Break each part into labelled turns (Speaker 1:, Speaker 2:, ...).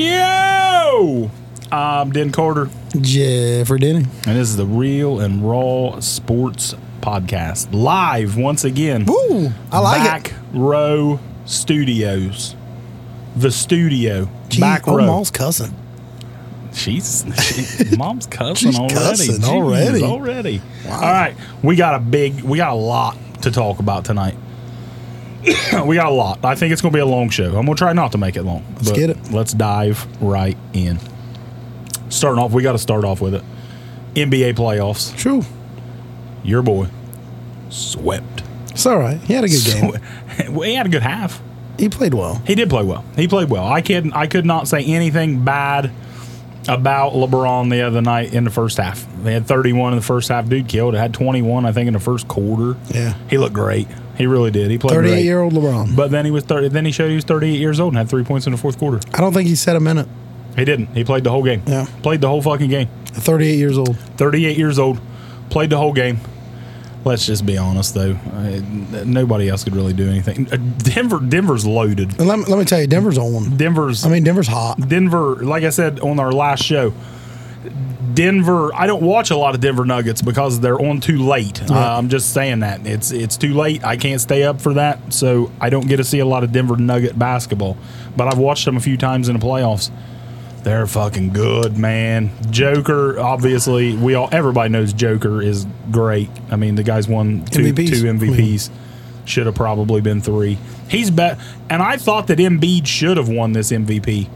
Speaker 1: Yo! I'm Den Carter,
Speaker 2: Jeffrey Denny.
Speaker 1: and this is the Real and Raw Sports Podcast, live once again.
Speaker 2: Woo! I like
Speaker 1: back
Speaker 2: it.
Speaker 1: Row Studios. The studio.
Speaker 2: Gee,
Speaker 1: back
Speaker 2: old
Speaker 1: row.
Speaker 2: Mom's cousin.
Speaker 1: She's she, mom's cussing
Speaker 2: She's
Speaker 1: already.
Speaker 2: cussing
Speaker 1: Jeez,
Speaker 2: already.
Speaker 1: Already. All right, we got a big, we got a lot to talk about tonight. we got a lot. I think it's going to be a long show. I'm going to try not to make it long. Let's
Speaker 2: get it.
Speaker 1: Let's dive right in. Starting off, we got to start off with it. NBA playoffs.
Speaker 2: True.
Speaker 1: Your boy swept.
Speaker 2: It's all right. He had a good game.
Speaker 1: Swe- he had a good half.
Speaker 2: He played well.
Speaker 1: He did play well. He played well. I could I could not say anything bad about LeBron the other night in the first half. They had 31 in the first half. Dude killed. It had 21 I think in the first quarter.
Speaker 2: Yeah.
Speaker 1: He looked great. He really did. He played 38
Speaker 2: 38 year old LeBron.
Speaker 1: But then he was 30 then he showed he was 38 years old and had 3 points in the fourth quarter.
Speaker 2: I don't think he said a minute.
Speaker 1: He didn't. He played the whole game.
Speaker 2: Yeah.
Speaker 1: Played the whole fucking game.
Speaker 2: 38 years old.
Speaker 1: 38 years old, played the whole game. Let's just be honest though. Uh, nobody else could really do anything. Uh, Denver Denver's loaded.
Speaker 2: And let me, let me tell you, Denver's on one.
Speaker 1: Denver's
Speaker 2: I mean, Denver's hot.
Speaker 1: Denver, like I said on our last show, Denver. I don't watch a lot of Denver Nuggets because they're on too late. Uh, I'm just saying that it's it's too late. I can't stay up for that, so I don't get to see a lot of Denver Nugget basketball. But I've watched them a few times in the playoffs. They're fucking good, man. Joker, obviously, we all everybody knows Joker is great. I mean, the guy's won two
Speaker 2: MVPs.
Speaker 1: two MVPs. Should have probably been three. He's bet, and I thought that Embiid should have won this MVP,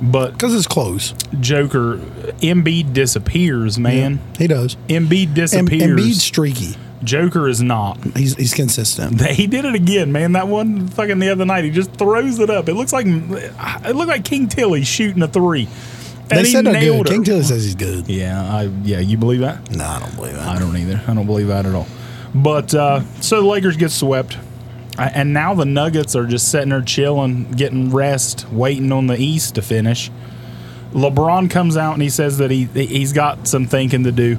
Speaker 1: but
Speaker 2: Because it's close.
Speaker 1: Joker, Embiid disappears, man.
Speaker 2: He does.
Speaker 1: Embiid
Speaker 2: And
Speaker 1: disappears.
Speaker 2: Embiid's streaky.
Speaker 1: Joker is not.
Speaker 2: He's, he's consistent.
Speaker 1: He did it again, man. That one fucking the other night, he just throws it up. It looks like it looked like King Tilly shooting a three. And
Speaker 2: They
Speaker 1: he
Speaker 2: said they're good.
Speaker 1: nailed her.
Speaker 2: King Tilly says he's good.
Speaker 1: Yeah, I yeah, you believe that?
Speaker 2: No, I don't believe
Speaker 1: I
Speaker 2: that.
Speaker 1: don't either. I don't believe that at all. But uh, so the Lakers get swept, I, and now the Nuggets are just sitting there chilling, getting rest, waiting on the East to finish. LeBron comes out and he says that he he's got some thinking to do.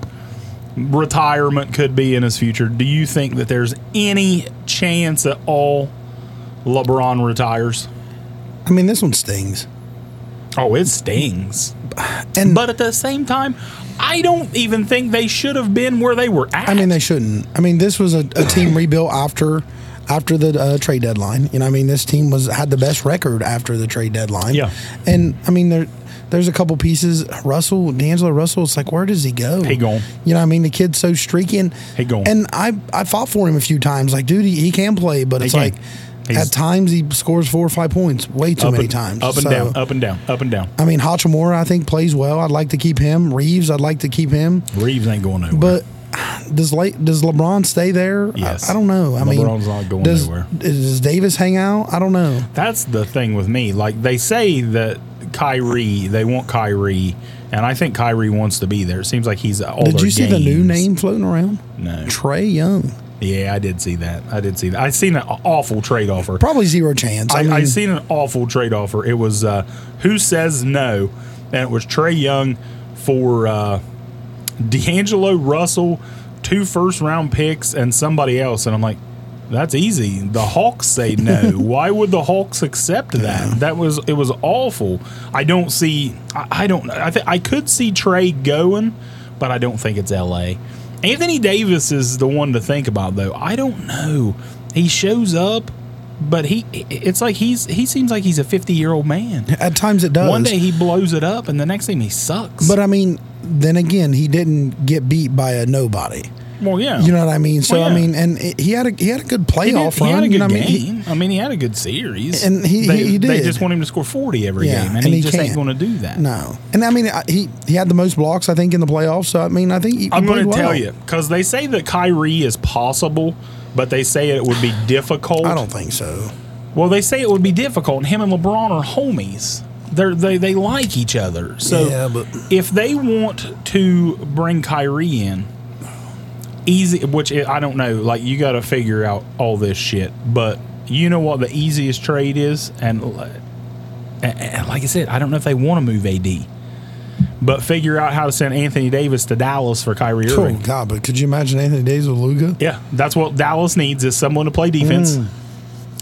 Speaker 1: Retirement could be in his future. Do you think that there's any chance at all LeBron retires?
Speaker 2: I mean, this one stings.
Speaker 1: Oh, it stings.
Speaker 2: And
Speaker 1: But at the same time, I don't even think they should have been where they were at.
Speaker 2: I mean, they shouldn't. I mean, this was a, a team rebuilt after after the uh, trade deadline. You know, I mean, this team was had the best record after the trade deadline.
Speaker 1: Yeah.
Speaker 2: and I mean, there there's a couple pieces. Russell, D'Angelo Russell. It's like, where does he go?
Speaker 1: He gone.
Speaker 2: You know, what I mean, the kid's so streaky. And,
Speaker 1: He gone.
Speaker 2: And I I fought for him a few times. Like, dude, he, he can play, but it's
Speaker 1: can.
Speaker 2: like.
Speaker 1: He's-
Speaker 2: at times he scores four or five points way too
Speaker 1: up
Speaker 2: many
Speaker 1: and,
Speaker 2: times.
Speaker 1: Up and
Speaker 2: So,
Speaker 1: down, up and down, up and down.
Speaker 2: I mean, Hachimura I think plays well. I'd like to keep him. Reeves, I'd like to keep him.
Speaker 1: Reeves ain't going nowhere.
Speaker 2: But does late does LeBron stay there? I-
Speaker 1: Yes.
Speaker 2: I, don't know. I
Speaker 1: LeBron's
Speaker 2: mean,
Speaker 1: not going
Speaker 2: does,
Speaker 1: nowhere.
Speaker 2: Does Davis hang out? I don't know.
Speaker 1: That's the thing with me. Like they say that Kyrie, they want Kyrie, and I think Kyrie wants to be there. It seems like he's all.
Speaker 2: Did
Speaker 1: their
Speaker 2: you see the new
Speaker 1: games.
Speaker 2: name floating around?
Speaker 1: No.
Speaker 2: Trey Young.
Speaker 1: Yeah, I did see that. I did see that. I seen an awful trade offer.
Speaker 2: Probably zero chance. I,
Speaker 1: I,
Speaker 2: mean,
Speaker 1: I seen an awful trade offer. It was uh, who says no, and it was Trey Young for uh, D'Angelo Russell, two first round picks, and somebody else. And I'm like, that's easy. The Hawks say no. Why would the Hawks accept that? That was it was awful. I don't see. I, I don't. I think I could see Trey going, but I don't think it's L.A. Anthony Davis is the one to think about though. I don't know. He shows up, but he it's like he's he seems like he's a 50 year old man.
Speaker 2: at times it does.
Speaker 1: One day he blows it up, and the next thing he sucks.
Speaker 2: but I mean, then again, he didn't get beat by a nobody.
Speaker 1: well, yeah,
Speaker 2: You know what I mean? So
Speaker 1: Well, yeah.
Speaker 2: I mean, and it, he had a he had a good
Speaker 1: He,
Speaker 2: playoff
Speaker 1: did, he
Speaker 2: run.
Speaker 1: had a
Speaker 2: you know
Speaker 1: good
Speaker 2: what I mean? He-
Speaker 1: game. I mean, he had a good series,
Speaker 2: And he-
Speaker 1: they,
Speaker 2: he- he
Speaker 1: They
Speaker 2: did.
Speaker 1: just want him to score forty every
Speaker 2: Yeah,
Speaker 1: game, and,
Speaker 2: and
Speaker 1: he,
Speaker 2: he
Speaker 1: just ain't
Speaker 2: can't.
Speaker 1: going to do that.
Speaker 2: no, and I mean, I, he he had the most blocks I think in the playoffs. So I mean, I think he, he
Speaker 1: I'm going
Speaker 2: played
Speaker 1: to tell
Speaker 2: well.
Speaker 1: you because they say that Kyrie is possible, but they say it would be difficult.
Speaker 2: I don't think so.
Speaker 1: Well, they say it would be difficult. And him and LeBron are homies. They're, they they like each other. So
Speaker 2: Yeah, but-
Speaker 1: if they want to bring Kyrie in, easy, which I I don't know, like you got to figure out all this shit. But you know what the easiest trade is, and, l- and- and like I said, I don't know if they want to move AD, but figure out how to send Anthony Davis to Dallas for Kyrie
Speaker 2: Oh
Speaker 1: Irving.
Speaker 2: God! But could you imagine Anthony Davis with Luga?
Speaker 1: Yeah, that's what Dallas needs is someone to play defense.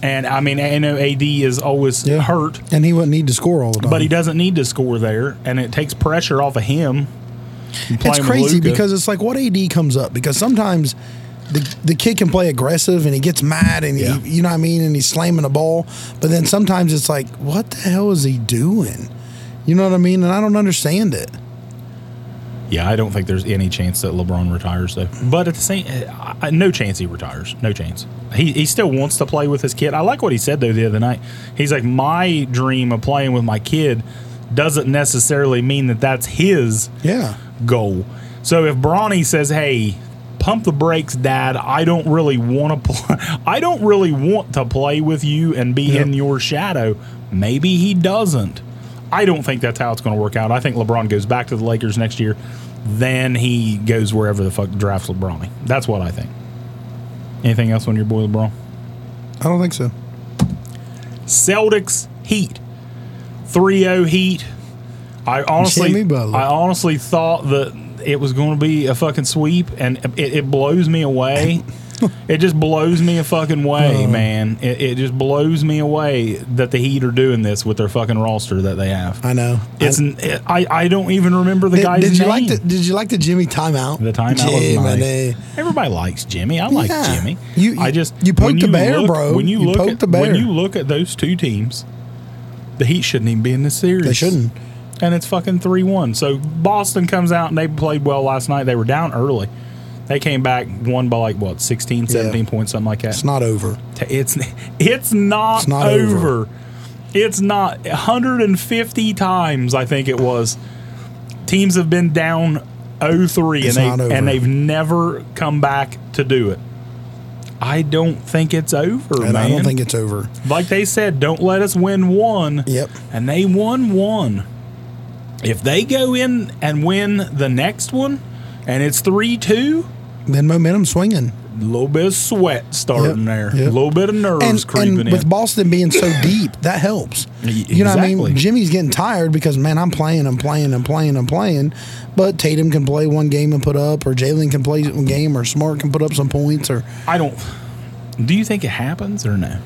Speaker 1: And I mean, I know AD is always
Speaker 2: Mm. Yeah.
Speaker 1: hurt,
Speaker 2: and he wouldn't need to score all the time.
Speaker 1: but he doesn't need to score there, and it takes pressure off of him.
Speaker 2: it's
Speaker 1: Playing with
Speaker 2: crazy
Speaker 1: Luka.
Speaker 2: because it's like what AD comes up because sometimes the, the kid can play aggressive and he gets mad and
Speaker 1: Yeah.
Speaker 2: he, you know what I mean and he's slamming the ball, but then sometimes it's like what the hell is he doing? You know what I mean? And I don't understand it.
Speaker 1: Yeah, I don't think there's any chance that LeBron retires though. But at the same, I, I- no chance he retires. No chance. He he still wants to play with his kid. I like what he said though the other night. He's like, my dream of playing with my kid doesn't necessarily mean that that's his
Speaker 2: Yeah,
Speaker 1: goal. So if Bronny says, "Hey, pump the brakes, Dad. I don't really want to. Pl- I don't really want to play with you and be in your shadow," maybe he doesn't. I don't think that's how it's going to work out. I think LeBron goes back to the Lakers next year. Then he goes wherever the fuck drafts LeBron. That's what I think. Anything else on your boy LeBron?
Speaker 2: I don't think so.
Speaker 1: Celtics Heat. 3-0 Heat. I honestly
Speaker 2: Jimmy Butler.
Speaker 1: I honestly thought that it was going to be a fucking sweep and it, it blows me away. it just blows me a fucking way,
Speaker 2: Uh.
Speaker 1: man. It, it just blows me away that the Heat are doing this with their fucking roster that they have.
Speaker 2: I know.
Speaker 1: It's
Speaker 2: I,
Speaker 1: n- I I don't even remember the
Speaker 2: did,
Speaker 1: guy's
Speaker 2: did you
Speaker 1: name.
Speaker 2: like the Did you like the Jimmy timeout?
Speaker 1: The timeout was
Speaker 2: Jiminy.
Speaker 1: nice. Everybody likes Jimmy. I like
Speaker 2: Yeah.
Speaker 1: Jimmy.
Speaker 2: You- you-
Speaker 1: I just
Speaker 2: you poked
Speaker 1: when
Speaker 2: the bear,
Speaker 1: look-
Speaker 2: bro.
Speaker 1: When you,
Speaker 2: You
Speaker 1: look
Speaker 2: poked
Speaker 1: at,
Speaker 2: the
Speaker 1: When
Speaker 2: bear.
Speaker 1: you look at those two teams, the Heat shouldn't even be in this series.
Speaker 2: They shouldn't.
Speaker 1: And it's fucking three one. So Boston comes out and they played well last night. They were down early. They came back, won by like what 16, 17 points, something like that.
Speaker 2: It's not over.
Speaker 1: T- It's it's not,
Speaker 2: It's not
Speaker 1: over.
Speaker 2: over.
Speaker 1: It's not 150 times I think it was. Teams have been down 03
Speaker 2: It's
Speaker 1: and
Speaker 2: not
Speaker 1: they
Speaker 2: over.
Speaker 1: and they've never come back to do it. I don't think it's over,
Speaker 2: And
Speaker 1: man.
Speaker 2: I don't think it's over.
Speaker 1: like they said, don't let us win one.
Speaker 2: Yep.
Speaker 1: And they won one. If they go in and win the next one and it's 3 2,
Speaker 2: Then momentum swinging.
Speaker 1: a little bit of sweat starting there,
Speaker 2: Yep,
Speaker 1: a
Speaker 2: yep.
Speaker 1: little bit of nerves
Speaker 2: and,
Speaker 1: creeping
Speaker 2: and
Speaker 1: in.
Speaker 2: with Boston being so deep, that helps.
Speaker 1: Y-
Speaker 2: You know what I
Speaker 1: exactly.
Speaker 2: mean? Jimmy's getting tired because man, I'm playing, I'm playing, I'm playing, I'm playing. But Tatum can play one game and put up, or Jalen can play one game, or Smart can put up some points, or
Speaker 1: I don't. Do you think it happens or no?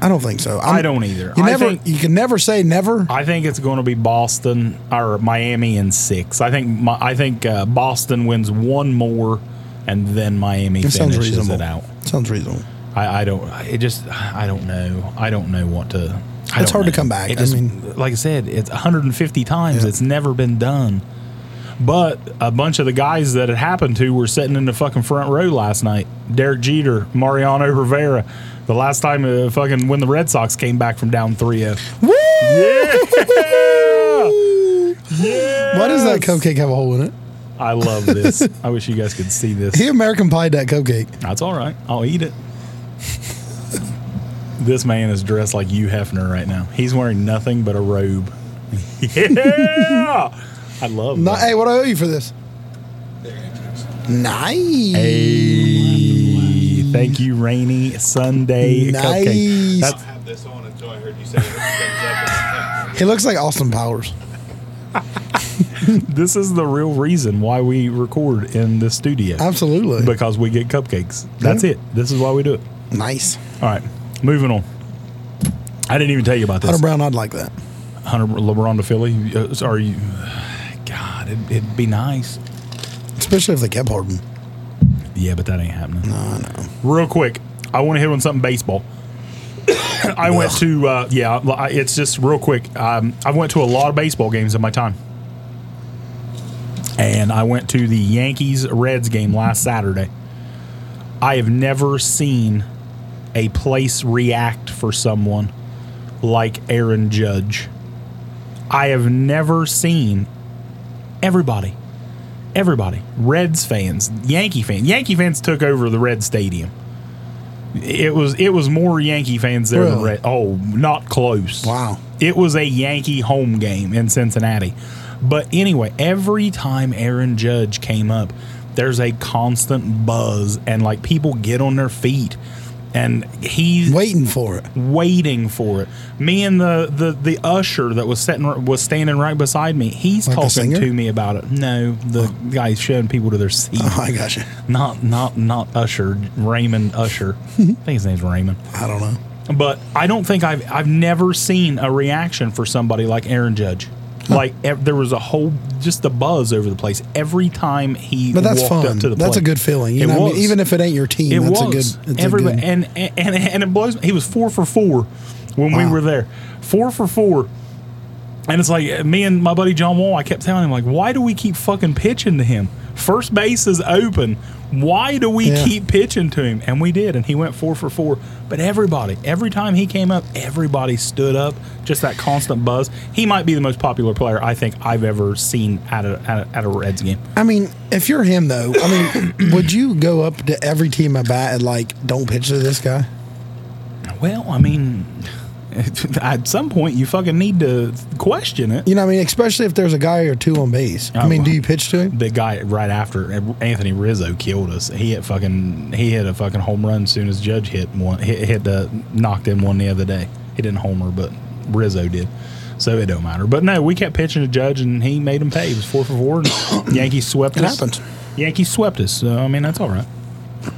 Speaker 2: I don't think so. I'm,
Speaker 1: I don't either.
Speaker 2: You
Speaker 1: I
Speaker 2: never,
Speaker 1: think-
Speaker 2: you can never say never.
Speaker 1: I think it's going to be Boston or Miami in six. I think my, I think uh, Boston wins one more, and then Miami
Speaker 2: It sounds
Speaker 1: finishes it
Speaker 2: reasonable.
Speaker 1: out.
Speaker 2: Sounds reasonable.
Speaker 1: I, I don't. It just. I don't know. I don't know what to. I
Speaker 2: It's
Speaker 1: don't
Speaker 2: hard to
Speaker 1: know.
Speaker 2: come back.
Speaker 1: It
Speaker 2: I mean-
Speaker 1: like I said, it's 150 times.
Speaker 2: Yeah.
Speaker 1: It's never been done. But a bunch of the guys that it happened to were sitting in the fucking front row last night. Derek Jeter, Mariano Rivera. The last time uh, fucking when the Red Sox came back from down oh. 3-0.
Speaker 2: Woo!
Speaker 1: Yeah.
Speaker 2: Why does that
Speaker 1: Yes!
Speaker 2: cupcake have a hole in it?
Speaker 1: I love this. I wish you guys could see this.
Speaker 2: He American pied that cupcake.
Speaker 1: That's all right. I'll eat it. this man is dressed like you Hefner right now. He's wearing nothing but a robe. Yeah, I love
Speaker 2: No,
Speaker 1: that.
Speaker 2: hey, what do I owe you for this? Nice.
Speaker 1: Hey, thank you, Rainy Sunday Cupcake.
Speaker 2: Nice.
Speaker 1: That's,
Speaker 3: have this on until I heard you say it.
Speaker 2: He looks like Austin Powers.
Speaker 1: this is the real reason why we record in the studio
Speaker 2: Absolutely.
Speaker 1: because we get cupcakes. That's
Speaker 2: Yeah.
Speaker 1: it. This is why we do it.
Speaker 2: nice.
Speaker 1: All right, moving on. I didn't even tell you about this.
Speaker 2: Hunter Brown, I'd like that.
Speaker 1: Hunter LeBron to Philly. Uh, sorry, you- God, it, it'd be nice.
Speaker 2: Especially if they kept Harden.
Speaker 1: Yeah, but that ain't happening. No, no. Real quick, I want to hit on something baseball. I went to uh, yeah. I- It's just real quick. Um, I went to a lot of baseball games in my time, and I went to the Yankees Reds game last Saturday. I have never seen a place react for someone like Aaron Judge. I have never seen everybody everybody reds fans yankee fans yankee fans took over the red stadium it was it was more yankee fans there than
Speaker 2: Really?
Speaker 1: red oh not close
Speaker 2: Wow.
Speaker 1: it was a yankee home game in cincinnati but anyway every time aaron judge came up there's a constant buzz and like people get on their feet and he's
Speaker 2: Waiting for it.
Speaker 1: waiting for it. Me and the the the usher that was sitting was standing right beside me. He's
Speaker 2: Like the
Speaker 1: talking
Speaker 2: singer?
Speaker 1: to me about it. No, the guy's showing people to their seat.
Speaker 2: Oh, I gotcha.
Speaker 1: Not not not usher Raymond Usher. I think his name's Raymond.
Speaker 2: I don't know.
Speaker 1: But I don't think I've I've never seen a reaction for somebody like Aaron Judge. Like ev- there was a whole just the buzz over the place every time he
Speaker 2: But that's
Speaker 1: walked up
Speaker 2: fun.
Speaker 1: to the
Speaker 2: That's a
Speaker 1: plate.
Speaker 2: good feeling. You
Speaker 1: It
Speaker 2: know what I mean?
Speaker 1: was.
Speaker 2: Even if it ain't your team,
Speaker 1: It
Speaker 2: that's
Speaker 1: was
Speaker 2: a good. It's
Speaker 1: everybody,
Speaker 2: a good
Speaker 1: and, and and and it blows. He was four for four when we
Speaker 2: Wow.
Speaker 1: were there, four for four. And it's like me and my buddy John Wall. I kept telling him like, why do we keep fucking pitching to him? First base is open. Why do we
Speaker 2: Yeah.
Speaker 1: keep pitching to him? And we did, and he went four for four. But everybody, every time he came up, everybody stood up. Just that constant buzz. He might be the most popular player I think I've ever seen at a at a, at a Reds game.
Speaker 2: I mean, if you're him though, I mean, would you go up to every team at bat and like don't pitch to this guy?
Speaker 1: Well, I mean, at some point you fucking need to question it.
Speaker 2: You know, what I mean, especially if there's a guy or two on base. I
Speaker 1: Oh,
Speaker 2: mean, do
Speaker 1: well.
Speaker 2: you pitch to him?
Speaker 1: The guy right after Anthony Rizzo killed us. He hit fucking he hit a fucking home run soon as Judge hit one hit, hit the knocked in one the other day. He didn't homer, but Rizzo did. So it don't matter. But no, we kept pitching to Judge and he made him pay. It was four for four. And Yankees swept
Speaker 2: It
Speaker 1: us.
Speaker 2: happens.
Speaker 1: Yankees swept us. So I mean that's all right.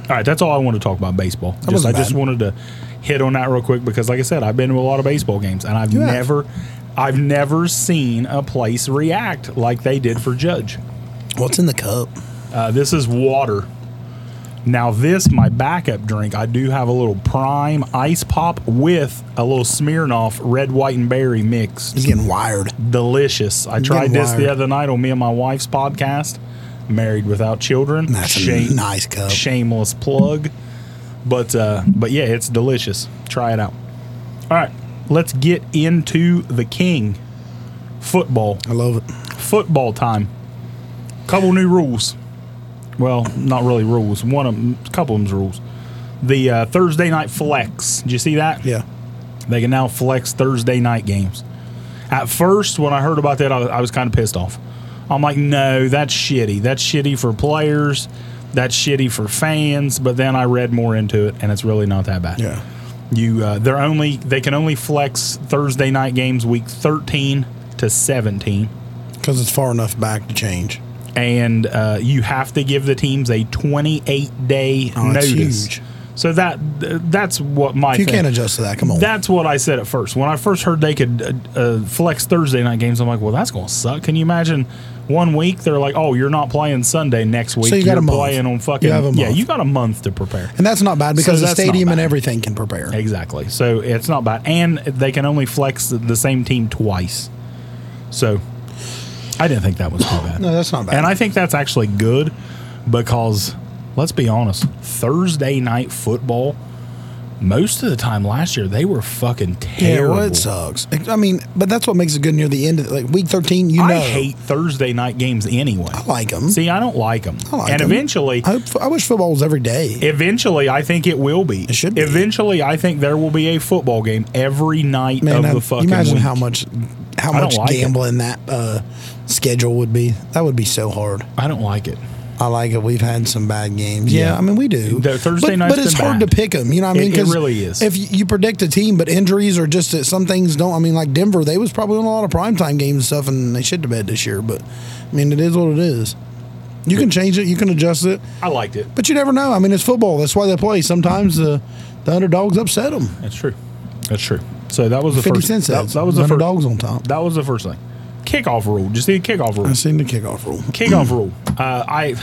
Speaker 1: All right, that's all I want to talk about baseball. Just, I
Speaker 2: wasn't
Speaker 1: just
Speaker 2: bad.
Speaker 1: wanted to hit on that real quick because, like I said, I've been to a lot of baseball games and I've
Speaker 2: You have.
Speaker 1: never, I've never seen a place react like they did for Judge.
Speaker 2: What's in the cup?
Speaker 1: Uh, this is water. Now, this my backup drink. I do have a little Prime Ice Pop with a little Smirnoff Red, White, and Berry mixed.
Speaker 2: He's getting wired.
Speaker 1: Delicious. I tried this the
Speaker 2: wired.
Speaker 1: other night on me and my wife's podcast, Married Without Children.
Speaker 2: That's a
Speaker 1: Shame-
Speaker 2: nice cup.
Speaker 1: shameless plug. But uh, but yeah, it's delicious. Try it out. All right, let's get into the king football
Speaker 2: I love it.
Speaker 1: football time. Couple new rules. Well, not really rules. One of them, couple of them's rules. The uh, Thursday night flex. Did you see that?
Speaker 2: Yeah.
Speaker 1: They can now flex Thursday night games. At first, when I heard about that, I, I was kind of pissed off. I'm like, no, that's shitty. That's shitty for players. That's shitty for fans. But then I read more into it, and it's really not that bad.
Speaker 2: Yeah.
Speaker 1: You, uh, they're only they can only flex Thursday night games week 13 to 17,
Speaker 2: Because it's far enough back to change.
Speaker 1: and uh, you have to give the teams a 28 day
Speaker 2: Oh, that's
Speaker 1: notice.
Speaker 2: huge.
Speaker 1: So that th- that's what my
Speaker 2: If you
Speaker 1: thing-
Speaker 2: can't adjust to that, come on.
Speaker 1: that's what I said at first. When I first heard they could uh, uh, flex Thursday night games, I'm like, well, that's going to suck. Can you imagine one week they're like, oh, you're not playing Sunday next week.
Speaker 2: you got
Speaker 1: are
Speaker 2: a month.
Speaker 1: playing on fucking.
Speaker 2: You have a
Speaker 1: Yeah,
Speaker 2: month.
Speaker 1: you got a month to prepare.
Speaker 2: and that's not bad because
Speaker 1: So
Speaker 2: the
Speaker 1: that's not
Speaker 2: stadium and
Speaker 1: bad.
Speaker 2: everything can prepare.
Speaker 1: Exactly. So it's not bad. And they can only flex the- the same team twice. So I didn't think that was too bad.
Speaker 2: No, that's not bad.
Speaker 1: And I think that's actually good because let's be honest, Thursday night football. Most of the time last year, they were fucking
Speaker 2: yeah,
Speaker 1: terrible.
Speaker 2: well, it sucks. I mean, but that's what makes it good near the end of like week 13. You know,
Speaker 1: I hate Thursday night games anyway. I
Speaker 2: like 'em.
Speaker 1: See, I don't like them.
Speaker 2: I like
Speaker 1: and
Speaker 2: 'em.
Speaker 1: eventually,
Speaker 2: I, hope, I wish football was every day.
Speaker 1: eventually, I think it will be. It
Speaker 2: should be.
Speaker 1: Eventually, I think there will be a football game every night
Speaker 2: Man,
Speaker 1: of
Speaker 2: I-
Speaker 1: the fucking
Speaker 2: imagine
Speaker 1: week.
Speaker 2: how much how
Speaker 1: I don't
Speaker 2: much
Speaker 1: like it.
Speaker 2: gambling that uh, schedule would be. That would be so hard.
Speaker 1: I don't like it.
Speaker 2: I like it. We've had some bad games. Yeah,
Speaker 1: Yeah.
Speaker 2: I mean we do.
Speaker 1: The Thursday
Speaker 2: but,
Speaker 1: night's
Speaker 2: but it's
Speaker 1: been
Speaker 2: hard
Speaker 1: bad.
Speaker 2: to pick them. You know what I
Speaker 1: It-
Speaker 2: mean?
Speaker 1: it
Speaker 2: 'Cause
Speaker 1: really is.
Speaker 2: If you you predict a team, but injuries or just that some things don't. I mean, like Denver, they was probably on a lot of primetime games and stuff, and they should have bet this year. But I mean, it is what it is. You can change it. You can adjust it.
Speaker 1: I liked it.
Speaker 2: But you never know. I mean, it's football. That's why they play. Sometimes the the underdogs upset them.
Speaker 1: That's true. That's true. So that was the
Speaker 2: Fifty
Speaker 1: first.
Speaker 2: cents.
Speaker 1: that, that was the first.
Speaker 2: underdogs on top.
Speaker 1: That was the first thing. Kickoff rule. Just the kickoff rule.
Speaker 2: I seen the kickoff rule.
Speaker 1: kickoff rule. Uh, I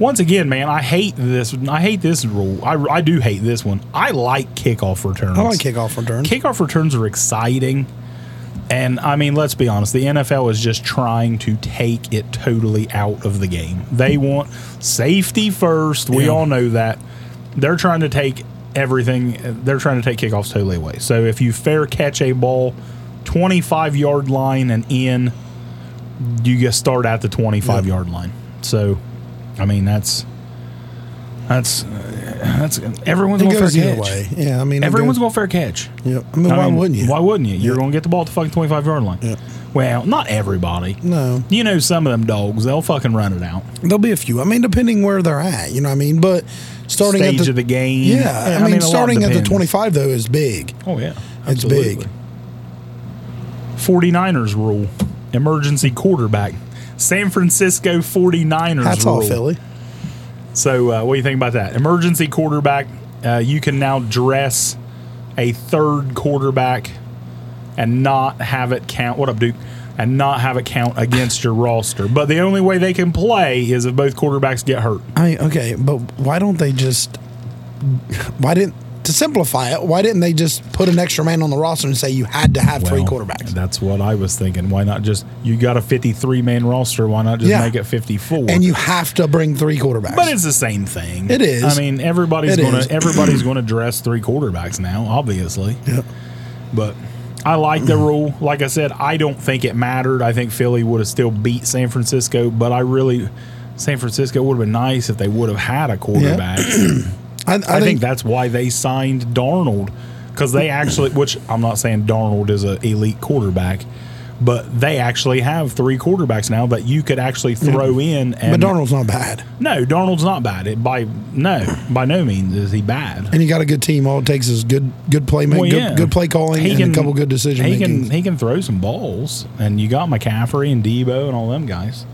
Speaker 1: once again, man, I hate this. I hate this rule. I, I do hate this one. I like kickoff returns.
Speaker 2: I like kickoff returns.
Speaker 1: Kickoff returns are exciting, and I mean, let's be honest. The NFL is just trying to take it totally out of the game. They want safety first. We
Speaker 2: Yeah.
Speaker 1: all know that. They're trying to take everything. They're trying to take kickoffs totally away. So if you fair catch a ball, twenty-five yard line and in you just start at the 25 yard line. So, I mean, that's that's uh, that's everyone's
Speaker 2: It
Speaker 1: going to fair
Speaker 2: goes either
Speaker 1: catch.
Speaker 2: way. Yeah, I mean, it
Speaker 1: Everyone's
Speaker 2: goes-
Speaker 1: going to fair catch.
Speaker 2: Yeah, I mean,
Speaker 1: I
Speaker 2: why
Speaker 1: mean,
Speaker 2: wouldn't you?
Speaker 1: Why wouldn't you? You're
Speaker 2: Yeah.
Speaker 1: going to get the ball at the fucking 25 yard line.
Speaker 2: Yeah.
Speaker 1: Well, not everybody.
Speaker 2: No.
Speaker 1: You know, some of them dogs, they'll fucking run it out.
Speaker 2: There'll be a few. I mean, depending where they're at, you know what I mean? But starting
Speaker 1: Stage
Speaker 2: at the,
Speaker 1: of the game.
Speaker 2: Yeah, I, mean,
Speaker 1: a lot
Speaker 2: starting at the
Speaker 1: depends.
Speaker 2: 25 though is big.
Speaker 1: Oh, yeah.
Speaker 2: It's big.
Speaker 1: 49ers rule emergency quarterback. San Francisco 49ers
Speaker 2: That's
Speaker 1: rule.
Speaker 2: all Philly.
Speaker 1: So, uh, what do you think about that? Emergency quarterback. Uh, you can now dress a third quarterback and not have it count. What up, Duke? And not have it count against your roster. But the only way they can play is if both quarterbacks get hurt.
Speaker 2: I mean, okay, but why don't they just? Why didn't to simplify it? Why didn't they just put an extra man on the roster and say you had to have three
Speaker 1: Well,
Speaker 2: quarterbacks?
Speaker 1: That's what I was thinking. Why not just you got a fifty-three man roster? Why not just
Speaker 2: Yeah.
Speaker 1: make it fifty-four?
Speaker 2: and you have to bring three quarterbacks.
Speaker 1: but it's the same thing.
Speaker 2: It is.
Speaker 1: I mean, everybody's
Speaker 2: It
Speaker 1: gonna
Speaker 2: is.
Speaker 1: everybody's gonna dress three quarterbacks now, obviously.
Speaker 2: Yeah.
Speaker 1: But I like the rule. Like I said, I don't think it mattered. I think Philly would have still beat San Francisco, but I really San Francisco would have been nice if they would have had a quarterback.
Speaker 2: I, I,
Speaker 1: I think
Speaker 2: think,
Speaker 1: that's why they signed Darnold because they actually, which I'm not saying Darnold is an elite quarterback, but they actually have three quarterbacks now that you could actually throw in.
Speaker 2: but
Speaker 1: And
Speaker 2: Darnold's not bad,
Speaker 1: no, Darnold's not bad. It, by no, by no means is he bad.
Speaker 2: and he got a good team. All it takes is good, good play, make
Speaker 1: Well,
Speaker 2: good,
Speaker 1: yeah.
Speaker 2: good play calling,
Speaker 1: He
Speaker 2: and
Speaker 1: can-
Speaker 2: a couple good decision
Speaker 1: He
Speaker 2: making.
Speaker 1: can he can throw some balls, and you got McCaffrey and Debo and all them guys.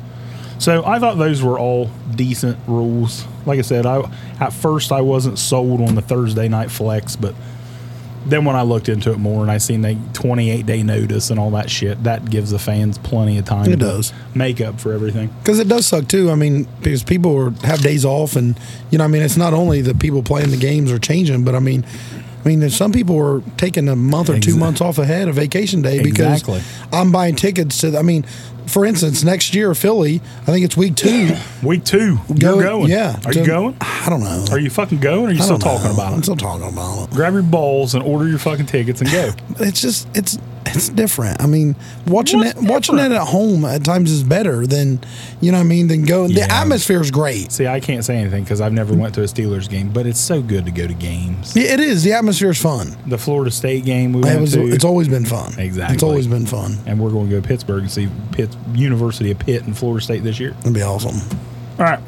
Speaker 1: So I thought those were all decent rules. Like I said, I at first I wasn't sold on the Thursday night flex, but then when I looked into it more and I seen the 28 day notice and all that shit, that gives the fans plenty of time.
Speaker 2: It
Speaker 1: to
Speaker 2: does.
Speaker 1: make up for everything.
Speaker 2: Because it does suck too. I mean, because people are, have days off, and you know, I mean, it's not only the people playing the games are changing, but I mean, I mean, there's some people are taking a month or two
Speaker 1: Exact-
Speaker 2: months off ahead of vacation day because
Speaker 1: Exactly.
Speaker 2: I'm buying tickets to. The, I mean, for instance, next year Philly, I think it's week two.
Speaker 1: Week two,
Speaker 2: go-
Speaker 1: you're going.
Speaker 2: Yeah.
Speaker 1: are
Speaker 2: to-
Speaker 1: you going?
Speaker 2: I don't know.
Speaker 1: Are you fucking going? Or are you
Speaker 2: I
Speaker 1: still
Speaker 2: don't
Speaker 1: talking
Speaker 2: know.
Speaker 1: about
Speaker 2: I'm
Speaker 1: it?
Speaker 2: still talking about it.
Speaker 1: Grab your balls and order your fucking tickets and go.
Speaker 2: It's just it's it's different. I mean, watching
Speaker 1: What's
Speaker 2: it watching it
Speaker 1: different?
Speaker 2: at home at times is better than you know. what I mean, than going. The
Speaker 1: Yeah.
Speaker 2: atmosphere is great.
Speaker 1: See, I can't say anything because I've never went to a Steelers game, but it's so good to go to games.
Speaker 2: Yeah, It is. The atmosphere is fun.
Speaker 1: The Florida State game we
Speaker 2: It
Speaker 1: went
Speaker 2: was.
Speaker 1: to,
Speaker 2: It's always been fun.
Speaker 1: Exactly.
Speaker 2: It's always been fun.
Speaker 1: and we're going to go to Pittsburgh and see Pitt, University of Pitt and Florida State this year.
Speaker 2: It'd be awesome.
Speaker 1: All right,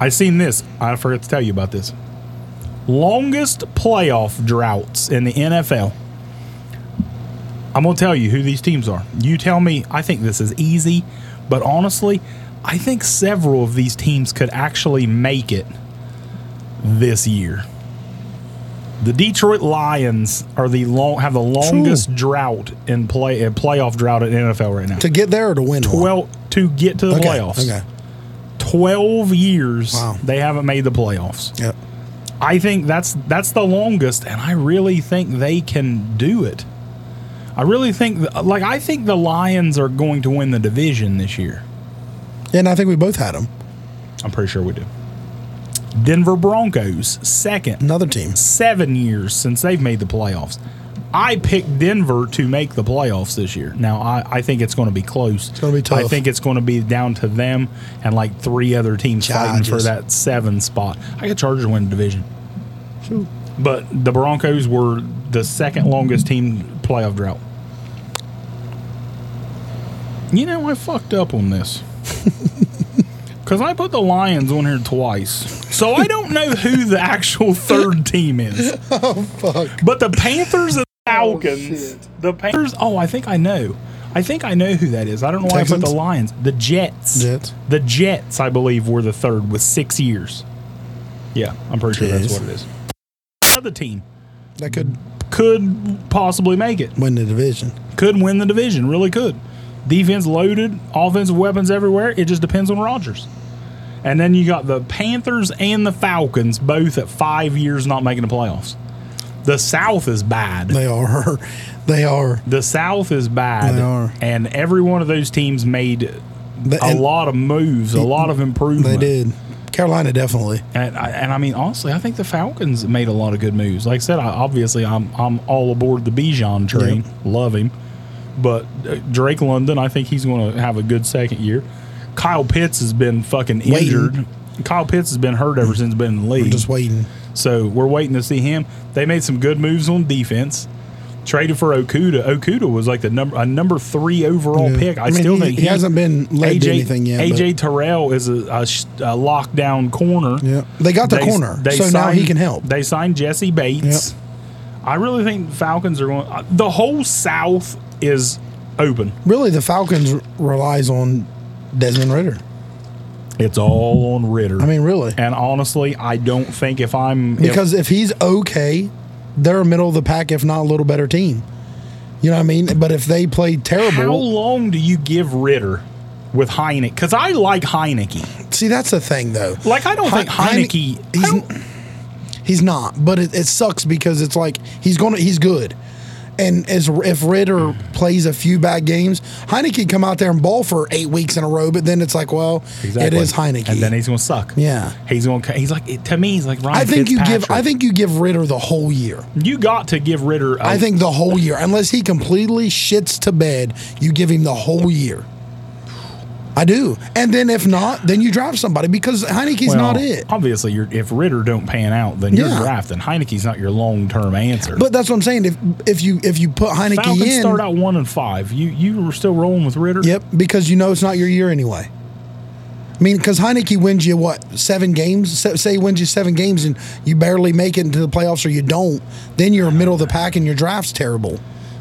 Speaker 1: I seen this. I forgot to tell you about this. Longest playoff droughts in the NFL. I'm going to tell you who these teams are. You tell me. I think this is easy, but honestly, I think several of these teams could actually make it this year. The Detroit Lions are the long have the longest drought in play uh, playoff drought in NFL right now.
Speaker 2: To get there or to win. one?
Speaker 1: Well, to get to the
Speaker 2: okay.
Speaker 1: playoffs,
Speaker 2: Okay.
Speaker 1: 12 years
Speaker 2: Wow.
Speaker 1: they haven't made the playoffs.
Speaker 2: Yep.
Speaker 1: I think that's that's the longest and I really think they can do it. I really think th- like I think the Lions are going to win the division this year.
Speaker 2: And I think we both had them.
Speaker 1: I'm pretty sure we do. Denver Broncos second.
Speaker 2: Another team.
Speaker 1: 7 years since they've made the playoffs. I picked Denver to make the playoffs this year. Now I, I think it's going to be close. It's
Speaker 2: gonna be tough.
Speaker 1: I think it's going to be down to them and like three other teams fighting for
Speaker 2: Chargers.
Speaker 1: that seven spot. I got Chargers win the division, but the Broncos were the second longest team playoff drought. You know I fucked up on this. Because I put the Lions on here twice. So I don't know who the actual third team is.
Speaker 2: Oh,
Speaker 1: But the Panthers and Falcons. the Panthers. Oh, I think I know. I think I know who that is. I don't know why I put
Speaker 2: Texans?
Speaker 1: the Lions. The Jets.
Speaker 2: Jets.
Speaker 1: The Jets, I believe, were the third with six years. Yeah, I'm pretty sure that's
Speaker 2: Jeez.
Speaker 1: what it is. Other team
Speaker 2: That could
Speaker 1: could possibly make it.
Speaker 2: win the division.
Speaker 1: Could win the division. Really could. Defense loaded, offensive weapons everywhere. It just depends on Rodgers. And then you got the Panthers and the Falcons both at five years not making the playoffs. The South is bad.
Speaker 2: They are. They are.
Speaker 1: The South is bad,
Speaker 2: They are.
Speaker 1: and every one of those teams made
Speaker 2: They,
Speaker 1: a
Speaker 2: and
Speaker 1: lot of moves, a lot of
Speaker 2: They
Speaker 1: improvement.
Speaker 2: did. Carolina definitely.
Speaker 1: and I, and I mean honestly, I think the Falcons made a lot of good moves. Like I said, I, obviously I'm I'm all aboard the Bijan train, love him, but uh, Drake London, I think he's going to have a good second year. Kyle Pitts has been fucking
Speaker 2: Waiting. Mm.
Speaker 1: injured. Kyle Pitts has been hurt ever since he's been in the league.
Speaker 2: Just waiting.
Speaker 1: So we're waiting to see him. They made some good moves on defense. Traded for Okuda. Okuda was like the number a number three overall
Speaker 2: Yeah.
Speaker 1: pick. I,
Speaker 2: I mean,
Speaker 1: still
Speaker 2: he-
Speaker 1: think
Speaker 2: he hasn't been led to anything yet,
Speaker 1: AJ Terrell is a, a, sh- a lockdown corner.
Speaker 2: Yeah. They got the corner, so now he can help.
Speaker 1: They signed Jesse Bates. I really think Falcons are going. uh, The whole South is open.
Speaker 2: Really, the Falcons r- relies on Desmond Ritter.
Speaker 1: It's all on Ritter.
Speaker 2: I mean, really,
Speaker 1: and honestly, I don't think if I'm if-
Speaker 2: because if he's okay, they're a middle of the pack, if not a little better team. You know what I mean? But if they play
Speaker 1: How
Speaker 2: terrible,
Speaker 1: long do you give Ritter with Heineke? Because I like Heineke.
Speaker 2: see that's the thing though.
Speaker 1: Like I don't
Speaker 2: He-
Speaker 1: think Heineke.
Speaker 2: Heine-
Speaker 1: I
Speaker 2: he's-
Speaker 1: don't-
Speaker 2: He's not, but it, it sucks because it's like he's gonna he's good, and as if Ritter plays a few bad games, Heineke can come out there and ball for eight weeks in a row, but then it's like, well, it is Heineke.
Speaker 1: and then he's gonna suck.
Speaker 2: Yeah.
Speaker 1: he's gonna. He's like it- to me. He's like Ryan.
Speaker 2: I think you give
Speaker 1: Fitzpatrick.
Speaker 2: I think you give Ritter the whole year.
Speaker 1: you got to give Ritter. a-
Speaker 2: I think the whole year, unless he completely shits to bed, you give him the whole year. I do, and then if not, then you draft somebody because Heineke's
Speaker 1: well,
Speaker 2: not it.
Speaker 1: Obviously, you're, if Ritter don't pan out, then you're
Speaker 2: Yeah.
Speaker 1: drafting. Heineke's not your long term answer.
Speaker 2: But that's what I'm saying. If if you if you put Heineke
Speaker 1: Falcons
Speaker 2: in,
Speaker 1: start out one and five. You you were still rolling with Ritter.
Speaker 2: Yep, because you know it's not your year anyway. I mean, because Heineke wins you what seven games? Se- Say he wins you seven games, and you barely make it into the playoffs, or you don't. Then you're middle of the pack, and your draft's terrible.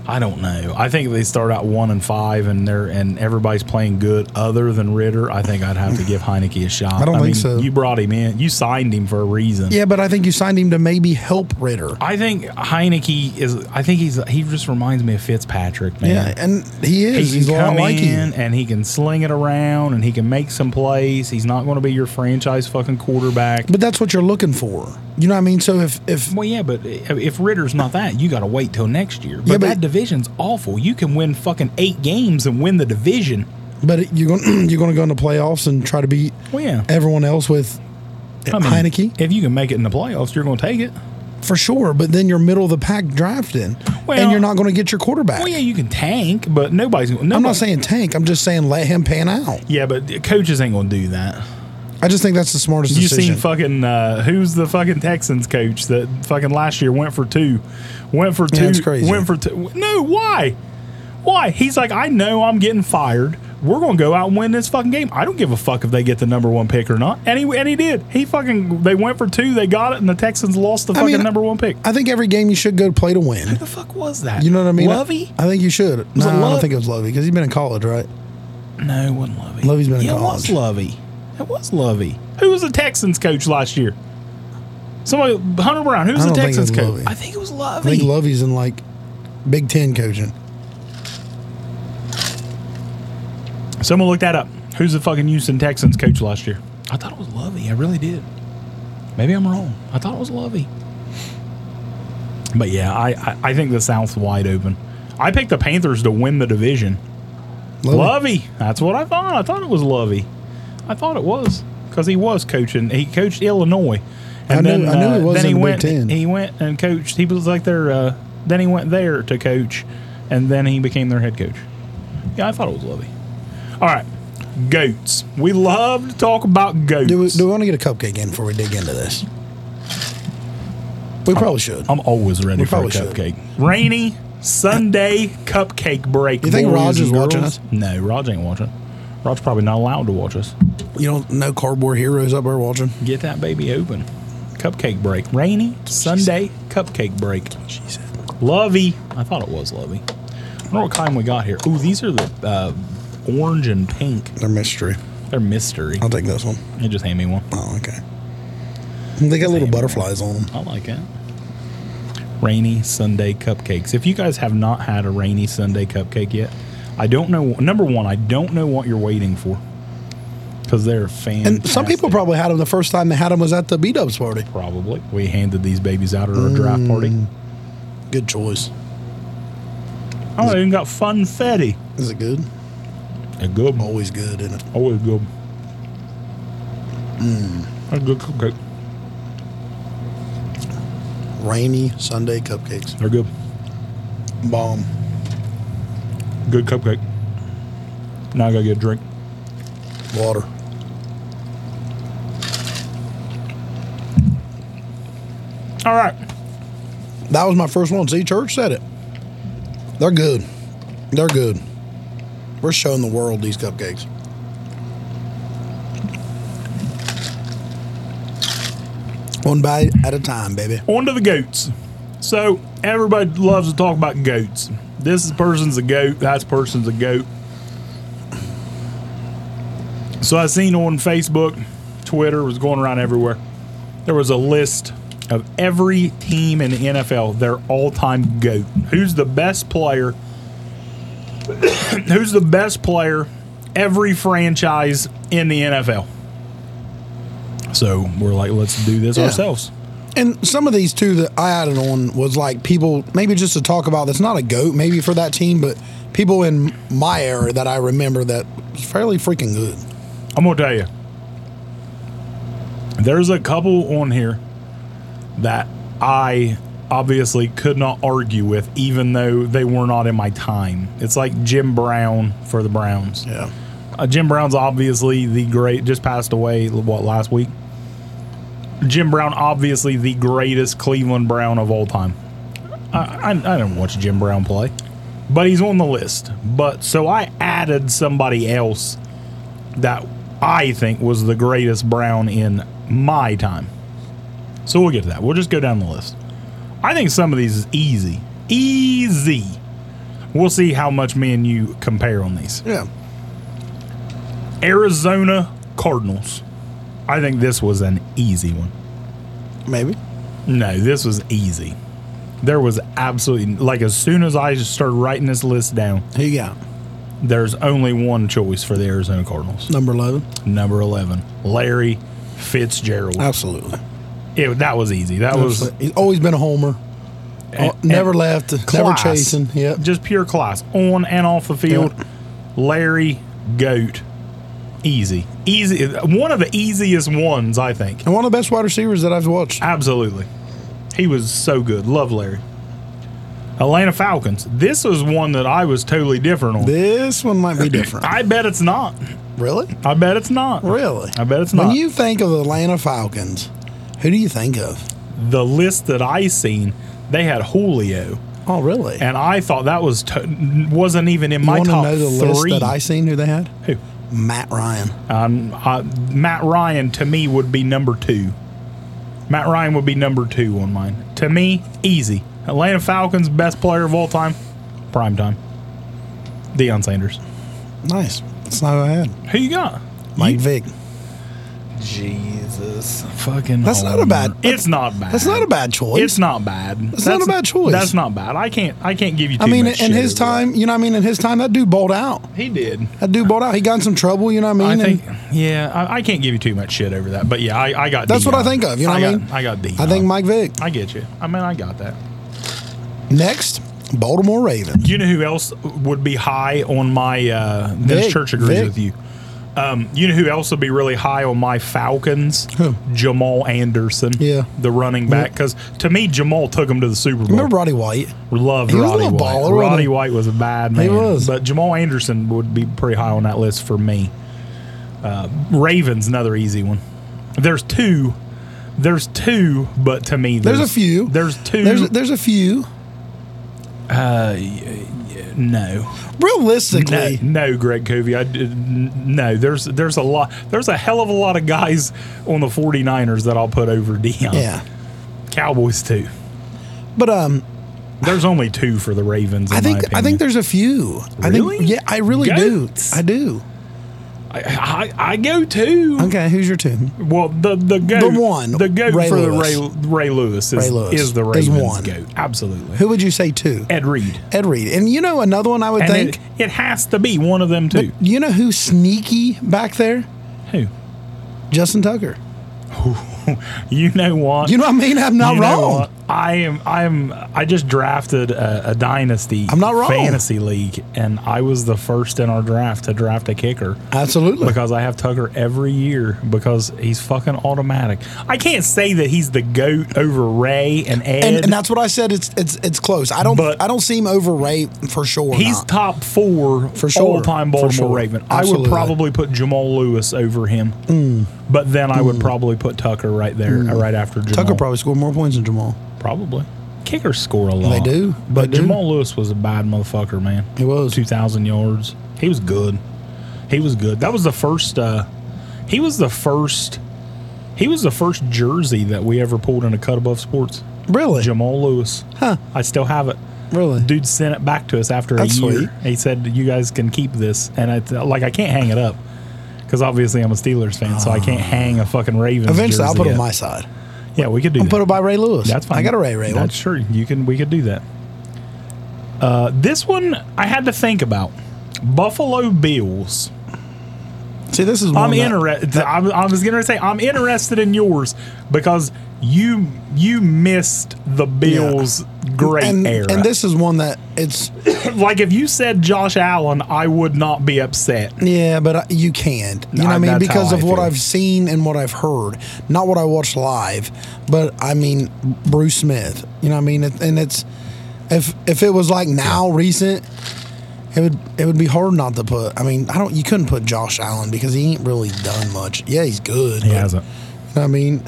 Speaker 1: I don't know. I think they start out one and five, and they're and everybody's playing good other than Ritter. I think I'd have to give Heineke a shot.
Speaker 2: I don't think so.
Speaker 1: You brought him in. You signed him for a reason.
Speaker 2: Yeah, but I think you signed him to maybe help Ritter.
Speaker 1: I think Heineke is. I think he's. He just reminds me of Fitzpatrick, man.
Speaker 2: Yeah, and he
Speaker 1: he
Speaker 2: is.
Speaker 1: can
Speaker 2: He's a lot
Speaker 1: come
Speaker 2: like
Speaker 1: in
Speaker 2: you.
Speaker 1: and he can sling it around and he can make some plays. He's not going to be your franchise fucking quarterback.
Speaker 2: But that's what you're looking for. You know what I mean? So if if
Speaker 1: Well, yeah, but if Ritter's not that, you got to wait till next year. But,
Speaker 2: Yeah, but-
Speaker 1: that division's awful. You can win fucking eight games and win the division.
Speaker 2: but you're going you're going to go into playoffs and try to beat
Speaker 1: Well, yeah.
Speaker 2: everyone else with
Speaker 1: I mean,
Speaker 2: Heineke
Speaker 1: If you can make it in the playoffs, you're going to take it.
Speaker 2: for sure. But then you're middle of the pack drafting,
Speaker 1: Well-
Speaker 2: and you're not going to get your quarterback.
Speaker 1: Well, yeah, you can tank, but nobody's. Nobody,
Speaker 2: I'm not saying tank. I'm just saying let him pan out.
Speaker 1: Yeah, but coaches ain't going to do that.
Speaker 2: I just think that's the smartest
Speaker 1: You
Speaker 2: decision.
Speaker 1: seen fucking uh, who's the fucking Texans coach that fucking last year went for two, went for two,
Speaker 2: Yeah, it's crazy.
Speaker 1: went for two. No, why? Why? He's like, I know I'm getting fired. We're gonna go out and win this fucking game. I don't give a fuck if they get the number one pick or not. And he and he did. He fucking they went for two, they got it, and the Texans lost the
Speaker 2: I
Speaker 1: fucking
Speaker 2: mean,
Speaker 1: number one pick.
Speaker 2: I think every game you should go play to win.
Speaker 1: Who the fuck was that?
Speaker 2: You know what I mean?
Speaker 1: Lovey?
Speaker 2: I think you should.
Speaker 1: Was
Speaker 2: No,
Speaker 1: it
Speaker 2: I
Speaker 1: Love-
Speaker 2: don't think it was Lovey because he's been in college, right?
Speaker 1: No, it wasn't Lovey.
Speaker 2: Lovey's been in
Speaker 1: yeah, It was
Speaker 2: college.
Speaker 1: Lovey. It was Lovey. Who was the Texans coach last year? Somebody Hunter Brown. Who was
Speaker 2: I
Speaker 1: the
Speaker 2: don't think it
Speaker 1: Texans
Speaker 2: was
Speaker 1: coach?
Speaker 2: Lovey.
Speaker 1: I think it was Lovey.
Speaker 2: I think Lovey's in like Big Ten coaching.
Speaker 1: Someone look that up. Who's the fucking Houston Texans coach last year? I thought it was Lovey. I really did. Maybe I'm wrong. I thought it was Lovey. But yeah, I, I, I think the South's wide open. I picked the Panthers to win the division.
Speaker 2: Lovey.
Speaker 1: Lovey. That's what I thought. I thought it was Lovey. I thought it was because he was coaching. He coached Illinois, and
Speaker 2: I knew- I knew he was
Speaker 1: then he
Speaker 2: in the Big
Speaker 1: went.
Speaker 2: Ten.
Speaker 1: He went and coached. He was like their. Uh, then he went there to coach, and then he became their head coach. Yeah, I thought it was Lovey. All right, goats. We love to talk about goats.
Speaker 2: Do we, do we want to get a cupcake in before we dig into this? We probably should.
Speaker 1: I'm always ready
Speaker 2: We
Speaker 1: for a
Speaker 2: probably should.
Speaker 1: cupcake. Rainy Sunday cupcake break.
Speaker 2: You think
Speaker 1: boys
Speaker 2: Raj
Speaker 1: and
Speaker 2: is watching
Speaker 1: girls.
Speaker 2: us?
Speaker 1: No, Raj ain't watching. Raj's probably not allowed to watch us.
Speaker 2: You don't know cardboard heroes up there watching.
Speaker 1: Get that baby open. Cupcake break. Rainy Sunday cupcake break.
Speaker 2: She said.
Speaker 1: Lovey. I thought it was Lovey. I wonder what kind we got here. Ooh, these are the uh, orange and pink.
Speaker 2: They're mystery.
Speaker 1: They're mystery.
Speaker 2: I'll take this one.
Speaker 1: You just hand me one.
Speaker 2: Oh, okay. They got little butterflies on them.
Speaker 1: I like it. Rainy Sunday cupcakes. If you guys have not had a rainy Sunday cupcake yet, I don't know. Number one, I don't know what you're waiting for because they're fantastic.
Speaker 2: And some people probably had them the first time they had them was at the B Dubs party.
Speaker 1: probably we handed these babies out at our draft party.
Speaker 2: Mm. Good choice.
Speaker 1: Oh, they even got funfetti.
Speaker 2: Is it good?
Speaker 1: A good one.
Speaker 2: Always good, isn't it?
Speaker 1: Always good. That's a good cupcake.
Speaker 2: Rainy Sunday cupcakes.
Speaker 1: They're good.
Speaker 2: Bomb.
Speaker 1: Good cupcake. Now I gotta get a drink.
Speaker 2: Water.
Speaker 1: All right.
Speaker 2: That was my first one. See, Church said it. They're good. They're good. We're showing the world these cupcakes. One bite at a time, baby.
Speaker 1: On to the goats. So everybody loves to talk about goats. This person's a goat. That person's a goat. So I seen on Facebook, Twitter was going around everywhere. There was a list of every team in the NFL, their all-time goat. Who's the best player? who's the best player every franchise in the NFL? So we're like, let's do this
Speaker 2: Yeah.
Speaker 1: ourselves.
Speaker 2: And some of these too that I added on was like people maybe just to talk about that's not a goat maybe for that team, but people in my era that I remember that was fairly freaking good.
Speaker 1: I'm gonna tell you. There's a couple on here that I obviously could not argue with, even though they were not in my time. It's like Jim Brown for the Browns.
Speaker 2: Yeah.
Speaker 1: Uh, Jim Brown's obviously the great. Just passed away. What last week? Jim Brown, obviously the greatest Cleveland Brown of all time. I, I, I didn't watch Jim Brown play, but he's on the list. But so I added somebody else that I think was the greatest Brown in my time. So we'll get to that. We'll just go down the list. I think some of these is easy, easy. We'll see how much me and you compare on these.
Speaker 2: Yeah.
Speaker 1: Arizona Cardinals. I think this was an easy one.
Speaker 2: Maybe.
Speaker 1: No, this was easy. There was absolutely like as soon as I just started writing this list down,
Speaker 2: Who you got?
Speaker 1: there's only one choice for the Arizona Cardinals.
Speaker 2: Number eleven.
Speaker 1: Number 11, Larry Fitzgerald.
Speaker 2: Absolutely.
Speaker 1: It, that was easy. That was
Speaker 2: He's always been a homer. Oh,
Speaker 1: and-
Speaker 2: never left. Never
Speaker 1: class.
Speaker 2: chasing. Yep.
Speaker 1: Just pure class on and off the field.
Speaker 2: Yep.
Speaker 1: Larry Goat. Easy. Easy. One of the easiest ones, I think.
Speaker 2: And one of the best wide receivers that I've watched.
Speaker 1: Absolutely. He was so good. Love Larry. Atlanta Falcons. This was one that I was totally different on.
Speaker 2: This one might be different.
Speaker 1: I bet it's not.
Speaker 2: really?
Speaker 1: I bet it's not.
Speaker 2: Really?
Speaker 1: I bet it's
Speaker 2: When
Speaker 1: not.
Speaker 2: you think of the Atlanta Falcons, who do you think of?
Speaker 1: the list that I seen, they had Julio,
Speaker 2: Oh, really?
Speaker 1: and I thought that was to- wasn't even in
Speaker 2: you
Speaker 1: my
Speaker 2: want to
Speaker 1: top
Speaker 2: know the
Speaker 1: three.
Speaker 2: list that I seen who they had?
Speaker 1: Who?
Speaker 2: Matt Ryan.
Speaker 1: Um, I, Matt Ryan to me would be number two. Matt Ryan would be number two on mine. To me, easy. Atlanta Falcons best player of all time, prime time. Deion Sanders.
Speaker 2: Nice. That's not who I had.
Speaker 1: Who you got?
Speaker 2: Mike Vick.
Speaker 3: Jesus.
Speaker 1: Fucking.
Speaker 2: That's not a bad-
Speaker 1: It's not bad.
Speaker 2: That's not a bad choice.
Speaker 1: It's not bad. That's,
Speaker 2: not a bad choice.
Speaker 1: That's not bad. I can't. I can't give you. Too
Speaker 2: I mean,
Speaker 1: much
Speaker 2: in
Speaker 1: shit
Speaker 2: his
Speaker 1: over
Speaker 2: time, you know what I mean? In his time, that dude bowled out.
Speaker 1: that. he did.
Speaker 2: That dude bowled out. He got in some trouble, you know what I
Speaker 1: I
Speaker 2: mean?
Speaker 1: think.
Speaker 2: And
Speaker 1: Yeah, I, I can't give you too much shit over that. But yeah, I, I got.
Speaker 2: That's what
Speaker 1: Deion.
Speaker 2: I think of, you know
Speaker 1: I
Speaker 2: what I
Speaker 1: got-
Speaker 2: mean?
Speaker 1: I got D.
Speaker 2: I think Mike Vick.
Speaker 1: I get you. I mean, I got that.
Speaker 2: Next, Baltimore Ravens.
Speaker 1: You know who else would be high on my? Uh,
Speaker 2: Vic,
Speaker 1: this church agrees
Speaker 2: Vic.
Speaker 1: with you. Um, you know who else would be really high on my Falcons?
Speaker 2: Who?
Speaker 1: Jamal Anderson.
Speaker 2: Yeah.
Speaker 1: the running back. Because to me, Jamal took him to the Super Bowl.
Speaker 2: Remember Roddy White?
Speaker 1: Loved
Speaker 2: He was a
Speaker 1: Roddy
Speaker 2: little
Speaker 1: White.
Speaker 2: baller, wasn't
Speaker 1: Roddy
Speaker 2: he?
Speaker 1: White was a bad man.
Speaker 2: was.
Speaker 1: But Jamal Anderson would be pretty high on that list for me. Uh, Ravens, another easy one. There's two. There's two, but to me,
Speaker 2: There's
Speaker 1: there's,
Speaker 2: a few.
Speaker 1: There's two.
Speaker 2: There's there's a few.
Speaker 1: no, no,
Speaker 2: Realistically,
Speaker 1: no, Greg Covey. I did- n- no. There's there's a lot. There's a hell of a lot of guys on the 49ers that I'll put over Dion.
Speaker 2: yeah.
Speaker 1: Cowboys too.
Speaker 2: But um,
Speaker 1: There's only two for the Ravens. In
Speaker 2: I
Speaker 1: my
Speaker 2: think I
Speaker 1: opinion.
Speaker 2: think there's a few. I
Speaker 1: Really?
Speaker 2: think yeah, I really
Speaker 1: Goats?
Speaker 2: do. I do.
Speaker 1: I, I, I go two.
Speaker 2: Okay, who's your two?
Speaker 1: Well, the the goat,
Speaker 2: The one,
Speaker 1: the goat
Speaker 2: Ray
Speaker 1: for
Speaker 2: Lewis.
Speaker 1: the Ray Ray Lewis is,
Speaker 2: Ray Lewis
Speaker 1: is the
Speaker 2: is
Speaker 1: Ravens
Speaker 2: one.
Speaker 1: goat. Absolutely,
Speaker 2: Who would you say two?
Speaker 1: Ed Reed,
Speaker 2: Ed Reed. And you know another one I would
Speaker 1: and
Speaker 2: think.
Speaker 1: it, it has to be one of them too.
Speaker 2: you know who's sneaky back there?
Speaker 1: Who?
Speaker 2: Justin Tucker.
Speaker 1: You know what?
Speaker 2: You know what I mean? I'm not
Speaker 1: You know
Speaker 2: wrong.
Speaker 1: what? I am. I am. I just drafted a, a dynasty.
Speaker 2: I'm not wrong.
Speaker 1: Fantasy league, and I was the first in our draft to draft a kicker.
Speaker 2: Oh. Absolutely.
Speaker 1: because I have Tucker every year because he's fucking automatic. I can't say that he's the goat over Ray and Ed.
Speaker 2: and, and that's what I said. It's it's it's close. I don't
Speaker 1: But-
Speaker 2: I don't seem overrated for sure.
Speaker 1: He's
Speaker 2: not.
Speaker 1: top four for
Speaker 2: sure.
Speaker 1: all time
Speaker 2: For
Speaker 1: Baltimore
Speaker 2: sure.
Speaker 1: Raven. I
Speaker 2: Absolutely. Mm.
Speaker 1: would probably put Jamal Lewis over him, but then I would probably put Tucker right there, uh, right after Jamal.
Speaker 2: Tucker probably scored more points than Jamal.
Speaker 1: probably. Kickers score a lot.
Speaker 2: They do.
Speaker 1: but
Speaker 2: They do.
Speaker 1: Jamal Lewis was a bad motherfucker, man.
Speaker 2: He was.
Speaker 1: two thousand yards. He was good. He was good. That was the first. Uh, he was the first. He was the first jersey that we ever pulled in a cut above sports.
Speaker 2: Really?
Speaker 1: Jamal Lewis. Huh. I still have it.
Speaker 2: Really?
Speaker 1: Dude sent it back to us after
Speaker 2: That's
Speaker 1: a year.
Speaker 2: sweet.
Speaker 1: He said, "You guys can keep this," and I th- like I can't hang it up because obviously I'm a Steelers fan, so I can't hang a fucking Ravens.
Speaker 2: Ah. Eventually, I'll
Speaker 1: jersey
Speaker 2: put him on
Speaker 1: up.
Speaker 2: my side.
Speaker 1: Yeah, we could do that.
Speaker 2: Put it by Ray Lewis.
Speaker 1: That's fine.
Speaker 2: I got a Ray Ray one.
Speaker 1: That's true. You can. We could do that. Uh, this one I had to think about. Buffalo Bills.
Speaker 2: See, this is
Speaker 1: I'm
Speaker 2: one that-
Speaker 1: interested. I was- I was going to say I'm interested in yours because you you missed the Bills' great
Speaker 2: and,
Speaker 1: era.
Speaker 2: and this is one that it's
Speaker 1: like if you said Josh Allen, I would not be upset.
Speaker 2: yeah, but I, you can't. You know
Speaker 1: I-
Speaker 2: what I mean?
Speaker 1: that's how
Speaker 2: Because
Speaker 1: I
Speaker 2: of what
Speaker 1: feel.
Speaker 2: I've seen and what I've heard, not what I watched live. But I mean, Bruce Smith. You know what I mean? It, and it's if if it was like now recent, it would it would be hard not to put. I mean, I don't. You couldn't put Josh Allen because he ain't really done much. Yeah, he's good. but-
Speaker 1: hasn't.
Speaker 2: you know what I mean,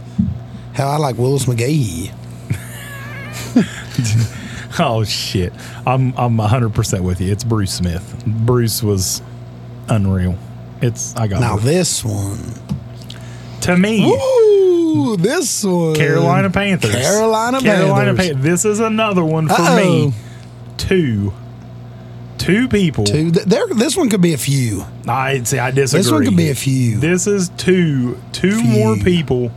Speaker 2: hell, I like Willis McGahee.
Speaker 1: Oh shit! I'm I'm 100 percent with you. It's Bruce Smith. Bruce was unreal. It's I got
Speaker 2: Now
Speaker 1: it.
Speaker 2: this one.
Speaker 1: to me.
Speaker 2: Ooh, this one.
Speaker 1: Carolina Panthers.
Speaker 2: Carolina
Speaker 1: Carolina
Speaker 2: Panthers.
Speaker 1: Pan- This is another one for
Speaker 2: Uh-oh.
Speaker 1: me. Two. Two people.
Speaker 2: Two. Th- There, this one could be a few.
Speaker 1: I see. I disagree.
Speaker 2: This one could be a few.
Speaker 1: This is two. Two more
Speaker 2: Few.
Speaker 1: people,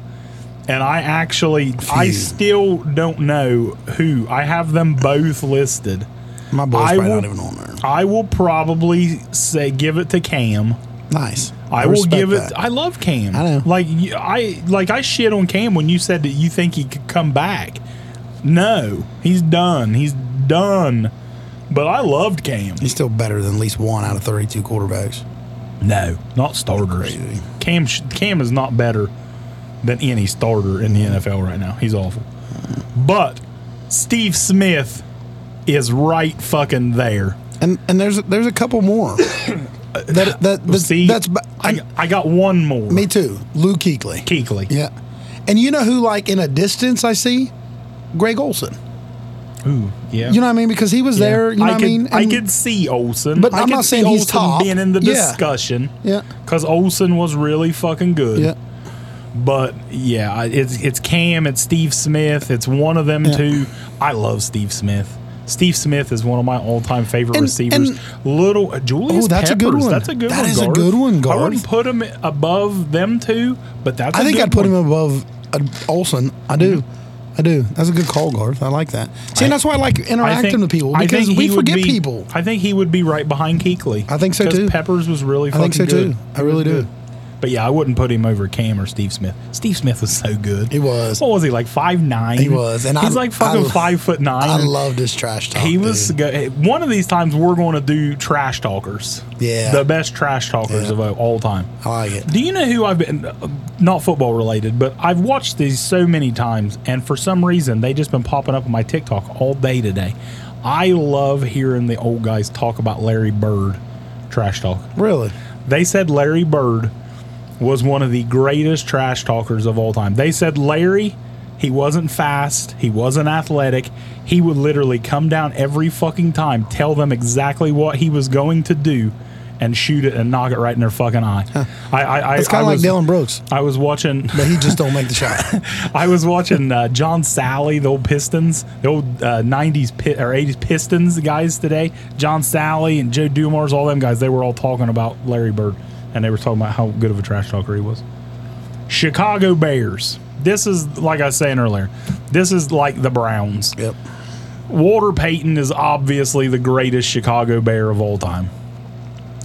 Speaker 1: and I actually, I
Speaker 2: Few.
Speaker 1: still don't know who. I have them both listed.
Speaker 2: My boy's
Speaker 1: I
Speaker 2: probably
Speaker 1: will-
Speaker 2: not even on there.
Speaker 1: I will probably say give it to Cam.
Speaker 2: Nice.
Speaker 1: I will
Speaker 2: respect
Speaker 1: give it.
Speaker 2: that.
Speaker 1: I love Cam.
Speaker 2: I know.
Speaker 1: Like you- I like I shit on Cam when you said that you think he could come back. No, he's done. He's done. But I loved Cam.
Speaker 2: He's still better than at least one out of thirty-two quarterbacks.
Speaker 1: No, not starters.
Speaker 2: Crazy.
Speaker 1: Cam sh- Cam is not better than any starter in the NFL right now. He's awful. But Steve Smith is right fucking there.
Speaker 2: And and there's there's a couple more. that that, that
Speaker 1: See,
Speaker 2: that's ba-
Speaker 1: I, I got one more.
Speaker 2: me too. Lou Kuechly.
Speaker 1: Keekly.
Speaker 2: Yeah. And you know who, like in a distance, I see Greg Olson.
Speaker 1: Ooh, yeah.
Speaker 2: You know what I mean? Because he was there. You know
Speaker 1: I
Speaker 2: what
Speaker 1: could,
Speaker 2: I mean?
Speaker 1: I
Speaker 2: And-
Speaker 1: could see Olson,
Speaker 2: But
Speaker 1: I
Speaker 2: I'm
Speaker 1: could
Speaker 2: not
Speaker 1: see
Speaker 2: saying he's
Speaker 1: Olsen
Speaker 2: top.
Speaker 1: being in the
Speaker 2: Yeah.
Speaker 1: discussion.
Speaker 2: Yeah.
Speaker 1: because Olson was really fucking good.
Speaker 2: Yeah.
Speaker 1: But yeah, I- it's it's Cam, it's Steve Smith, it's one of them two. I love Steve Smith. Steve Smith is one of my all-time favorite
Speaker 2: And-
Speaker 1: receivers.
Speaker 2: and-
Speaker 1: Little uh, Julius
Speaker 2: Oh, that's a good
Speaker 1: Peppers,
Speaker 2: one.
Speaker 1: That's a good
Speaker 2: That
Speaker 1: one.
Speaker 2: is a
Speaker 1: Garth.
Speaker 2: good one,
Speaker 1: I wouldn't
Speaker 2: Garth.
Speaker 1: put him above them two, but that's. I
Speaker 2: I think I'd put him above uh, Olson. I do. I do. That's a good call, Garth. I like that. See, and that's why I like interacting with people
Speaker 1: I
Speaker 2: because
Speaker 1: think
Speaker 2: we
Speaker 1: he would
Speaker 2: forget
Speaker 1: be-
Speaker 2: people.
Speaker 1: I think he would be right behind Keekly.
Speaker 2: I think so,
Speaker 1: 'Cause
Speaker 2: too.
Speaker 1: Peppers was really.
Speaker 2: I
Speaker 1: Fucking
Speaker 2: think so
Speaker 1: good.
Speaker 2: too. I really do.
Speaker 1: But yeah, I wouldn't put him over Cam or Steve Smith. Steve Smith was so good.
Speaker 2: He was.
Speaker 1: What was he like? Five nine.
Speaker 2: He was, and I-
Speaker 1: he's like fucking
Speaker 2: I-
Speaker 1: five foot nine.
Speaker 2: I love this trash talk.
Speaker 1: He was
Speaker 2: dude.
Speaker 1: go- hey, one of these times we're going to do trash talkers.
Speaker 2: Yeah.
Speaker 1: the best trash talkers
Speaker 2: Yeah.
Speaker 1: of all time.
Speaker 2: I like it.
Speaker 1: Do you know who I've been? Not football related, but I've watched these so many times, and for some reason they just been popping up on my TikTok all day today. I love hearing the old guys talk about Larry Bird, trash talk.
Speaker 2: Really?
Speaker 1: They said Larry Bird was one of the greatest trash talkers of all time. They said Larry, he wasn't fast, he wasn't athletic. He would literally come down every fucking time, tell them exactly what he was going to do, and shoot it and knock it right in their fucking eye. I, I, I,
Speaker 2: It's kind
Speaker 1: I
Speaker 2: of like
Speaker 1: was-
Speaker 2: Dylan Brooks,
Speaker 1: I was watching.
Speaker 2: but he just don't make the shot.
Speaker 1: I was watching uh, John Sally, the old Pistons, the old uh, '90s pi- or '80s Pistons guys today. John Sally and Joe Dumars, all them guys, they were all talking about Larry Bird, and they were talking about how good of a trash talker he was. Chicago Bears. This is like I was saying earlier. This is like the Browns.
Speaker 2: Yep.
Speaker 1: Walter Payton is obviously the greatest Chicago Bear of all time.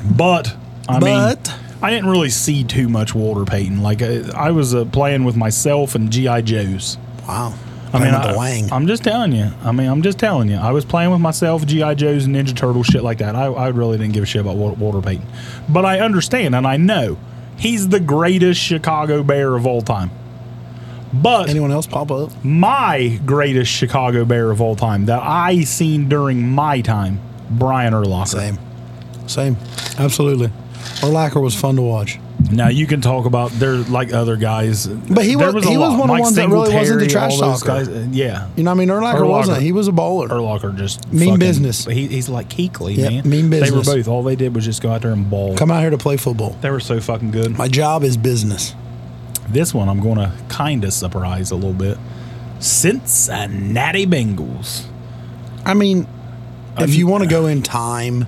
Speaker 1: But I
Speaker 2: But-
Speaker 1: mean, I didn't really see too much Walter Payton. Like I, I was uh, playing with myself and GI Joes.
Speaker 2: Wow.
Speaker 1: I mean,
Speaker 2: Playing with the
Speaker 1: I,
Speaker 2: Wang.
Speaker 1: I'm just telling you. I mean, I'm just telling you. I was playing with myself, GI Joes, Ninja Turtle shit like that. I, I really didn't give a shit about Wal- Walter Payton, but I understand and I know he's the greatest Chicago Bear of all time. But
Speaker 2: Anyone else pop up?
Speaker 1: my greatest Chicago Bear of all time that I seen during my time, Brian Urlacher.
Speaker 2: Same. Same. Absolutely. Urlacher was fun to watch.
Speaker 1: Now you can talk about there's like other guys, but
Speaker 2: he was- he was one of the ones that really wasn't the trash talker.
Speaker 1: Yeah,
Speaker 2: You know what I mean? Urlacher,
Speaker 1: Urlacher.
Speaker 2: wasn't. He was a bowler.
Speaker 1: Urlacher just
Speaker 2: Mean
Speaker 1: fucking-
Speaker 2: business.
Speaker 1: He, he's like Keekly,
Speaker 2: Yeah,
Speaker 1: man.
Speaker 2: mean business.
Speaker 1: They were both. All they did was just go out there and ball.
Speaker 2: Come out here to play football.
Speaker 1: They were so fucking good.
Speaker 2: My job is business.
Speaker 1: This one I'm going to kind of surprise a little bit. Cincinnati Bengals. uh,
Speaker 2: I mean, if you want to go in time,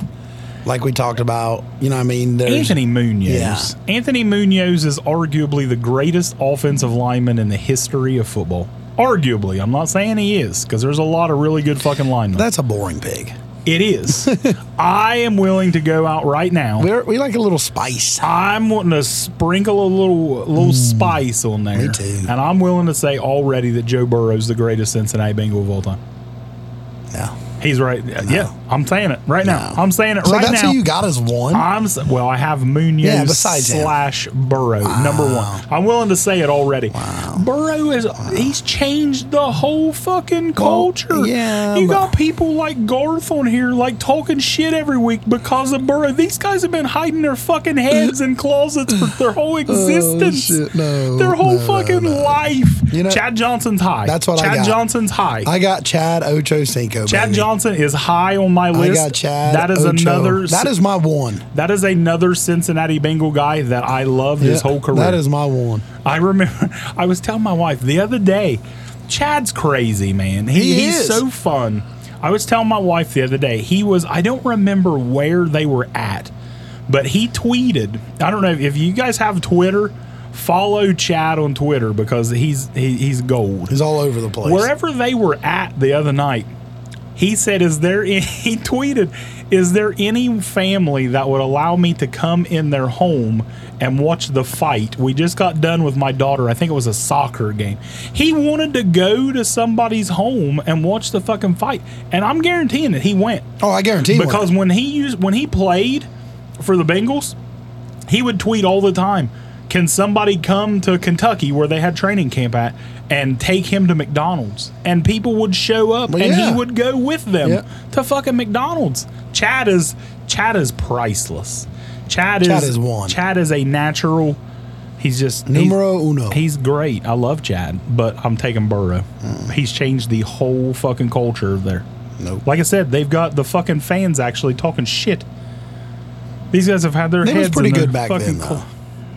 Speaker 2: like we talked about. You know what I mean? There's,
Speaker 1: Anthony Munoz. Anthony Munoz is arguably the greatest offensive lineman in the history of football. Arguably, I'm not saying he is because there's a lot of really good fucking linemen.
Speaker 2: That's a boring pig.
Speaker 1: it is. I am willing to go out right now.
Speaker 2: We're, we like a little spice.
Speaker 1: I'm wanting to sprinkle a little little spice on there.
Speaker 2: Mm. me too.
Speaker 1: And I'm willing to say already that Joe Burrow's the greatest Cincinnati Bengal of all time.
Speaker 2: Yeah.
Speaker 1: He's right. Yeah, I'm saying it right now. I'm saying it
Speaker 2: So
Speaker 1: right
Speaker 2: that's
Speaker 1: now.
Speaker 2: who you got as one.
Speaker 1: I'm s- well. I have Munoz
Speaker 2: Yeah, besides him.
Speaker 1: slash Burrow number one. I'm willing to say it already. Burrow is he's changed the whole fucking culture.
Speaker 2: yeah,
Speaker 1: you
Speaker 2: but-
Speaker 1: got people like Garth on here like talking shit every week because of Burrow. These guys have been hiding their fucking heads in closets for their whole existence.
Speaker 2: Oh, shit, no,
Speaker 1: their whole
Speaker 2: no, no,
Speaker 1: fucking life.
Speaker 2: You know-
Speaker 1: Chad Johnson's high.
Speaker 2: That's what I
Speaker 1: Chad
Speaker 2: got.
Speaker 1: Johnson's high.
Speaker 2: I got Chad Ocho Cinco.
Speaker 1: Chad
Speaker 2: baby.
Speaker 1: Johnson is high on my
Speaker 2: I
Speaker 1: list.
Speaker 2: got Chad.
Speaker 1: that is
Speaker 2: Ocho.
Speaker 1: another.
Speaker 2: That is my one.
Speaker 1: That is another Cincinnati Bengal guy that I loved his
Speaker 2: Yeah,
Speaker 1: whole career.
Speaker 2: That is my one.
Speaker 1: I remember I was telling my wife the other day, Chad's crazy, man. He,
Speaker 2: He
Speaker 1: he's
Speaker 2: is.
Speaker 1: so fun. I was telling my wife the other day, he was I don't remember where they were at, but he tweeted. I don't know if you guys have Twitter, follow Chad on Twitter because he's he, he's gold.
Speaker 2: He's all over the place.
Speaker 1: Wherever they were at the other night, he said, "Is there?" Any, he tweeted, "Is there any family that would allow me to come in their home and watch the fight? We just got done with my daughter. I think it was a soccer game. He wanted to go to somebody's home and watch the fucking fight, and I'm guaranteeing that he went
Speaker 2: Oh, I guarantee you.
Speaker 1: because when he used when he played for the Bengals, he would tweet all the time, "Can somebody come to Kentucky where they had training camp at and take him to McDonald's?" And people would show up,
Speaker 2: Well,
Speaker 1: and
Speaker 2: yeah.
Speaker 1: he would go with them
Speaker 2: Yeah.
Speaker 1: to fucking McDonald's. Chad is Chad is priceless. Chad,
Speaker 2: Chad
Speaker 1: is,
Speaker 2: is one.
Speaker 1: Chad is a natural. He's just he's-
Speaker 2: Numero uno.
Speaker 1: He's great. I love Chad, but I'm taking Burrow.
Speaker 2: Mm.
Speaker 1: He's changed the whole fucking culture there.
Speaker 2: Nope.
Speaker 1: Like I said, they've got the fucking fans actually talking shit. These guys have had their
Speaker 2: They was
Speaker 1: heads
Speaker 2: pretty
Speaker 1: in their
Speaker 2: good back
Speaker 1: fucking
Speaker 2: then, though.
Speaker 1: cul-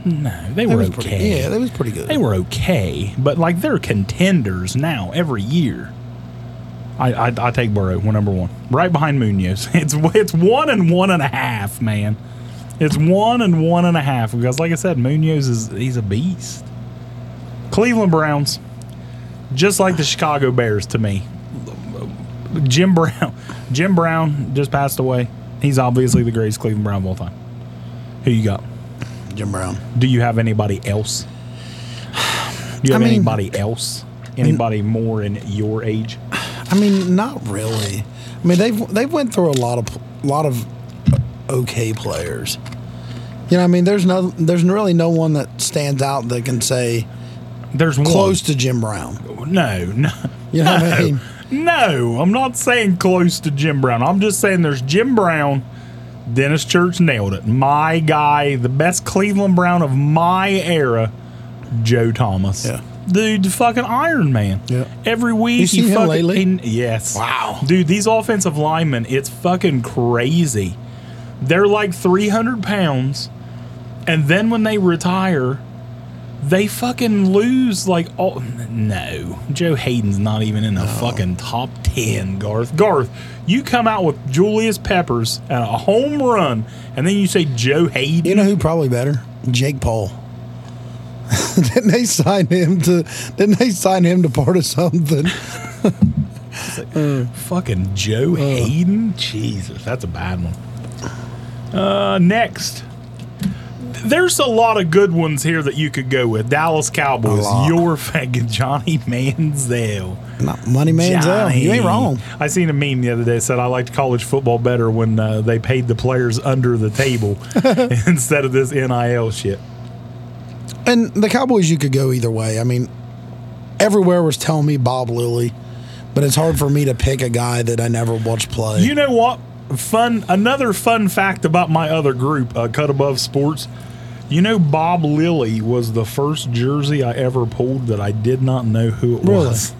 Speaker 1: no, they
Speaker 2: That
Speaker 1: were
Speaker 2: was
Speaker 1: okay.
Speaker 2: pretty, yeah, that was pretty good.
Speaker 1: they were okay, but like they're contenders now every year. I, I, I take Burrow, one number one, right behind Munoz. It's it's one and one and a half, man. It's one and one and a half because, like I said, Munoz is he's a beast. Cleveland Browns, just like the Chicago Bears to me. Jim Brown, Jim Brown just passed away. He's obviously the greatest Cleveland Brown of all time. Who you got?
Speaker 2: Jim Brown.
Speaker 1: Do you have anybody else? Do you
Speaker 2: I
Speaker 1: have
Speaker 2: mean-
Speaker 1: anybody else? Anybody more in your age?
Speaker 2: I mean, not really. I mean, they've they've went through a lot of lot of okay players. You know, I mean, there's no there's really no one that stands out that can say
Speaker 1: There's one.
Speaker 2: close to Jim Brown.
Speaker 1: No, no.
Speaker 2: You know what I mean?
Speaker 1: No, I'm not saying close to Jim Brown. I'm just saying there's Jim Brown. Dennis Church nailed it. My guy, the best Cleveland Brown of my era, Joe Thomas.
Speaker 2: Yeah.
Speaker 1: Dude, the fucking Iron Man.
Speaker 2: Yeah.
Speaker 1: Every week
Speaker 2: You seen
Speaker 1: he
Speaker 2: him
Speaker 1: fucking
Speaker 2: lately?
Speaker 1: he- yes.
Speaker 2: Wow.
Speaker 1: Dude, these offensive linemen, it's fucking crazy. They're like 300 pounds, and then when they retire, they fucking lose like all. No, Joe Hayden's not even in the fucking top 10, Garth. Garth, you come out with Julius Peppers and a home run, and then you say Joe Hayden.
Speaker 2: You know who probably better? Jake Paul. didn't they sign him to? Didn't they sign him to part of something?
Speaker 1: Fucking Joe Hayden? Jesus, that's a bad one. Uh, next. There's a lot of good ones here that you could go with. Dallas Cowboys,
Speaker 2: lot.
Speaker 1: your fucking Johnny Manziel.
Speaker 2: Not money man's out. You ain't
Speaker 1: Johnny.
Speaker 2: wrong.
Speaker 1: I seen a meme the other day that said I liked college football better when uh, they paid the players under the table instead of this NIL shit.
Speaker 2: And the Cowboys, you could go either way. I mean, everywhere was telling me Bob Lilly, but it's hard for me to pick a guy that I never watched play.
Speaker 1: You know what? Fun. Another fun fact about my other group, uh, Cut Above Sports. You know, Bob Lilly was the first jersey I ever pulled that I did not know who it
Speaker 2: Really?
Speaker 1: was.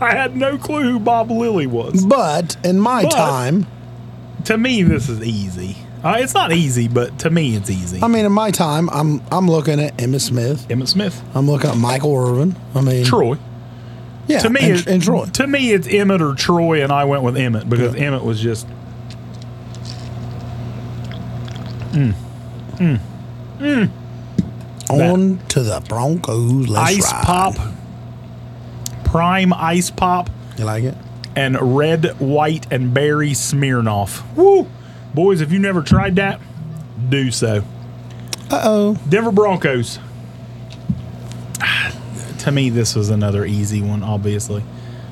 Speaker 1: I had no clue who Bob Lilly was.
Speaker 2: but in my
Speaker 1: But-
Speaker 2: time,
Speaker 1: To me, this is easy. Uh, it's not easy, but to me, it's easy.
Speaker 2: I mean, in my time, I'm I'm looking at Emmitt Smith.
Speaker 1: Emmett Smith,
Speaker 2: I'm looking at Michael Irvin. I mean,
Speaker 1: Troy.
Speaker 2: Yeah,
Speaker 1: To me,
Speaker 2: and,
Speaker 1: it-
Speaker 2: and Troy.
Speaker 1: To me, it's Emmett or Troy, and I went with Emmett because Emmett was just
Speaker 2: On to the Broncos. Let's
Speaker 1: Ice
Speaker 2: ride.
Speaker 1: Pop, Prime Ice Pop,
Speaker 2: You like it?
Speaker 1: and Red, White, and Berry Smirnoff. Woo! Boys, if you never tried that, do so.
Speaker 2: Uh oh.
Speaker 1: Denver Broncos. Ah, To me, this was another easy one, obviously.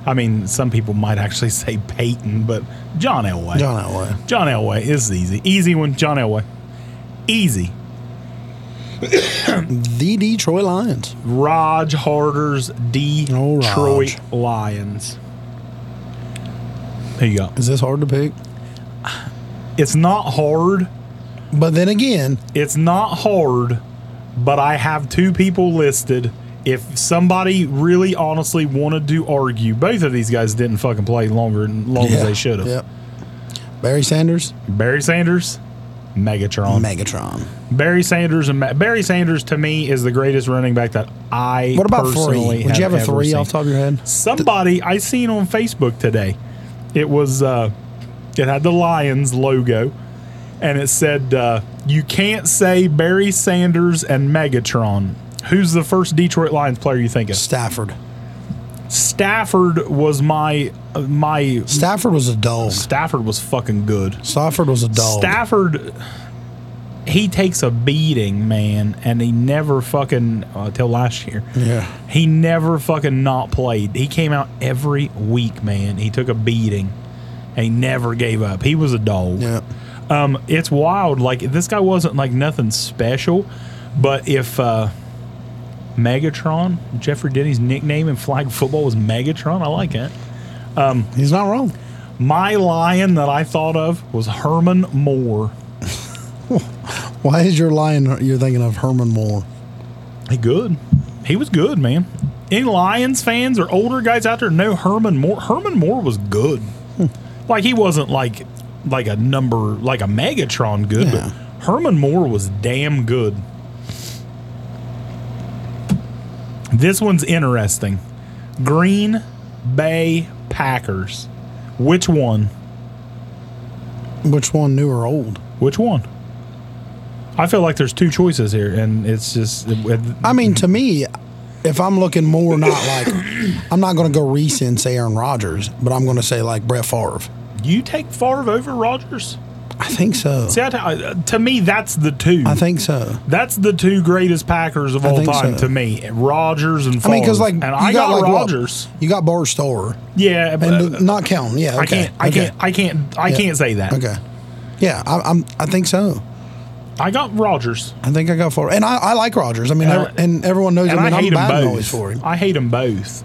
Speaker 1: I mean, some people might actually say Peyton, but John Elway.
Speaker 2: John Elway.
Speaker 1: John Elway. This is easy. Easy one, John Elway. Easy.
Speaker 2: The Detroit Lions.
Speaker 1: Raj Harder's
Speaker 2: Oh, Raj.
Speaker 1: Detroit Lions. There you go.
Speaker 2: Is this hard to pick?
Speaker 1: It's not hard.
Speaker 2: But then again,
Speaker 1: It's not hard, but I have two people listed. If somebody really honestly wanted to argue, both of these guys didn't fucking play longer and long as they should have.
Speaker 2: Yep. Barry Sanders,
Speaker 1: Barry Sanders, Megatron.
Speaker 2: Megatron.
Speaker 1: Barry Sanders and Ma- Barry Sanders to me is the greatest running back that I
Speaker 2: What about
Speaker 1: personally
Speaker 2: three? Would you have a
Speaker 1: ever
Speaker 2: three
Speaker 1: seen.
Speaker 2: off the top of your head?
Speaker 1: somebody I seen on Facebook today. It was uh, it had the Lions logo, and it said, uh, "You can't say Barry Sanders and Megatron." Who's the first Detroit Lions player you think of?
Speaker 2: Stafford.
Speaker 1: Stafford was my uh, my
Speaker 2: Stafford was a dog.
Speaker 1: Stafford was fucking good.
Speaker 2: Stafford was a dog.
Speaker 1: Stafford, he takes a beating, man, and he never fucking uh, till last year.
Speaker 2: Yeah.
Speaker 1: He never fucking not played. He came out every week, man. He took a beating. and He never gave up. He was a dog.
Speaker 2: yeah.
Speaker 1: Um, it's wild. Like this guy wasn't like nothing special, but if uh, Megatron, Jeffrey Denny's nickname in flag football was Megatron, I like it.
Speaker 2: He's not wrong.
Speaker 1: My lion that I thought of was Herman Moore.
Speaker 2: Why is your lion you're thinking of Herman Moore?
Speaker 1: He good. He was good, man. Any Lions fans or older guys out there know Herman Moore? Herman Moore was good. Like he wasn't like like a number like a Megatron good,
Speaker 2: Yeah.
Speaker 1: but Herman Moore was damn good. This one's interesting. Green Bay Packers. Which one?
Speaker 2: Which one, new or old?
Speaker 1: Which one? I feel like there's two choices here, and it's just
Speaker 2: I mean, to me, if I'm looking more not like I'm not gonna go recent and say Aaron Rodgers, but I'm gonna say like Brett Favre.
Speaker 1: you take Favre over Rogers.
Speaker 2: I think so.
Speaker 1: See, I t- I- to me, that's the two.
Speaker 2: I think so.
Speaker 1: that's the two greatest Packers of all
Speaker 2: think
Speaker 1: time
Speaker 2: so.
Speaker 1: to me. Rogers and
Speaker 2: I
Speaker 1: Favre.
Speaker 2: mean, because like
Speaker 1: and
Speaker 2: you
Speaker 1: I
Speaker 2: got,
Speaker 1: got,
Speaker 2: like what?
Speaker 1: Rogers.
Speaker 2: you got Bart Starr,
Speaker 1: Yeah, but
Speaker 2: and not counting. Yeah,
Speaker 1: I
Speaker 2: okay.
Speaker 1: can't. I
Speaker 2: okay.
Speaker 1: can't. I can't. I can't say that.
Speaker 2: Okay. Yeah, I, I'm. I think so.
Speaker 1: I got Rogers,
Speaker 2: I think I got four, and I, I like Rogers. I mean,
Speaker 1: And I-
Speaker 2: ev- and everyone knows.
Speaker 1: and
Speaker 2: I
Speaker 1: I,
Speaker 2: mean,
Speaker 1: hate
Speaker 2: I'm
Speaker 1: them
Speaker 2: batting
Speaker 1: both.
Speaker 2: always for him.
Speaker 1: I hate them both.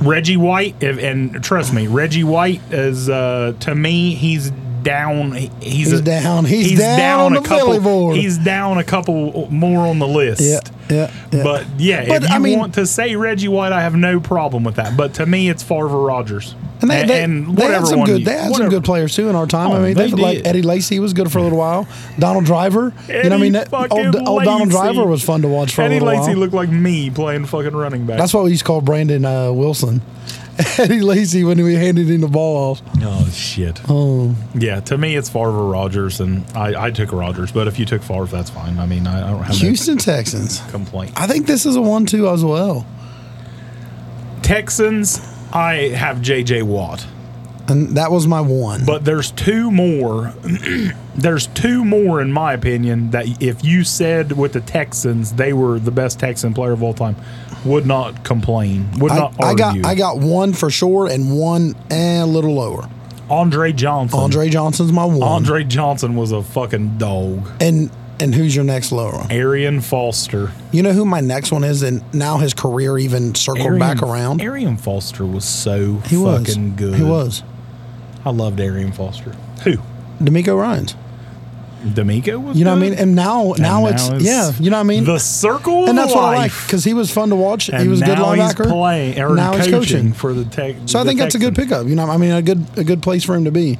Speaker 1: Reggie White, if, and trust me, Reggie White is uh, to me. He's down. he- He's,
Speaker 2: He's down. He's down
Speaker 1: a
Speaker 2: the
Speaker 1: couple.
Speaker 2: Philly board.
Speaker 1: He's down a couple more on the list.
Speaker 2: Yeah, yeah, yeah.
Speaker 1: But yeah,
Speaker 2: But,
Speaker 1: if you
Speaker 2: I mean-
Speaker 1: want to say Reggie White, I have no problem with that. But to me, it's Favre Rogers
Speaker 2: and they, they, they had some
Speaker 1: one
Speaker 2: good.
Speaker 1: you-
Speaker 2: They had some
Speaker 1: whatever.
Speaker 2: good players too in our time.
Speaker 1: Oh,
Speaker 2: I mean,
Speaker 1: they
Speaker 2: they, like
Speaker 1: did.
Speaker 2: Eddie Lacy was good for a little while. Donald Driver, you know, what I
Speaker 1: Eddie
Speaker 2: mean, that,
Speaker 1: fucking
Speaker 2: old, old Donald
Speaker 1: Lacy.
Speaker 2: Driver was fun to watch for
Speaker 1: Eddie
Speaker 2: a little
Speaker 1: Lacy
Speaker 2: while.
Speaker 1: looked like me playing fucking running back.
Speaker 2: That's what we used to call Brandon uh, Wilson, Eddie Lacy when we handed him the ball off.
Speaker 1: oh shit. Oh yeah. To me, it's Favre Rogers, and I, I took Rogers. But if you took Favre, that's fine. I mean, I, I don't have any
Speaker 2: Houston Texans.
Speaker 1: complaint.
Speaker 2: I think this is a one-two as well,
Speaker 1: Texans, I have J.J. Watt.
Speaker 2: and that was my one.
Speaker 1: But there's two more. there's two more, in my opinion, that if you said with the Texans they were the best Texan player of all time, would not complain. Would
Speaker 2: I,
Speaker 1: not
Speaker 2: I
Speaker 1: argue.
Speaker 2: got I got one for sure and one eh, a little lower.
Speaker 1: Andre Johnson.
Speaker 2: Andre Johnson's my one.
Speaker 1: Andre Johnson was a fucking dog.
Speaker 2: And and who's your next lower? one?
Speaker 1: Arian Foster.
Speaker 2: You know who my next one is, and now his career even circled
Speaker 1: Arian,
Speaker 2: back around.
Speaker 1: Arian Foster was so
Speaker 2: he was
Speaker 1: fucking good.
Speaker 2: He was
Speaker 1: I loved Arian Foster. Who?
Speaker 2: D'Amico Ryan's.
Speaker 1: D'Amico was.
Speaker 2: You know what I
Speaker 1: good?
Speaker 2: mean? And now now,
Speaker 1: now
Speaker 2: it's,
Speaker 1: it's
Speaker 2: yeah. You know what I mean?
Speaker 1: The circle
Speaker 2: and that's
Speaker 1: of
Speaker 2: what I like
Speaker 1: life.
Speaker 2: because he was fun to watch. he
Speaker 1: And
Speaker 2: was a good
Speaker 1: now
Speaker 2: linebacker.
Speaker 1: He's playing or
Speaker 2: now he's
Speaker 1: coaching,
Speaker 2: coaching.
Speaker 1: for the tech.
Speaker 2: So I think that's a good pickup. You know, I mean, a good a good place for him to be.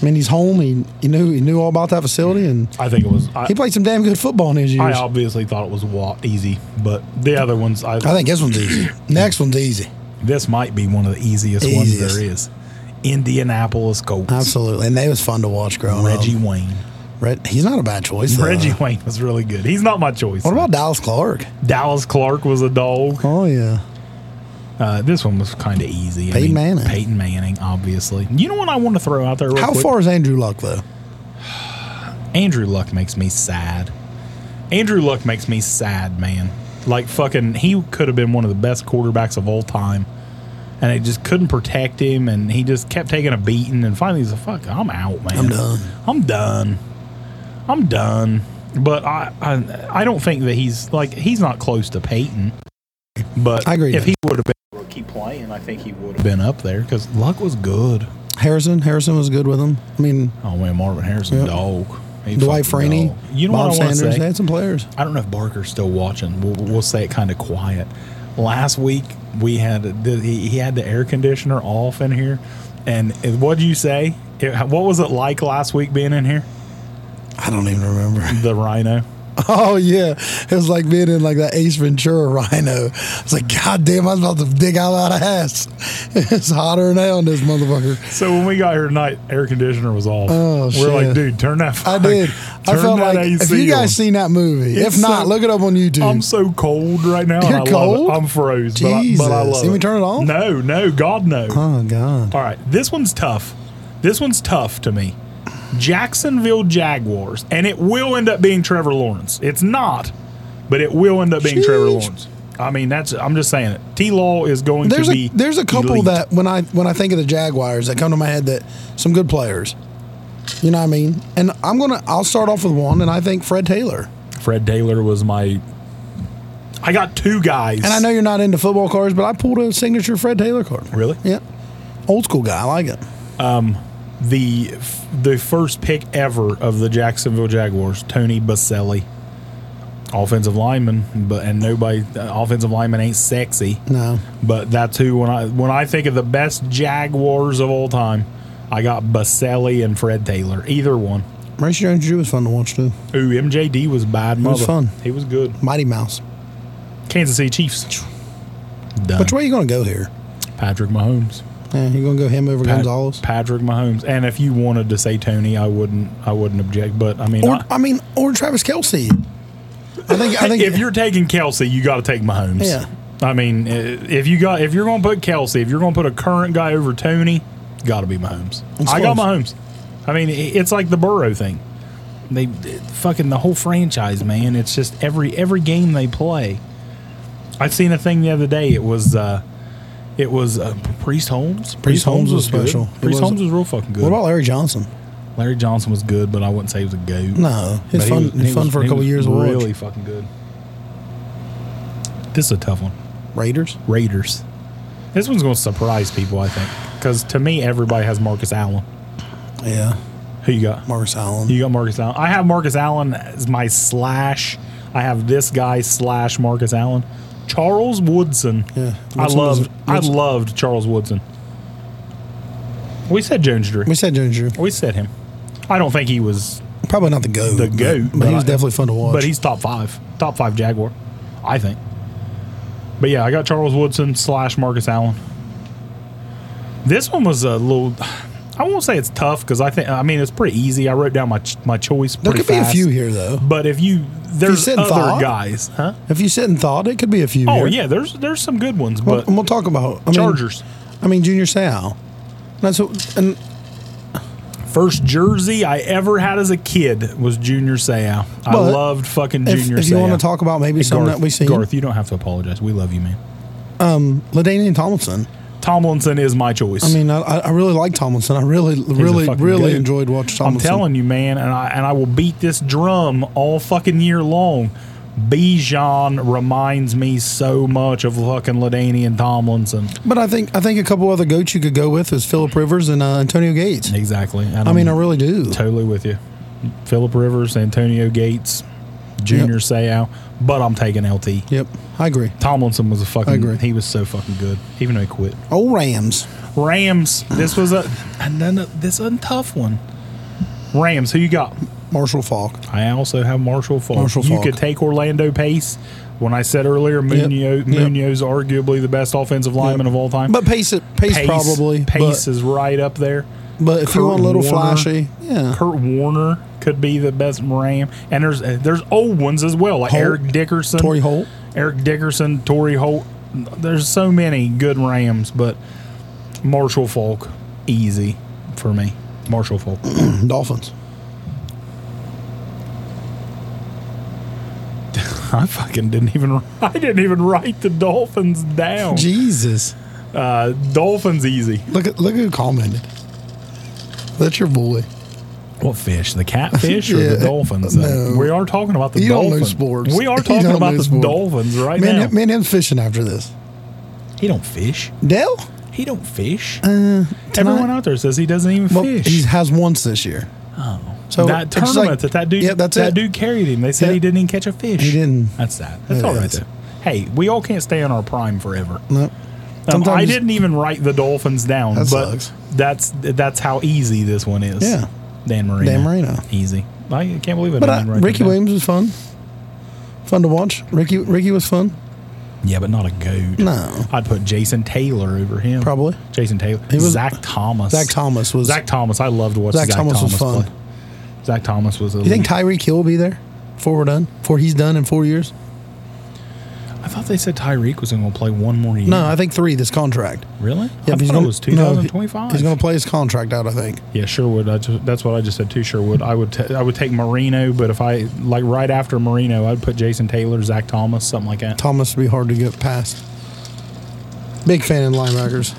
Speaker 2: I mean, he's home. He, he knew he knew all about that facility, and
Speaker 1: I think it was. I,
Speaker 2: he played some damn good football in his
Speaker 1: I
Speaker 2: years.
Speaker 1: obviously thought it was wa- easy, but the other ones, I,
Speaker 2: I think this one's easy. Next one's easy.
Speaker 1: this might be one of the easiest, ones
Speaker 2: Easiest.
Speaker 1: there is. Indianapolis Colts.
Speaker 2: Absolutely. And they was fun to watch growing
Speaker 1: Reggie
Speaker 2: up.
Speaker 1: Wayne.
Speaker 2: Red, he's not a bad choice. though.
Speaker 1: Reggie Wayne was really good. He's not my choice.
Speaker 2: What about Dallas Clark?
Speaker 1: Dallas Clark was a dog.
Speaker 2: Oh yeah,
Speaker 1: Uh, this one was kind of easy. I
Speaker 2: Peyton Manning.
Speaker 1: Peyton Manning, obviously. You know what I want to throw out there? Real
Speaker 2: how
Speaker 1: quick?
Speaker 2: far is Andrew Luck though?
Speaker 1: Andrew Luck makes me sad. Andrew Luck makes me sad, man. Like fucking, he could have been one of the best quarterbacks of all time, and they just couldn't protect him, and he just kept taking a beating, and finally he's like, "Fuck, I'm out, man.
Speaker 2: I'm done.
Speaker 1: I'm done. I'm done." But I, I, I don't think that he's like he's not close to Peyton. But
Speaker 2: I agree
Speaker 1: If
Speaker 2: with
Speaker 1: he would have been able to keep playing, I think he would have been up there because Luck was good.
Speaker 2: Harrison, Harrison was good with him. I mean,
Speaker 1: Oh man, Marvin Harrison,
Speaker 2: Yep.
Speaker 1: dog. He
Speaker 2: Dwight
Speaker 1: fucking
Speaker 2: Freeney,
Speaker 1: dog. You know
Speaker 2: Bob
Speaker 1: what I want to
Speaker 2: Sanders,
Speaker 1: say?
Speaker 2: they had some players.
Speaker 1: I don't know if Barker's still watching. We'll, we'll say it kind of quiet. Last week we had the, he he had the air conditioner off in here, and what would you say? It- what was it like last week being in here?
Speaker 2: I don't even remember.
Speaker 1: The Rhino.
Speaker 2: Oh yeah, it was like being in like that Ace Ventura Rhino. It's like, God damn, I was about to dig out that ass. It's hotter than hell in this motherfucker.
Speaker 1: So when we got here tonight, air conditioner was off.
Speaker 2: Oh,
Speaker 1: We're
Speaker 2: shit.
Speaker 1: like, dude, turn that.
Speaker 2: I
Speaker 1: fuck-
Speaker 2: did. I
Speaker 1: turn
Speaker 2: felt
Speaker 1: that
Speaker 2: like
Speaker 1: AC
Speaker 2: if you guys
Speaker 1: on.
Speaker 2: seen that movie,
Speaker 1: It's
Speaker 2: if not,
Speaker 1: so-
Speaker 2: look it up on YouTube.
Speaker 1: I'm so cold right now. and
Speaker 2: You're
Speaker 1: I love it.
Speaker 2: cold?
Speaker 1: I'm froze, but I, but I
Speaker 2: Jesus.
Speaker 1: love
Speaker 2: You
Speaker 1: it.
Speaker 2: mean turn it on?
Speaker 1: No, no, God no.
Speaker 2: oh God,
Speaker 1: All right, this one's tough. This one's tough to me. Jacksonville Jaguars, and it will end up being Trevor Lawrence. It's not, but it will end up being Trevor
Speaker 2: Sheesh.
Speaker 1: Lawrence. I mean, that's I'm just saying it. T Law is going
Speaker 2: there's
Speaker 1: to
Speaker 2: a
Speaker 1: be
Speaker 2: there's a couple
Speaker 1: elite.
Speaker 2: that when I when I think of the Jaguars that come to my head that some good players. You know what I mean? And I'm gonna I'll start off with one, and I think Fred Taylor.
Speaker 1: Fred Taylor was my. I got two guys,
Speaker 2: And I know you're not into football cards, but I pulled a signature Fred Taylor card.
Speaker 1: really
Speaker 2: Yeah. Old school guy. I like it.
Speaker 1: the the first pick ever of the Jacksonville Jaguars, Tony Baselli, offensive lineman, but and nobody uh, offensive lineman ain't sexy.
Speaker 2: No.
Speaker 1: But that's who when I when I think of the best Jaguars of all time, I got Baselli and Fred Taylor. Either one.
Speaker 2: Maurice Jones Drew was fun to watch too.
Speaker 1: Ooh, MJD was bad. Mother.
Speaker 2: was fun.
Speaker 1: He was good.
Speaker 2: Mighty Mouse.
Speaker 1: Kansas City Chiefs. Done.
Speaker 2: Which way you gonna go here?
Speaker 1: Patrick Mahomes.
Speaker 2: Yeah, you gonna go him over
Speaker 1: Pat-
Speaker 2: Gonzalez?
Speaker 1: Patrick Mahomes. And if you wanted to say Tony, I wouldn't. I wouldn't object. But I mean,
Speaker 2: Or
Speaker 1: I-
Speaker 2: I mean, or Travis Kelsey. I think I think
Speaker 1: if you're taking Kelsey, you got to take Mahomes.
Speaker 2: Yeah.
Speaker 1: I mean, i- if you got if you're going to put Kelsey, if you're going to put a current guy over Tony, got to be Mahomes.
Speaker 2: It's
Speaker 1: I got
Speaker 2: close.
Speaker 1: Mahomes. I mean, i- it's like the Burrow thing. They fucking the whole franchise, man. It's just every every game they play. I seen a thing the other day. It was uh it was uh, Priest Holmes.
Speaker 2: Priest Holmes was
Speaker 1: good.
Speaker 2: special. He
Speaker 1: Priest
Speaker 2: was-
Speaker 1: Holmes was real fucking good.
Speaker 2: What about Larry Johnson?
Speaker 1: Larry Johnson was good, but I wouldn't say he was a goat.
Speaker 2: No.
Speaker 1: But
Speaker 2: It's
Speaker 1: he
Speaker 2: fun
Speaker 1: was-
Speaker 2: it's
Speaker 1: he
Speaker 2: fun
Speaker 1: was-
Speaker 2: for a
Speaker 1: he
Speaker 2: couple
Speaker 1: was
Speaker 2: years to watch.
Speaker 1: Really fucking good. This is a tough one.
Speaker 2: Raiders.
Speaker 1: Raiders. This one's going to surprise people, I think, because to me everybody has Marcus Allen.
Speaker 2: Yeah.
Speaker 1: Who you got?
Speaker 2: Marcus Allen.
Speaker 1: You got Marcus Allen. I have Marcus Allen as my slash. I have this guy slash Marcus Allen. Charles Woodson.
Speaker 2: Yeah.
Speaker 1: I
Speaker 2: Which one was-
Speaker 1: loved. I
Speaker 2: which-
Speaker 1: loved Charles Woodson. We said Jones Drew.
Speaker 2: we said Jones Drew.
Speaker 1: We said him. I don't think he was
Speaker 2: Probably not the GOAT.
Speaker 1: the
Speaker 2: but-
Speaker 1: goat,
Speaker 2: But, he was
Speaker 1: I-
Speaker 2: definitely fun to watch.
Speaker 1: But he's top five, top five Jaguar, I think. But yeah, I got Charles Woodson slash Marcus Allen. This one was a little. I won't say it's tougch because I think I mean it's pretty easy. I wrote down my ch- my choice.
Speaker 2: there
Speaker 1: pretty
Speaker 2: could be a
Speaker 1: fast.
Speaker 2: few here though.
Speaker 1: but if you there's
Speaker 2: sit and
Speaker 1: other
Speaker 2: thaw.
Speaker 1: guys, huh?
Speaker 2: If you sit and thought, it could be a few
Speaker 1: Oh
Speaker 2: here.
Speaker 1: yeah, there's there's some good ones,
Speaker 2: Well,
Speaker 1: but
Speaker 2: and we'll talk about I mean-
Speaker 1: Chargers
Speaker 2: I mean, Junior Sal. That's what, and
Speaker 1: first jersey I ever had as a kid was Junior Seau. I
Speaker 2: But
Speaker 1: loved fucking
Speaker 2: if,
Speaker 1: Junior
Speaker 2: if you
Speaker 1: Seau.
Speaker 2: want to talk about maybe some that we seen,
Speaker 1: Garth, you don't have to apologize. We love you, man.
Speaker 2: Ladainian Tomlinson.
Speaker 1: Tomlinson is my choice.
Speaker 2: I mean, I, I really like Tomlinson. I really, really,
Speaker 1: fucking
Speaker 2: really
Speaker 1: goat.
Speaker 2: enjoyed watching
Speaker 1: I'm
Speaker 2: Tomlinson.
Speaker 1: telling you, man, and I and I will beat this drum all fucking year long. Bijan reminds me so much of fucking Ladainian Tomlinson.
Speaker 2: But I think I think a couple other goats you could go with is Philip Rivers and uh, Antonio Gates.
Speaker 1: Exactly. And
Speaker 2: I mean, I
Speaker 1: I'm
Speaker 2: really do.
Speaker 1: totally with you. Philip Rivers, Antonio Gates, Junior Seau, but I'm taking LT.
Speaker 2: Yep, I agree.
Speaker 1: Tomlinson was a fucking.
Speaker 2: agree.
Speaker 1: He was so fucking good, even though he quit.
Speaker 2: Old Rams.
Speaker 1: Rams. This was a and then this is a tough one. Rams. Who you got?
Speaker 2: Marshall Falk.
Speaker 1: I also have Marshall Falk.
Speaker 2: Marshall
Speaker 1: you
Speaker 2: Faulk.
Speaker 1: could take Orlando Pace. When I said earlier, Munoz,
Speaker 2: Yep.
Speaker 1: Munoz arguably the best offensive lineman of all time.
Speaker 2: But Pace, Pace, Pace probably.
Speaker 1: Pace
Speaker 2: but
Speaker 1: is right up there.
Speaker 2: But if you
Speaker 1: Kurt
Speaker 2: want a little
Speaker 1: Warner.
Speaker 2: flashy, yeah.
Speaker 1: Kurt Warner could be the best Ram, and there's uh, there's old ones as well, like
Speaker 2: Holt.
Speaker 1: Eric Dickerson,
Speaker 2: Torrey Holt.
Speaker 1: Eric Dickerson, Tory Holt. There's so many good Rams, but Marshall Falk, easy for me. Marshall Falk.
Speaker 2: Mm, Dolphins.
Speaker 1: I fucking didn't even I didn't even write the Dolphins down.
Speaker 2: Jesus.
Speaker 1: Uh, Dolphins easy.
Speaker 2: Look at look who commented. That's your boy.
Speaker 1: What fish? The catfish or the
Speaker 2: Yeah.
Speaker 1: dolphins? Uh,
Speaker 2: No.
Speaker 1: We are talking about the
Speaker 2: You don't
Speaker 1: dolphins.
Speaker 2: know sports.
Speaker 1: We are
Speaker 2: You
Speaker 1: talking
Speaker 2: don't
Speaker 1: about
Speaker 2: know
Speaker 1: the
Speaker 2: sports.
Speaker 1: dolphins right
Speaker 2: Man,
Speaker 1: now.
Speaker 2: him, me and him fishing after this.
Speaker 1: He don't fish.
Speaker 2: Dell?
Speaker 1: He don't fish.
Speaker 2: Uh, tonight-
Speaker 1: Everyone out there says he doesn't even
Speaker 2: Well,
Speaker 1: fish.
Speaker 2: he has once this year.
Speaker 1: oh.
Speaker 2: so
Speaker 1: that
Speaker 2: it's just
Speaker 1: tournament
Speaker 2: like-
Speaker 1: that that dude
Speaker 2: Yeah, that's
Speaker 1: that
Speaker 2: it.
Speaker 1: dude carried him. They said
Speaker 2: Yeah.
Speaker 1: he didn't even catch a fish.
Speaker 2: He didn't.
Speaker 1: That's that. That's
Speaker 2: Yeah,
Speaker 1: all right
Speaker 2: that's-
Speaker 1: though. Hey, we all can't stay in our prime forever.
Speaker 2: No.
Speaker 1: Um, I
Speaker 2: Sometimes-
Speaker 1: didn't even write the Dolphins down,
Speaker 2: That
Speaker 1: but
Speaker 2: sucks.
Speaker 1: that's that's how easy this one is.
Speaker 2: Yeah.
Speaker 1: Dan Marino.
Speaker 2: Dan Marino.
Speaker 1: Easy. I can't believe it.
Speaker 2: But I, Ricky Williams was fun. Fun to watch. Ricky Ricky was fun.
Speaker 1: Yeah, but not a goat.
Speaker 2: No.
Speaker 1: I'd put Jason Taylor over him.
Speaker 2: Probably.
Speaker 1: Jason Taylor.
Speaker 2: was-
Speaker 1: Zach Thomas.
Speaker 2: Zach Thomas was
Speaker 1: Zach Thomas. I loved watching Zach,
Speaker 2: Zach
Speaker 1: Thomas,
Speaker 2: Thomas was fun.
Speaker 1: play. Zach Thomas was.
Speaker 2: You think Tyreek Hill will be there before we're done? Before he's done in four years?
Speaker 1: I thought they said Tyreek was going to play one more year.
Speaker 2: No, I think three this contract.
Speaker 1: really? Mm.
Speaker 2: Yeah,
Speaker 1: I
Speaker 2: but
Speaker 1: thought
Speaker 2: gonna-
Speaker 1: it was
Speaker 2: no, he-
Speaker 1: 2025.
Speaker 2: he's going to play his contract out, I think.
Speaker 1: Yeah, Sherwood. I just, that's what I just said too. Sherwood. I would t- I would take Marino, but if I like right after Marino, I'd put Jason Taylor, Zach Thomas, something like that.
Speaker 2: Thomas would be hard to get past. Big fan of linebackers.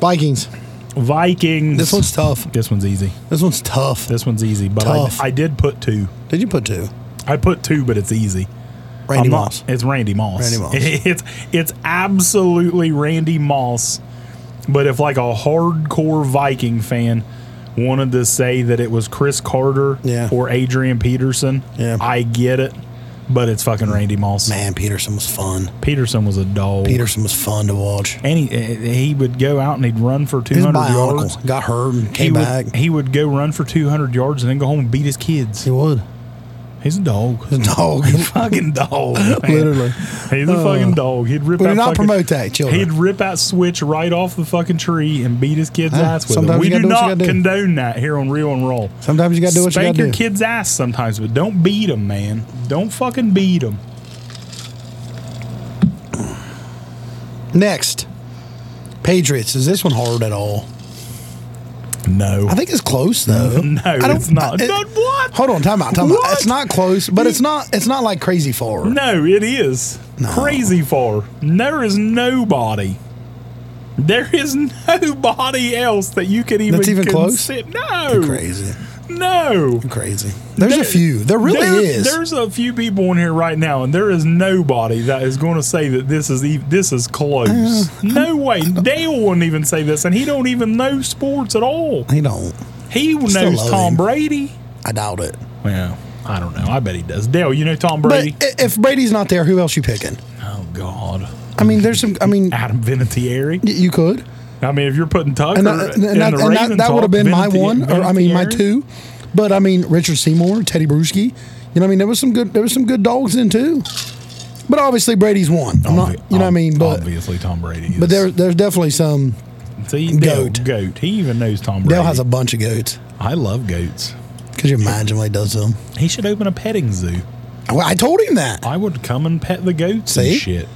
Speaker 2: Vikings.
Speaker 1: Vikings.
Speaker 2: This one's tough.
Speaker 1: this one's easy.
Speaker 2: This one's tough.
Speaker 1: This one's easy. But I,
Speaker 2: Tough.
Speaker 1: I did put two.
Speaker 2: Did you put two?
Speaker 1: I put two, but it's easy. I'm
Speaker 2: Randy
Speaker 1: not-
Speaker 2: Moss.
Speaker 1: It's Randy Moss.
Speaker 2: Randy Moss.
Speaker 1: It's it's absolutely Randy Moss. But if like a hardcore Viking fan wanted to say that it was Chris Carter
Speaker 2: Yeah.
Speaker 1: or Adrian Peterson,
Speaker 2: Yeah.
Speaker 1: I get it. But it's fucking Randy Moss.
Speaker 2: Man, Peterson was fun.
Speaker 1: Peterson was a dog.
Speaker 2: Peterson was fun to watch.
Speaker 1: And he he would go out and he'd run for
Speaker 2: He was
Speaker 1: 200 yards.
Speaker 2: bionicle. Got hurt and
Speaker 1: He
Speaker 2: came back.
Speaker 1: would, he would go run for 200 yards and then go home and beat his kids.
Speaker 2: he would.
Speaker 1: He's a dog.
Speaker 2: Dog.
Speaker 1: fucking dog. man.
Speaker 2: Literally.
Speaker 1: He's a fucking dog. He'd rip
Speaker 2: We
Speaker 1: out
Speaker 2: do not
Speaker 1: fucking-
Speaker 2: promote that, children.
Speaker 1: He'd rip out switch right off the fucking tree and beat his kid's
Speaker 2: Hey,
Speaker 1: ass with it.
Speaker 2: sometimes
Speaker 1: We
Speaker 2: you
Speaker 1: do
Speaker 2: gotta do what
Speaker 1: not
Speaker 2: you gotta do.
Speaker 1: condone that here on Real and Roll.
Speaker 2: Sometimes you got to do what you got
Speaker 1: Spank
Speaker 2: to
Speaker 1: your
Speaker 2: do.
Speaker 1: kid's ass sometimes, but don't beat them, man. Don't fucking beat them.
Speaker 2: Next, Patriots. Is this one hard at all?
Speaker 1: No.
Speaker 2: I think it's close though.
Speaker 1: No,
Speaker 2: I don't-
Speaker 1: it's not.
Speaker 2: it-
Speaker 1: But what?
Speaker 2: Hold on, time out, time
Speaker 1: What?
Speaker 2: out. It's not close, but it's not. It's not like crazy far.
Speaker 1: No, it is. Crazy far. There is nobody. There is nobody else that you could even
Speaker 2: That's even close?
Speaker 1: consi- No.
Speaker 2: Crazy,
Speaker 1: No.
Speaker 2: crazy. There's a
Speaker 1: There-
Speaker 2: few. There really
Speaker 1: There-
Speaker 2: is.
Speaker 1: There's a few people in here right now, and there is nobody that is going to say that this is ev- this is close.
Speaker 2: Uh,
Speaker 1: no way. Dale wouldn't even say this, and he don't even know sports at all.
Speaker 2: He don't.
Speaker 1: He
Speaker 2: Still
Speaker 1: knows
Speaker 2: love
Speaker 1: Tom
Speaker 2: him.
Speaker 1: Brady.
Speaker 2: I doubt it.
Speaker 1: Well, I don't know. I bet he does. Dale, you know Tom
Speaker 2: But
Speaker 1: Brady?
Speaker 2: i- if Brady's not there, who else you picking?
Speaker 1: oh God,
Speaker 2: I mean, there's some. I mean, y-
Speaker 1: Adam Vinatieri.
Speaker 2: you could.
Speaker 1: I mean, if you're putting Tucker
Speaker 2: And, that, and,
Speaker 1: in
Speaker 2: that,
Speaker 1: the
Speaker 2: and that,
Speaker 1: Ravens
Speaker 2: that would
Speaker 1: talk,
Speaker 2: have been my
Speaker 1: Vinati-
Speaker 2: one, or I mean, my
Speaker 1: Vinatieri?
Speaker 2: two. But I mean, Richard Seymour, Teddy Bruschi. You know, what I mean, there was some good. There was some good dogs in too. But obviously, Brady's one. I'm not.
Speaker 1: Obvi-
Speaker 2: You know what I mean? But
Speaker 1: obviously Tom Brady. Is.
Speaker 2: but there, there's definitely some.
Speaker 1: see, Dale, goat.
Speaker 2: Goat.
Speaker 1: He even knows Tom Brady.
Speaker 2: Dale has a bunch of goats.
Speaker 1: I love goats.
Speaker 2: Could you imagine what he does to them?
Speaker 1: He should open a petting zoo.
Speaker 2: Well, I told him that.
Speaker 1: I would come and pet the goats and
Speaker 2: See?
Speaker 1: shit.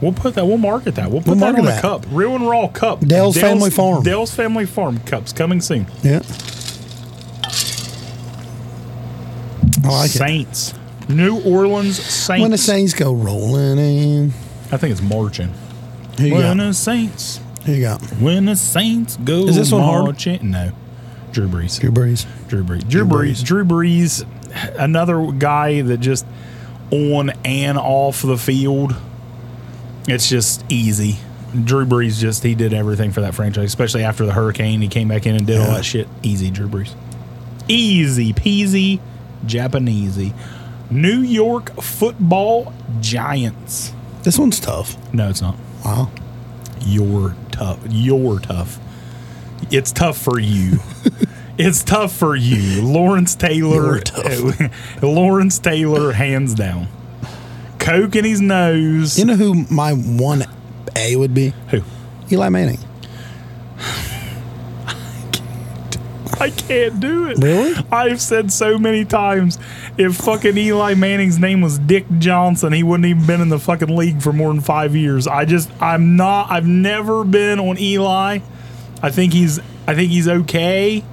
Speaker 1: We'll put that. We'll market that. We'll put
Speaker 2: We'll
Speaker 1: that
Speaker 2: market
Speaker 1: on a
Speaker 2: that.
Speaker 1: cup. Real and raw cup.
Speaker 2: Dale's Family Farm.
Speaker 1: Dale's Family Farm cups coming soon.
Speaker 2: Yeah. I like it.
Speaker 1: Saints, New Orleans Saints.
Speaker 2: When the Saints go rolling in.
Speaker 1: I think it's marching.
Speaker 2: Here you
Speaker 1: When
Speaker 2: go.
Speaker 1: the Saints,
Speaker 2: Here you go.
Speaker 1: when the Saints go
Speaker 2: Is this one hard?
Speaker 1: marching. No, Drew Brees.
Speaker 2: Drew Brees.
Speaker 1: Drew Brees. Drew Brees. Drew Brees, another guy that just on and off the field, it's just easy. Drew Brees just he did everything for that franchise, especially after the hurricane. He came back in and did all
Speaker 2: Yeah.
Speaker 1: that shit. Easy, Drew Brees. Easy peasy, Japanesey. New York Football Giants.
Speaker 2: This one's tough.
Speaker 1: No, it's not.
Speaker 2: Wow.
Speaker 1: You're tough. You're tough. It's tough for you. it's tough for you. Lawrence Taylor.
Speaker 2: You're tough.
Speaker 1: Lawrence Taylor, hands down. Coke in his nose.
Speaker 2: You know who my one A would be?
Speaker 1: Who?
Speaker 2: Eli Manning.
Speaker 1: I can't do it.
Speaker 2: Really?
Speaker 1: I've said so many times if fucking Eli Manning's name was Dick Johnson, he wouldn't even been in the fucking league for more than five years. I just I'm not I've never been on Eli. I think he's I think he's okay.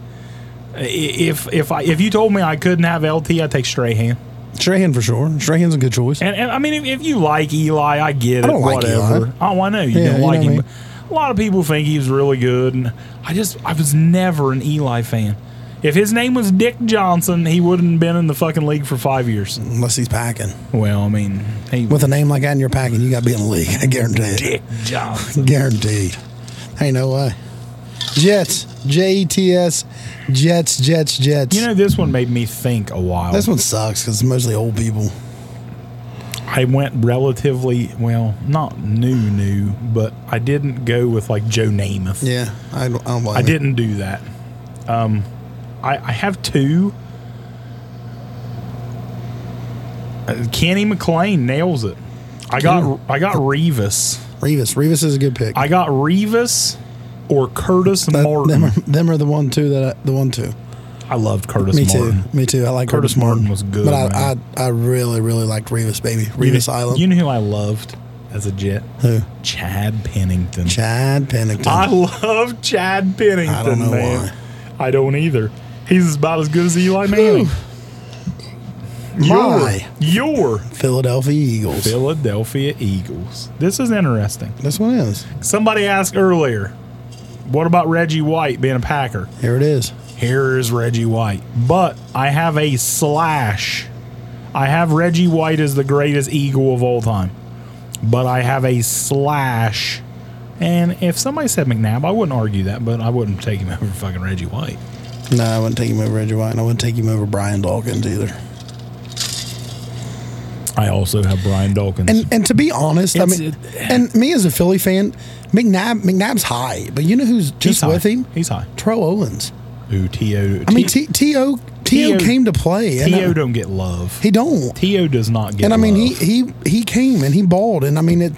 Speaker 1: I- If if I if you told me I couldn't have LT, I'd take Strahan.
Speaker 2: Strahan for sure. Strahan's a good choice.
Speaker 1: And, and I mean, if, if you like Eli, I get it.
Speaker 2: don't like
Speaker 1: whatever. Oh, I know you
Speaker 2: Yeah,
Speaker 1: don't
Speaker 2: you
Speaker 1: like
Speaker 2: know
Speaker 1: him.
Speaker 2: me.
Speaker 1: but A lot of people think he's really good, and I just I was never an Eli fan. If his name was Dick Johnson, he wouldn't have been in the fucking league for five years.
Speaker 2: Unless he's packing.
Speaker 1: Well, I mean, he
Speaker 2: With a name like that in your packing, you got to be in the league. I guarantee it.
Speaker 1: Dick Johnson.
Speaker 2: Guaranteed. Ain't no way. Jets. J E T S. Jets, Jets, Jets.
Speaker 1: You know, this one made me think a while.
Speaker 2: this one sucks because it's mostly old people.
Speaker 1: I went relatively well, not new, new, but I didn't go with like Joe Namath.
Speaker 2: Yeah. I don't, I don't blame
Speaker 1: I
Speaker 2: you.
Speaker 1: didn't do that. Um, I, I have two. Uh, Kenny McLean nails it. I got I got Revis.
Speaker 2: Revis. Revis is a good pick.
Speaker 1: I got Revis or Curtis
Speaker 2: That- them, are,
Speaker 1: Martin.
Speaker 2: them are the one two that I, the one two.
Speaker 1: I loved Curtis
Speaker 2: Me
Speaker 1: Martin.
Speaker 2: too. Me too. I like
Speaker 1: Curtis
Speaker 2: Curtis Martin.
Speaker 1: Martin was good,
Speaker 2: But I,
Speaker 1: man.
Speaker 2: I I really really liked Revis baby.
Speaker 1: You
Speaker 2: Revis
Speaker 1: kn-
Speaker 2: Island.
Speaker 1: You know who I loved as a Jet?
Speaker 2: Who?
Speaker 1: Chad Pennington.
Speaker 2: Chad Pennington.
Speaker 1: I love Chad Pennington,
Speaker 2: I don't know
Speaker 1: man. I don't either. He's about as good as Eli Manning.
Speaker 2: My
Speaker 1: Your, your
Speaker 2: Philadelphia Eagles.
Speaker 1: Philadelphia Eagles. This is interesting.
Speaker 2: this one is.
Speaker 1: Somebody asked earlier, what about Reggie White being a Packer?
Speaker 2: Here it is.
Speaker 1: Here is Reggie White. But I have a slash. I have Reggie White as the greatest Eagle of all time. But I have a slash. And if somebody said McNabb, I wouldn't argue that, but I wouldn't take him over fucking Reggie White.
Speaker 2: No, I wouldn't take him over Reggie White, and I wouldn't take him over Brian Dawkins either.
Speaker 1: I also have Brian Dawkins.
Speaker 2: And and to be honest, I
Speaker 1: It's-
Speaker 2: mean, and me as a Philly fan, McNabb McNabb's high, but you know who's just
Speaker 1: high.
Speaker 2: with him?
Speaker 1: He's high.
Speaker 2: Tro Owens.
Speaker 1: Ooh, T.O.
Speaker 2: I mean, T- T.O. T.O. came to play. and I-
Speaker 1: T.O. don't get love.
Speaker 2: he don't.
Speaker 1: T.O. does not get
Speaker 2: And I mean,
Speaker 1: love.
Speaker 2: he he he came and he balled, and I mean it.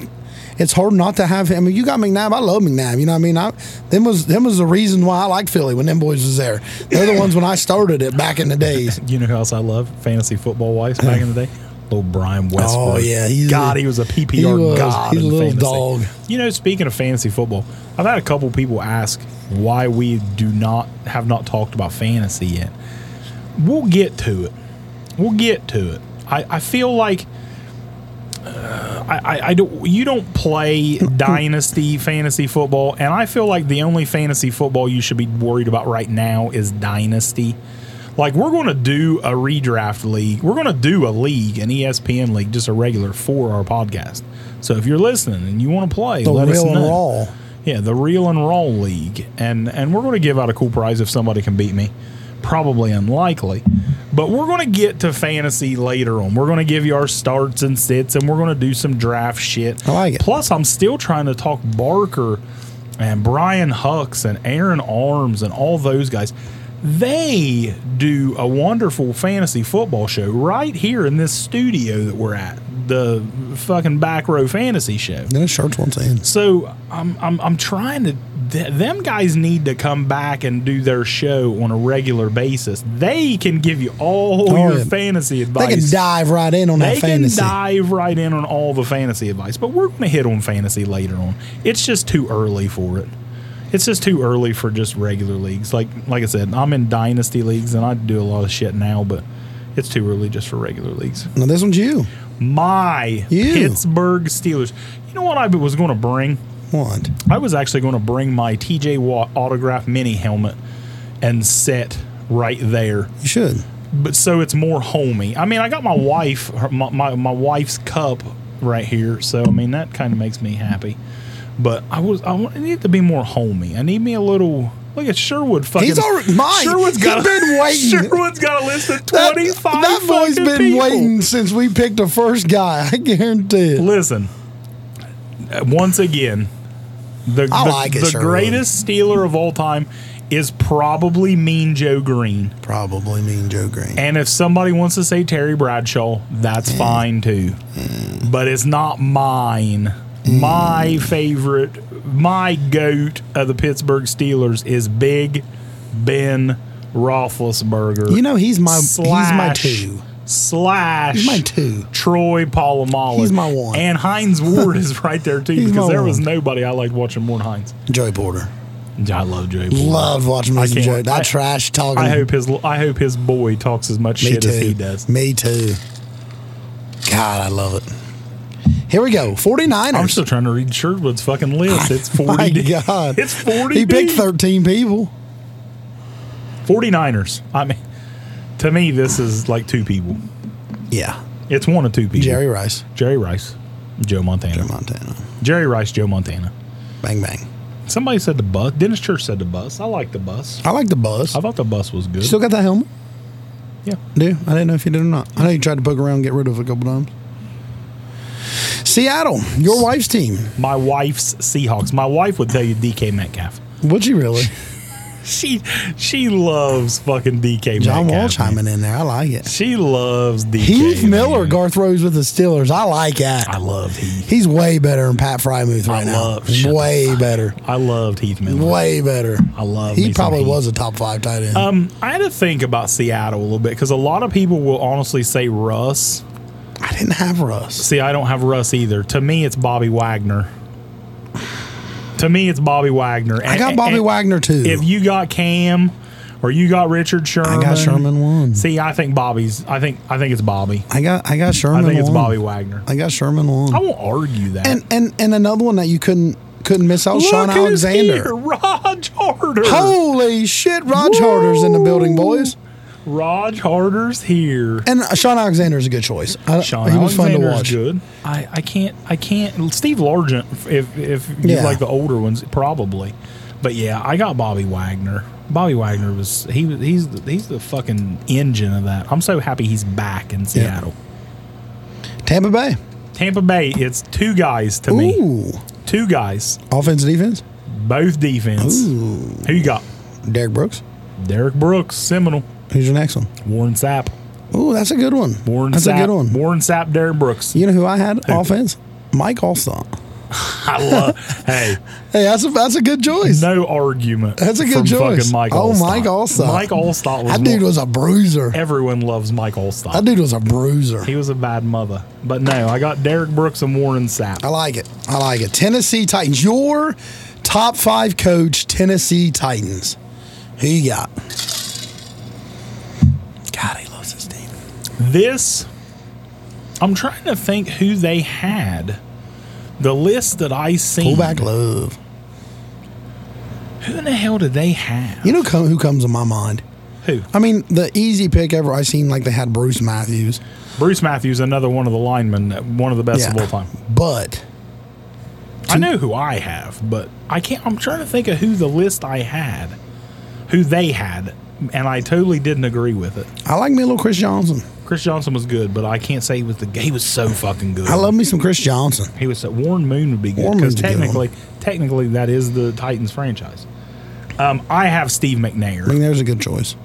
Speaker 2: It's hard not to have him. I mean, you got McNabb. I love McNabb. You know, what I mean, I them was them was the reason why I like Philly when them boys was there. They're the ones when I started it back in the days.
Speaker 1: You know who else I love fantasy football wise back in the day? Little Brian Westbrook.
Speaker 2: Oh, yeah, he's
Speaker 1: God,
Speaker 2: a-
Speaker 1: he was a PPR
Speaker 2: he was.
Speaker 1: god.
Speaker 2: He's a
Speaker 1: in
Speaker 2: little
Speaker 1: fantasy.
Speaker 2: dog.
Speaker 1: You know, speaking of fantasy football, I've had a couple people ask why we do not have not talked about fantasy yet. We'll get to it. We'll get to it. I, I feel like uh, I, I, I don't. You don't play dynasty fantasy football, and I feel like the only fantasy football you should be worried about right now is dynasty. Like we're going to do a redraft league. We're going to do a league, an E ESPN league, just a regular for our podcast. So if you're listening and you want to play,
Speaker 2: The
Speaker 1: let us
Speaker 2: real and
Speaker 1: know.
Speaker 2: raw.
Speaker 1: Yeah, the real and raw league, and and we're going to give out a cool prize if somebody can beat me. Probably unlikely, but we're going to get to fantasy later on. We're going to give you our starts and sits, and we're going to do some draft shit.
Speaker 2: I like it.
Speaker 1: Plus, I'm still trying to talk Barker and Brian Hucks and Aaron Arms and all those guys. They do a wonderful fantasy football show right here in this studio that we're at, the fucking back row fantasy show.
Speaker 2: Then his shirt's once in.
Speaker 1: So I'm I'm I'm trying to. Th- them guys need to come back and do their show on a regular basis. They can give you all
Speaker 2: Oh,
Speaker 1: your
Speaker 2: yeah.
Speaker 1: fantasy advice.
Speaker 2: They can dive right in on
Speaker 1: They
Speaker 2: that
Speaker 1: can
Speaker 2: fantasy.
Speaker 1: dive right in on all the fantasy advice, but we're going to hit on fantasy later on. It's just too early for it. It's just too early for just regular leagues. Like like I said, I'm in dynasty leagues and I do a lot of shit now, but it's too early just for regular leagues
Speaker 2: Now this one's you.
Speaker 1: my
Speaker 2: Ew.
Speaker 1: Pittsburgh Steelers. You know what I was going to bring?
Speaker 2: What?
Speaker 1: I was actually going to bring my TJ Watt autograph mini helmet and set right there,
Speaker 2: You should.
Speaker 1: but so it's more homey. I mean, I got my wife, her, my, my my wife's cup right here, so I mean that kind of makes me happy. But I was I want- I need to be more homey. I need me a little. Look at Sherwood fucking.
Speaker 2: He's already- Mike,
Speaker 1: Sherwood's
Speaker 2: he's
Speaker 1: got a-
Speaker 2: been waiting.
Speaker 1: Sherwood's got a list of
Speaker 2: That,
Speaker 1: twenty five.
Speaker 2: that boy's been
Speaker 1: people.
Speaker 2: waiting since we picked the first guy. I guarantee it.
Speaker 1: Listen, uh, once again, the,
Speaker 2: I
Speaker 1: the,
Speaker 2: like it,
Speaker 1: the
Speaker 2: Sherwood.
Speaker 1: greatest stealer of all time is probably Mean Joe Green.
Speaker 2: Probably mean Joe Green.
Speaker 1: And if somebody wants to say Terry Bradshaw, that's
Speaker 2: Mm.
Speaker 1: fine too. But it's not mine.
Speaker 2: Mm.
Speaker 1: My favorite, my goat of the Pittsburgh Steelers is Big Ben Roethlisberger.
Speaker 2: You know, Um, he's my
Speaker 1: slash,
Speaker 2: he's my two.
Speaker 1: Slash
Speaker 2: He's my two.
Speaker 1: Troy Polamalu.
Speaker 2: He's my one.
Speaker 1: And Heinz Ward is right there too
Speaker 2: He's
Speaker 1: because
Speaker 2: my
Speaker 1: there was
Speaker 2: one.
Speaker 1: nobody I liked watching more than Heinz.
Speaker 2: Joey Porter.
Speaker 1: I love Joey. Porter.
Speaker 2: Loved watching
Speaker 1: I
Speaker 2: Mr.
Speaker 1: can't-
Speaker 2: Joe. That
Speaker 1: I-
Speaker 2: trash talking.
Speaker 1: I hope his I hope his boy talks as much
Speaker 2: Me
Speaker 1: shit
Speaker 2: too.
Speaker 1: as he does.
Speaker 2: Me too. God, I love it. Here we go. 49ers.
Speaker 1: I'm still trying to read Sherwood's fucking list. It's 40.
Speaker 2: My
Speaker 1: deep.
Speaker 2: God.
Speaker 1: It's 40.
Speaker 2: He picked
Speaker 1: deep.
Speaker 2: 13 people.
Speaker 1: 49ers. I mean, to me, this is like two people.
Speaker 2: Yeah.
Speaker 1: It's one of two people.
Speaker 2: Jerry Rice.
Speaker 1: Jerry Rice, Joe Montana.
Speaker 2: Joe Montana.
Speaker 1: Jerry Rice, Joe Montana.
Speaker 2: Bang, bang.
Speaker 1: Somebody said the bus. Dennis Church said the bus. I like the bus.
Speaker 2: I like the buzz.
Speaker 1: I thought the bus was good.
Speaker 2: Still got that helmet?
Speaker 1: yeah.
Speaker 2: Do I didn't know if you did or not. I know you tried to poke around and get rid of it a couple times. Seattle, your wife's team.
Speaker 1: My wife's Seahawks. My wife would tell you DK Metcalf.
Speaker 2: Would you really?
Speaker 1: She she loves fucking DK
Speaker 2: John Wall
Speaker 1: Metcalf. man.
Speaker 2: chiming in there. I like it.
Speaker 1: She loves DK.
Speaker 2: Heath Miller,
Speaker 1: man.
Speaker 2: Garth Rose with the Steelers. I like
Speaker 1: I
Speaker 2: that.
Speaker 1: love Heath.
Speaker 2: He's way better than Pat Frymuth right now.
Speaker 1: love- shut the
Speaker 2: way better.
Speaker 1: I loved Heath Miller.
Speaker 2: Way better.
Speaker 1: I love me
Speaker 2: He
Speaker 1: some
Speaker 2: probably
Speaker 1: Heath.
Speaker 2: was a top five tight end.
Speaker 1: Um, I had to think about Seattle a little bit because a lot of people will honestly say Russ.
Speaker 2: I didn't have Russ.
Speaker 1: See, I don't have Russ either. To me, it's Bobby Wagner. To me, it's Bobby Wagner.
Speaker 2: I got Bobby Wagner too.
Speaker 1: If you got Cam or you got Richard Sherman,
Speaker 2: I got Sherman one.
Speaker 1: See, I think Bobby's. I think I think it's Bobby.
Speaker 2: I got I got
Speaker 1: I
Speaker 2: Sherman.
Speaker 1: think it's
Speaker 2: one.
Speaker 1: Bobby Oh. Wagner.
Speaker 2: I got Sherman
Speaker 1: I
Speaker 2: one.
Speaker 1: won't argue that.
Speaker 2: And and and another one that you couldn't couldn't miss out.
Speaker 1: Look
Speaker 2: Sean
Speaker 1: who's
Speaker 2: Alexander.
Speaker 1: here, Rod Harder.
Speaker 2: Holy shit, Rod
Speaker 1: Whoa.
Speaker 2: Harder's in the building, boys.
Speaker 1: Rod Harder's here.
Speaker 2: And uh, Sean Alexander's a good choice. I,
Speaker 1: Sean
Speaker 2: he was fun to
Speaker 1: Alexander's
Speaker 2: watch.
Speaker 1: good. I, I can't I can't Steve Largent if if you
Speaker 2: Yeah.
Speaker 1: like the older ones probably, but yeah I got Bobby Wagner. Bobby Wagner was he was he's the, he's the fucking engine of that. I'm so happy he's back in Seattle.
Speaker 2: Tampa Bay.
Speaker 1: Tampa Bay, it's two guys to me.
Speaker 2: Ooh.
Speaker 1: Two guys,
Speaker 2: Offense, defense.
Speaker 1: both defense. Who you got?
Speaker 2: Derek Brooks.
Speaker 1: Derek Brooks, Seminole.
Speaker 2: Who's your next one?
Speaker 1: Warren Sapp.
Speaker 2: Ooh, that's a good one.
Speaker 1: Warren
Speaker 2: that's
Speaker 1: Sapp.
Speaker 2: a good one.
Speaker 1: Warren Sapp, Derek Brooks.
Speaker 2: You know who I had? Offense? Mike Allstott.
Speaker 1: I love hey.
Speaker 2: Hey, that's a, that's a good choice.
Speaker 1: no argument.
Speaker 2: That's a good
Speaker 1: from
Speaker 2: choice.
Speaker 1: Fucking Mike
Speaker 2: Oh,
Speaker 1: Allstott.
Speaker 2: Mike Allstott.
Speaker 1: Mike Allstott was,
Speaker 2: that dude
Speaker 1: one-
Speaker 2: was a bruiser.
Speaker 1: Everyone loves Mike Allstott.
Speaker 2: That dude was a bruiser.
Speaker 1: He was a bad mother. But no, I got Derek Brooks and Warren
Speaker 2: I
Speaker 1: Sapp.
Speaker 2: like it. I like it. Tennessee Titans. Your top five coach, Tennessee Titans. Who you got? God, he loves his team.
Speaker 1: This, I'm trying to think who they had. The list that I seen.
Speaker 2: Fullback love.
Speaker 1: Who in the hell did they have?
Speaker 2: You know come, who comes to my mind?
Speaker 1: who?
Speaker 2: I mean, the easy pick ever I seen, like they had Bruce Matthews.
Speaker 1: Bruce Matthews, another one of the linemen, uh, one of the best of all time.
Speaker 2: But
Speaker 1: I know who I have, but I can't. I'm trying to think of who the list I had, who they had, and I totally didn't agree with it.
Speaker 2: I like me a little Chris Johnson.
Speaker 1: Chris Johnson was good, but I can't say he was the. He was so fucking good.
Speaker 2: I love me some Chris Johnson.
Speaker 1: He was. Warren Moon would be good
Speaker 2: Warren
Speaker 1: because
Speaker 2: Moon's a good one.
Speaker 1: technically, technically that is the Titans franchise. Um, I have Steve
Speaker 2: I
Speaker 1: McNair.
Speaker 2: mean, there's a good choice.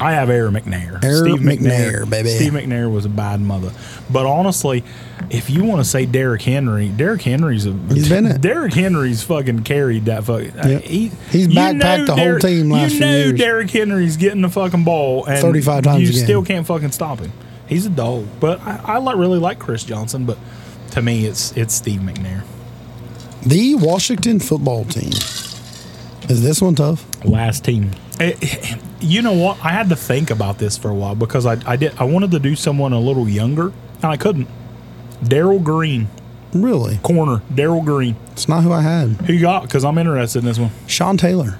Speaker 1: I have Air McNair.
Speaker 2: Air McNair, baby.
Speaker 1: Steve McNair was a bad mother, but honestly, if you want to say Derrick Henry, Derrick Henry's a
Speaker 2: He's been it.
Speaker 1: Derrick Henry's fucking carried that fucking.
Speaker 2: Yep.
Speaker 1: He,
Speaker 2: He's
Speaker 1: you
Speaker 2: backpacked
Speaker 1: know
Speaker 2: the whole
Speaker 1: Derrick-
Speaker 2: team last
Speaker 1: You
Speaker 2: few
Speaker 1: know
Speaker 2: years.
Speaker 1: Derrick Henry's getting the fucking ball and
Speaker 2: 35 times
Speaker 1: You
Speaker 2: a game.
Speaker 1: still can't fucking stop him. He's a dog, but I, I like really like Chris Johnson, but to me, it's it's Steve McNair.
Speaker 2: The Washington football team. Is this one tough?
Speaker 1: last team. Eh, you know what? I had to think about this for a while because I, I did I wanted to do someone a little younger and I couldn't. Daryl Green,
Speaker 2: Really?
Speaker 1: corner. Daryl Green.
Speaker 2: It's not who I had.
Speaker 1: Who you got? Because I'm interested in this one.
Speaker 2: Sean Taylor.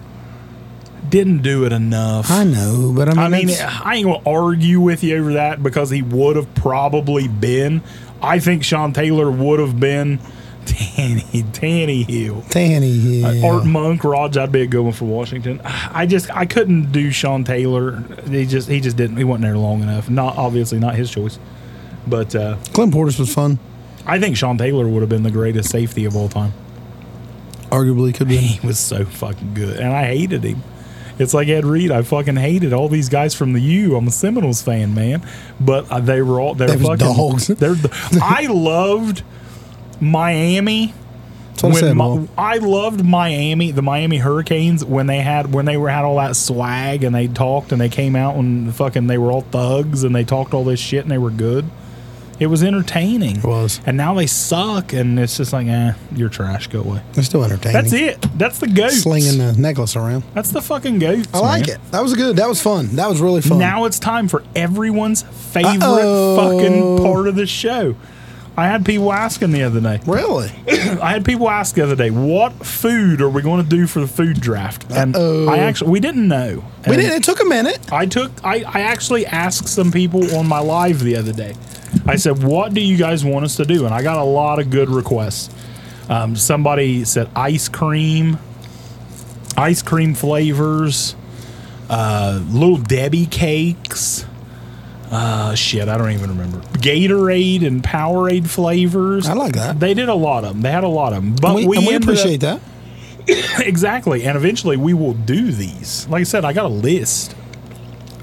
Speaker 1: Didn't do it enough.
Speaker 2: I know, but I mean,
Speaker 1: I mean, uh,
Speaker 2: it's-
Speaker 1: I ain't gonna argue with you over that because he would have probably been. I think Sean Taylor would have been Tanny Tanny Hill.
Speaker 2: Danny Hill.
Speaker 1: Art Monk, Rod, that'd be a good one for Washington. I just I couldn't do Sean Taylor. He just he just didn't he wasn't there long enough. Not obviously not his choice. But uh,
Speaker 2: Clint Portis was fun.
Speaker 1: I think Sean Taylor would have been the greatest safety of all time.
Speaker 2: Arguably could be.
Speaker 1: He was so fucking good. And I hated him. It's like Ed Reed. I fucking hated all these guys from the U. I'm a Seminoles fan, man. But uh, they were all they're
Speaker 2: They was
Speaker 1: fucking
Speaker 2: dogs.
Speaker 1: They're the, I loved Miami
Speaker 4: what I
Speaker 1: when
Speaker 4: said,
Speaker 1: Mi-
Speaker 4: Mo.
Speaker 1: I loved Miami, the Miami Hurricanes, when they had when they were had all that swag and they talked and they came out and fucking they were all thugs and they talked all this shit and they were good. It was entertaining. It
Speaker 4: was.
Speaker 1: And now they suck and it's just like, eh, you're trash. Go away.
Speaker 4: They're still entertaining.
Speaker 1: That's it. That's the goats.
Speaker 4: Slinging the necklace around.
Speaker 1: That's the fucking goats.
Speaker 2: I like it. That was good. That was fun. That was really fun.
Speaker 1: Now it's time for everyone's favorite
Speaker 2: Uh-oh.
Speaker 1: fucking part of the show. I had people asking the other day.
Speaker 2: really?
Speaker 1: I had people ask the other day, what food are we going to do for the food draft? And
Speaker 2: Uh-oh.
Speaker 1: I actually, we didn't know.
Speaker 2: We
Speaker 1: And
Speaker 2: didn't. It took a minute.
Speaker 1: I took, I, I actually asked some people on my live the other day. I said, what do you guys want us to do? And I got a lot of good requests. Um, somebody said ice cream, ice cream flavors, uh, little Debbie cakes. Uh, shit, I don't even remember. Gatorade and Powerade flavors.
Speaker 2: I like that.
Speaker 1: They did a lot of them. They had a lot of them. But
Speaker 2: We,
Speaker 1: Uh, we,
Speaker 2: and we
Speaker 1: ended up-
Speaker 2: appreciate that.
Speaker 1: Exactly. And eventually we will do these. Like I said, I got a list.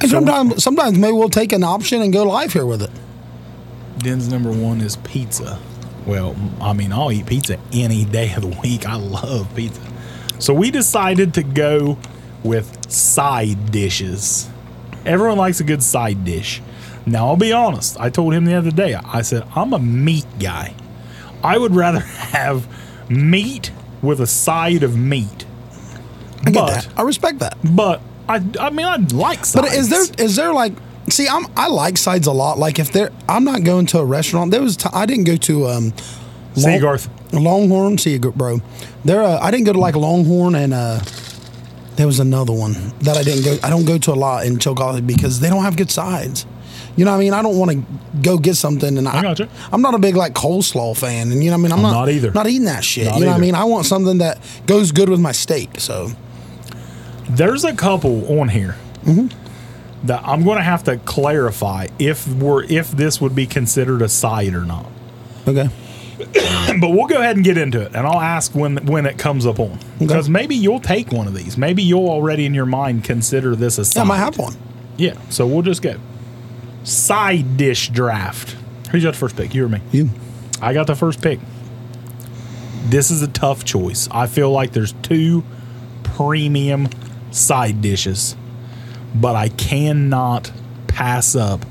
Speaker 2: And sometimes, sometimes maybe we'll take an option and go live here with it.
Speaker 1: Den's number one is pizza. Well, I mean, I'll eat pizza any day of the week. I love pizza. So we decided to go with side dishes. Everyone likes a good side dish. Now, I'll be honest. I told him the other day, I said, I'm a meat guy. I would rather have meat with a side of meat.
Speaker 2: I get
Speaker 1: but,
Speaker 2: that. I respect that.
Speaker 1: But I, I mean, I like sides.
Speaker 2: But is there is there like see I'm I like sides a lot. Like if there I'm not going to a restaurant. There was t- I didn't go to um
Speaker 1: See you, Garth.
Speaker 2: Longhorn. See you, gr- bro. There uh, I didn't go to like Longhorn and uh there was another one that I didn't go. I don't go to a lot in Chillicothe because they don't have good sides. You know what I mean? I don't want to go get something, and I,
Speaker 1: gotcha.
Speaker 2: I'm not a big like coleslaw fan, and you know what I mean. I'm,
Speaker 1: I'm
Speaker 2: not,
Speaker 1: not either.
Speaker 2: Not eating that shit.
Speaker 1: Not
Speaker 2: you know what I
Speaker 1: either.
Speaker 2: mean? I want something that goes good with my steak. So
Speaker 1: There's a couple on here that I'm going to have to clarify if we're if this would be considered a side or not.
Speaker 2: okay,
Speaker 1: But we'll go ahead and get into it, and I'll ask when when it comes up on because maybe you'll take one of these. Maybe you'll already in your mind consider this a
Speaker 2: yeah,
Speaker 1: side.
Speaker 2: I might have one.
Speaker 1: Yeah, so we'll just go side dish draft. Who's got the first pick? You or me?
Speaker 2: You
Speaker 1: I got the first pick. This is a tough choice. I feel like there's two premium side dishes, but I cannot pass up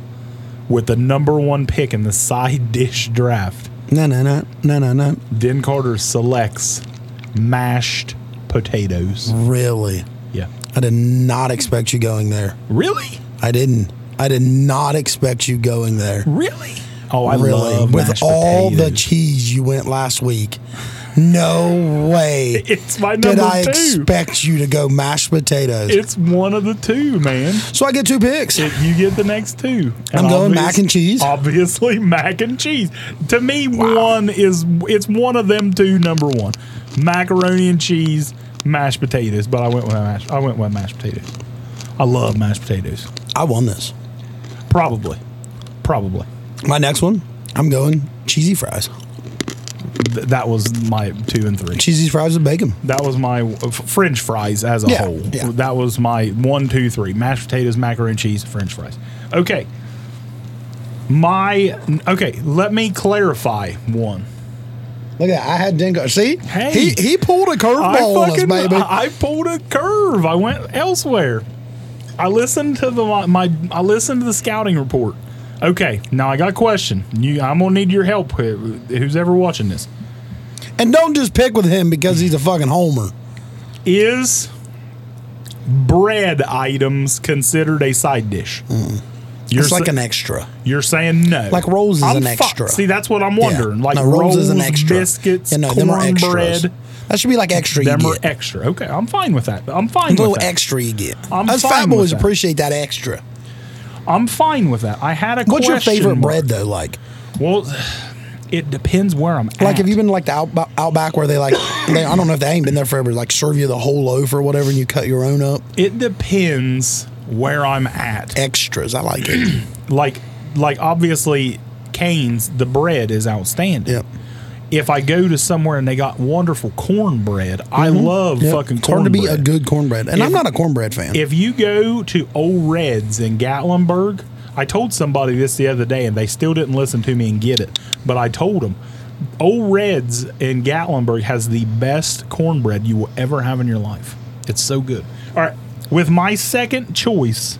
Speaker 1: with the number one pick in the side dish draft.
Speaker 2: no no no no no no
Speaker 1: Den Carter selects mashed potatoes.
Speaker 2: really.
Speaker 1: Yeah.
Speaker 2: I did not expect you going there.
Speaker 1: Really?
Speaker 2: I didn't. I did not expect you going there.
Speaker 1: Really? Oh, I
Speaker 2: really,
Speaker 1: love
Speaker 2: with
Speaker 1: mashed
Speaker 2: all the
Speaker 1: potatoes.
Speaker 2: cheese you went last week. No way
Speaker 1: It's my number
Speaker 2: did I
Speaker 1: two.
Speaker 2: expect you to go mashed potatoes.
Speaker 1: it's one of the two, man.
Speaker 2: so I get two picks.
Speaker 1: It- you get the next two.
Speaker 2: I'm going mac and cheese.
Speaker 1: Obviously, mac and cheese. To me, one is it's one of them two. Number one, macaroni and cheese, mashed potatoes. But I went with mashed. I went with mashed potatoes. I love mashed potatoes.
Speaker 2: I won this.
Speaker 1: Probably, probably.
Speaker 2: My next one, I'm going cheesy fries.
Speaker 1: Th- that was my two and three.
Speaker 2: Cheesy fries with bacon.
Speaker 1: That was my f- French fries as a
Speaker 2: Yeah,
Speaker 1: whole.
Speaker 2: yeah.
Speaker 1: That was my one, two, three: mashed potatoes, macaroni and cheese, French fries. Okay. My okay. Let me clarify one.
Speaker 2: Look at that. I had Dingo. See,
Speaker 1: Hey.
Speaker 2: he he pulled a curveball on us, baby.
Speaker 1: I I pulled a curve. I went elsewhere. I listened to the my, my I listened to the scouting report. Okay, now I got a question. You, I'm gonna need your help. who- Who's ever watching this?
Speaker 2: and don't just pick with him because he's a fucking homer.
Speaker 1: Is bread items considered a side dish? You're
Speaker 2: It's like
Speaker 1: sa-
Speaker 2: an extra.
Speaker 1: you're saying no.
Speaker 2: Like rolls is
Speaker 1: I'm
Speaker 2: an
Speaker 1: fucked.
Speaker 2: extra.
Speaker 1: See, that's what I'm wondering. Like
Speaker 2: No,
Speaker 1: rolls,
Speaker 2: is an extra.
Speaker 1: biscuits,
Speaker 2: Yeah, no, them are extras.
Speaker 1: cornbread.
Speaker 2: That should be like extra.
Speaker 1: Them
Speaker 2: you
Speaker 1: are
Speaker 2: get.
Speaker 1: extra. Okay, I'm fine with that. I'm fine
Speaker 2: a little
Speaker 1: with that.
Speaker 2: extra you get.
Speaker 1: I'm
Speaker 2: Us
Speaker 1: fine
Speaker 2: fat
Speaker 1: with
Speaker 2: boys
Speaker 1: that.
Speaker 2: appreciate that extra.
Speaker 1: I'm fine with that. I had a
Speaker 2: What's your
Speaker 1: question
Speaker 2: favorite
Speaker 1: mark.
Speaker 2: bread though? Like,
Speaker 1: Well, it depends where I'm at.
Speaker 2: like have you been like the out, outback where they like they, I don't know if they ain't been there forever. Like serve you the whole loaf or whatever, and you cut your own up.
Speaker 1: It depends where I'm at.
Speaker 2: Eh. Extras, I like it.
Speaker 1: Like, like obviously, Cane's the bread is outstanding.
Speaker 2: Yep.
Speaker 1: If I go to somewhere and they got wonderful cornbread, I love
Speaker 2: Mm-hmm. Yep.
Speaker 1: fucking
Speaker 2: It's hard to
Speaker 1: cornbread.
Speaker 2: be a good cornbread, and I'm
Speaker 1: If-
Speaker 2: not a cornbread fan.
Speaker 1: If you go to Old Reds in Gatlinburg, I told somebody this the other day and they still didn't listen to me and get it. But I told them Old Reds in Gatlinburg has the best cornbread you will ever have in your life. It's so good. All right, with my second choice,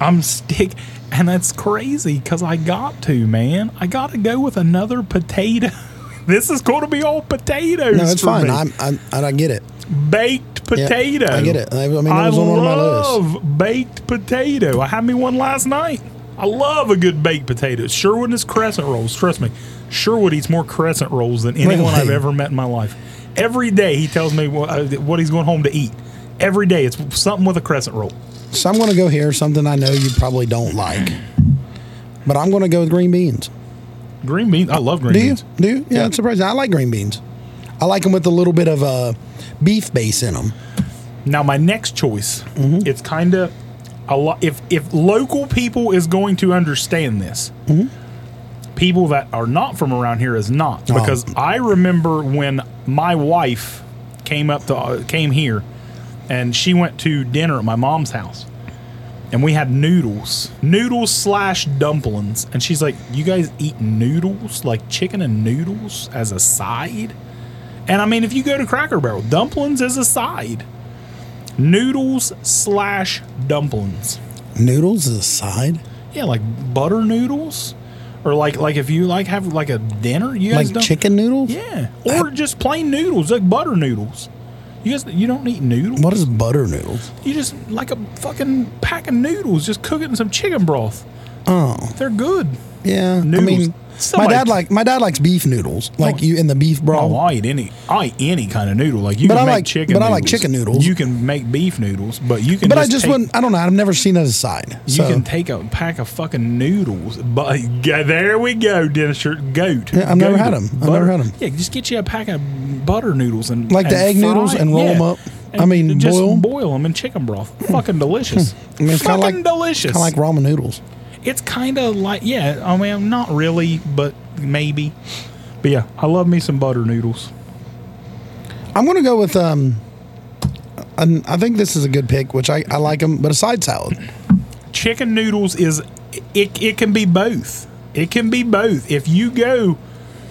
Speaker 1: I'm stick, and that's crazy because I got to man. I got to go with another potato. this is going to be all potatoes.
Speaker 2: No, it's
Speaker 1: for
Speaker 2: fine.
Speaker 1: me.
Speaker 2: I'm, I'm, I don't get it.
Speaker 1: baked potato.
Speaker 2: I get it. I- I mean, it was on one of my
Speaker 1: love baked potato. I had me one last night. I love a good baked potato. Sherwood and his crescent rolls. Trust me, Sherwood eats more crescent rolls than anyone I've
Speaker 2: Really?
Speaker 1: ever met in my life. Every day he tells me what, uh, what he's going home to eat. Every day it's something with a crescent roll.
Speaker 2: So I'm going to go here, something I know you probably don't like, but I'm going to go with green beans.
Speaker 1: Green beans. I love green
Speaker 2: Do you?
Speaker 1: beans.
Speaker 2: Do you? Yeah, it's surprising. I like green beans. I like them with a little bit of uh, beef base in them.
Speaker 1: Now my next choice, it's kind of a lot. If if local people is going to understand this, people that are not from around here is not
Speaker 2: Oh.
Speaker 1: because I remember when my wife came up to uh, came here, and she went to dinner at my mom's house, and we had noodles, noodles slash dumplings, and she's like, "You guys eat noodles like chicken and noodles as a side." And I mean, if you go to Cracker Barrel, dumplings is a side noodles slash dumplings.
Speaker 2: Noodles is a side,
Speaker 1: Yeah, like butter noodles, or like like if you like have like a dinner, you guys
Speaker 2: like
Speaker 1: don't,
Speaker 2: chicken noodles.
Speaker 1: Yeah, or just plain noodles, like butter noodles. You guys, you don't eat noodles.
Speaker 2: What is butter noodles?
Speaker 1: You just like a fucking pack of noodles, just cook it in some chicken broth.
Speaker 2: Oh,
Speaker 1: They're good.
Speaker 2: yeah.
Speaker 1: Noodles.
Speaker 2: I mean,
Speaker 1: Somebody-
Speaker 2: my dad like my dad likes beef noodles, like you in the beef broth.
Speaker 1: Oh, I eat any, I eat any kind of noodle. Like you
Speaker 2: But
Speaker 1: can
Speaker 2: I
Speaker 1: make
Speaker 2: like-
Speaker 1: chicken.
Speaker 2: but I
Speaker 1: noodles.
Speaker 2: like chicken noodles.
Speaker 1: You can make beef noodles, but you can.
Speaker 2: but I just
Speaker 1: take-
Speaker 2: wouldn't. I don't know. I've never seen it as a side.
Speaker 1: You
Speaker 2: so-
Speaker 1: can take a pack of fucking noodles, but yeah, there we go, Dennis. Your goat.
Speaker 2: Yeah, I've never
Speaker 1: Goat.
Speaker 2: had 'em. I've
Speaker 1: Butter-
Speaker 2: never had 'em.
Speaker 1: Yeah, just get you a pack of butter noodles and
Speaker 2: Like the
Speaker 1: and
Speaker 2: egg noodles and roll 'em up? I mean,
Speaker 1: just
Speaker 2: boil 'em?
Speaker 1: them in chicken broth. Fucking delicious.
Speaker 2: I mean, it's kind
Speaker 1: fucking
Speaker 2: of like
Speaker 1: delicious.
Speaker 2: Kind of like ramen noodles.
Speaker 1: it's kind of like yeah. I mean, not really, but maybe. But yeah, I love me some butter noodles.
Speaker 2: I'm gonna go with um. An, I think this is a good pick, which I, I like them, but a side salad.
Speaker 1: chicken noodles is it, it can be both it can be both if you go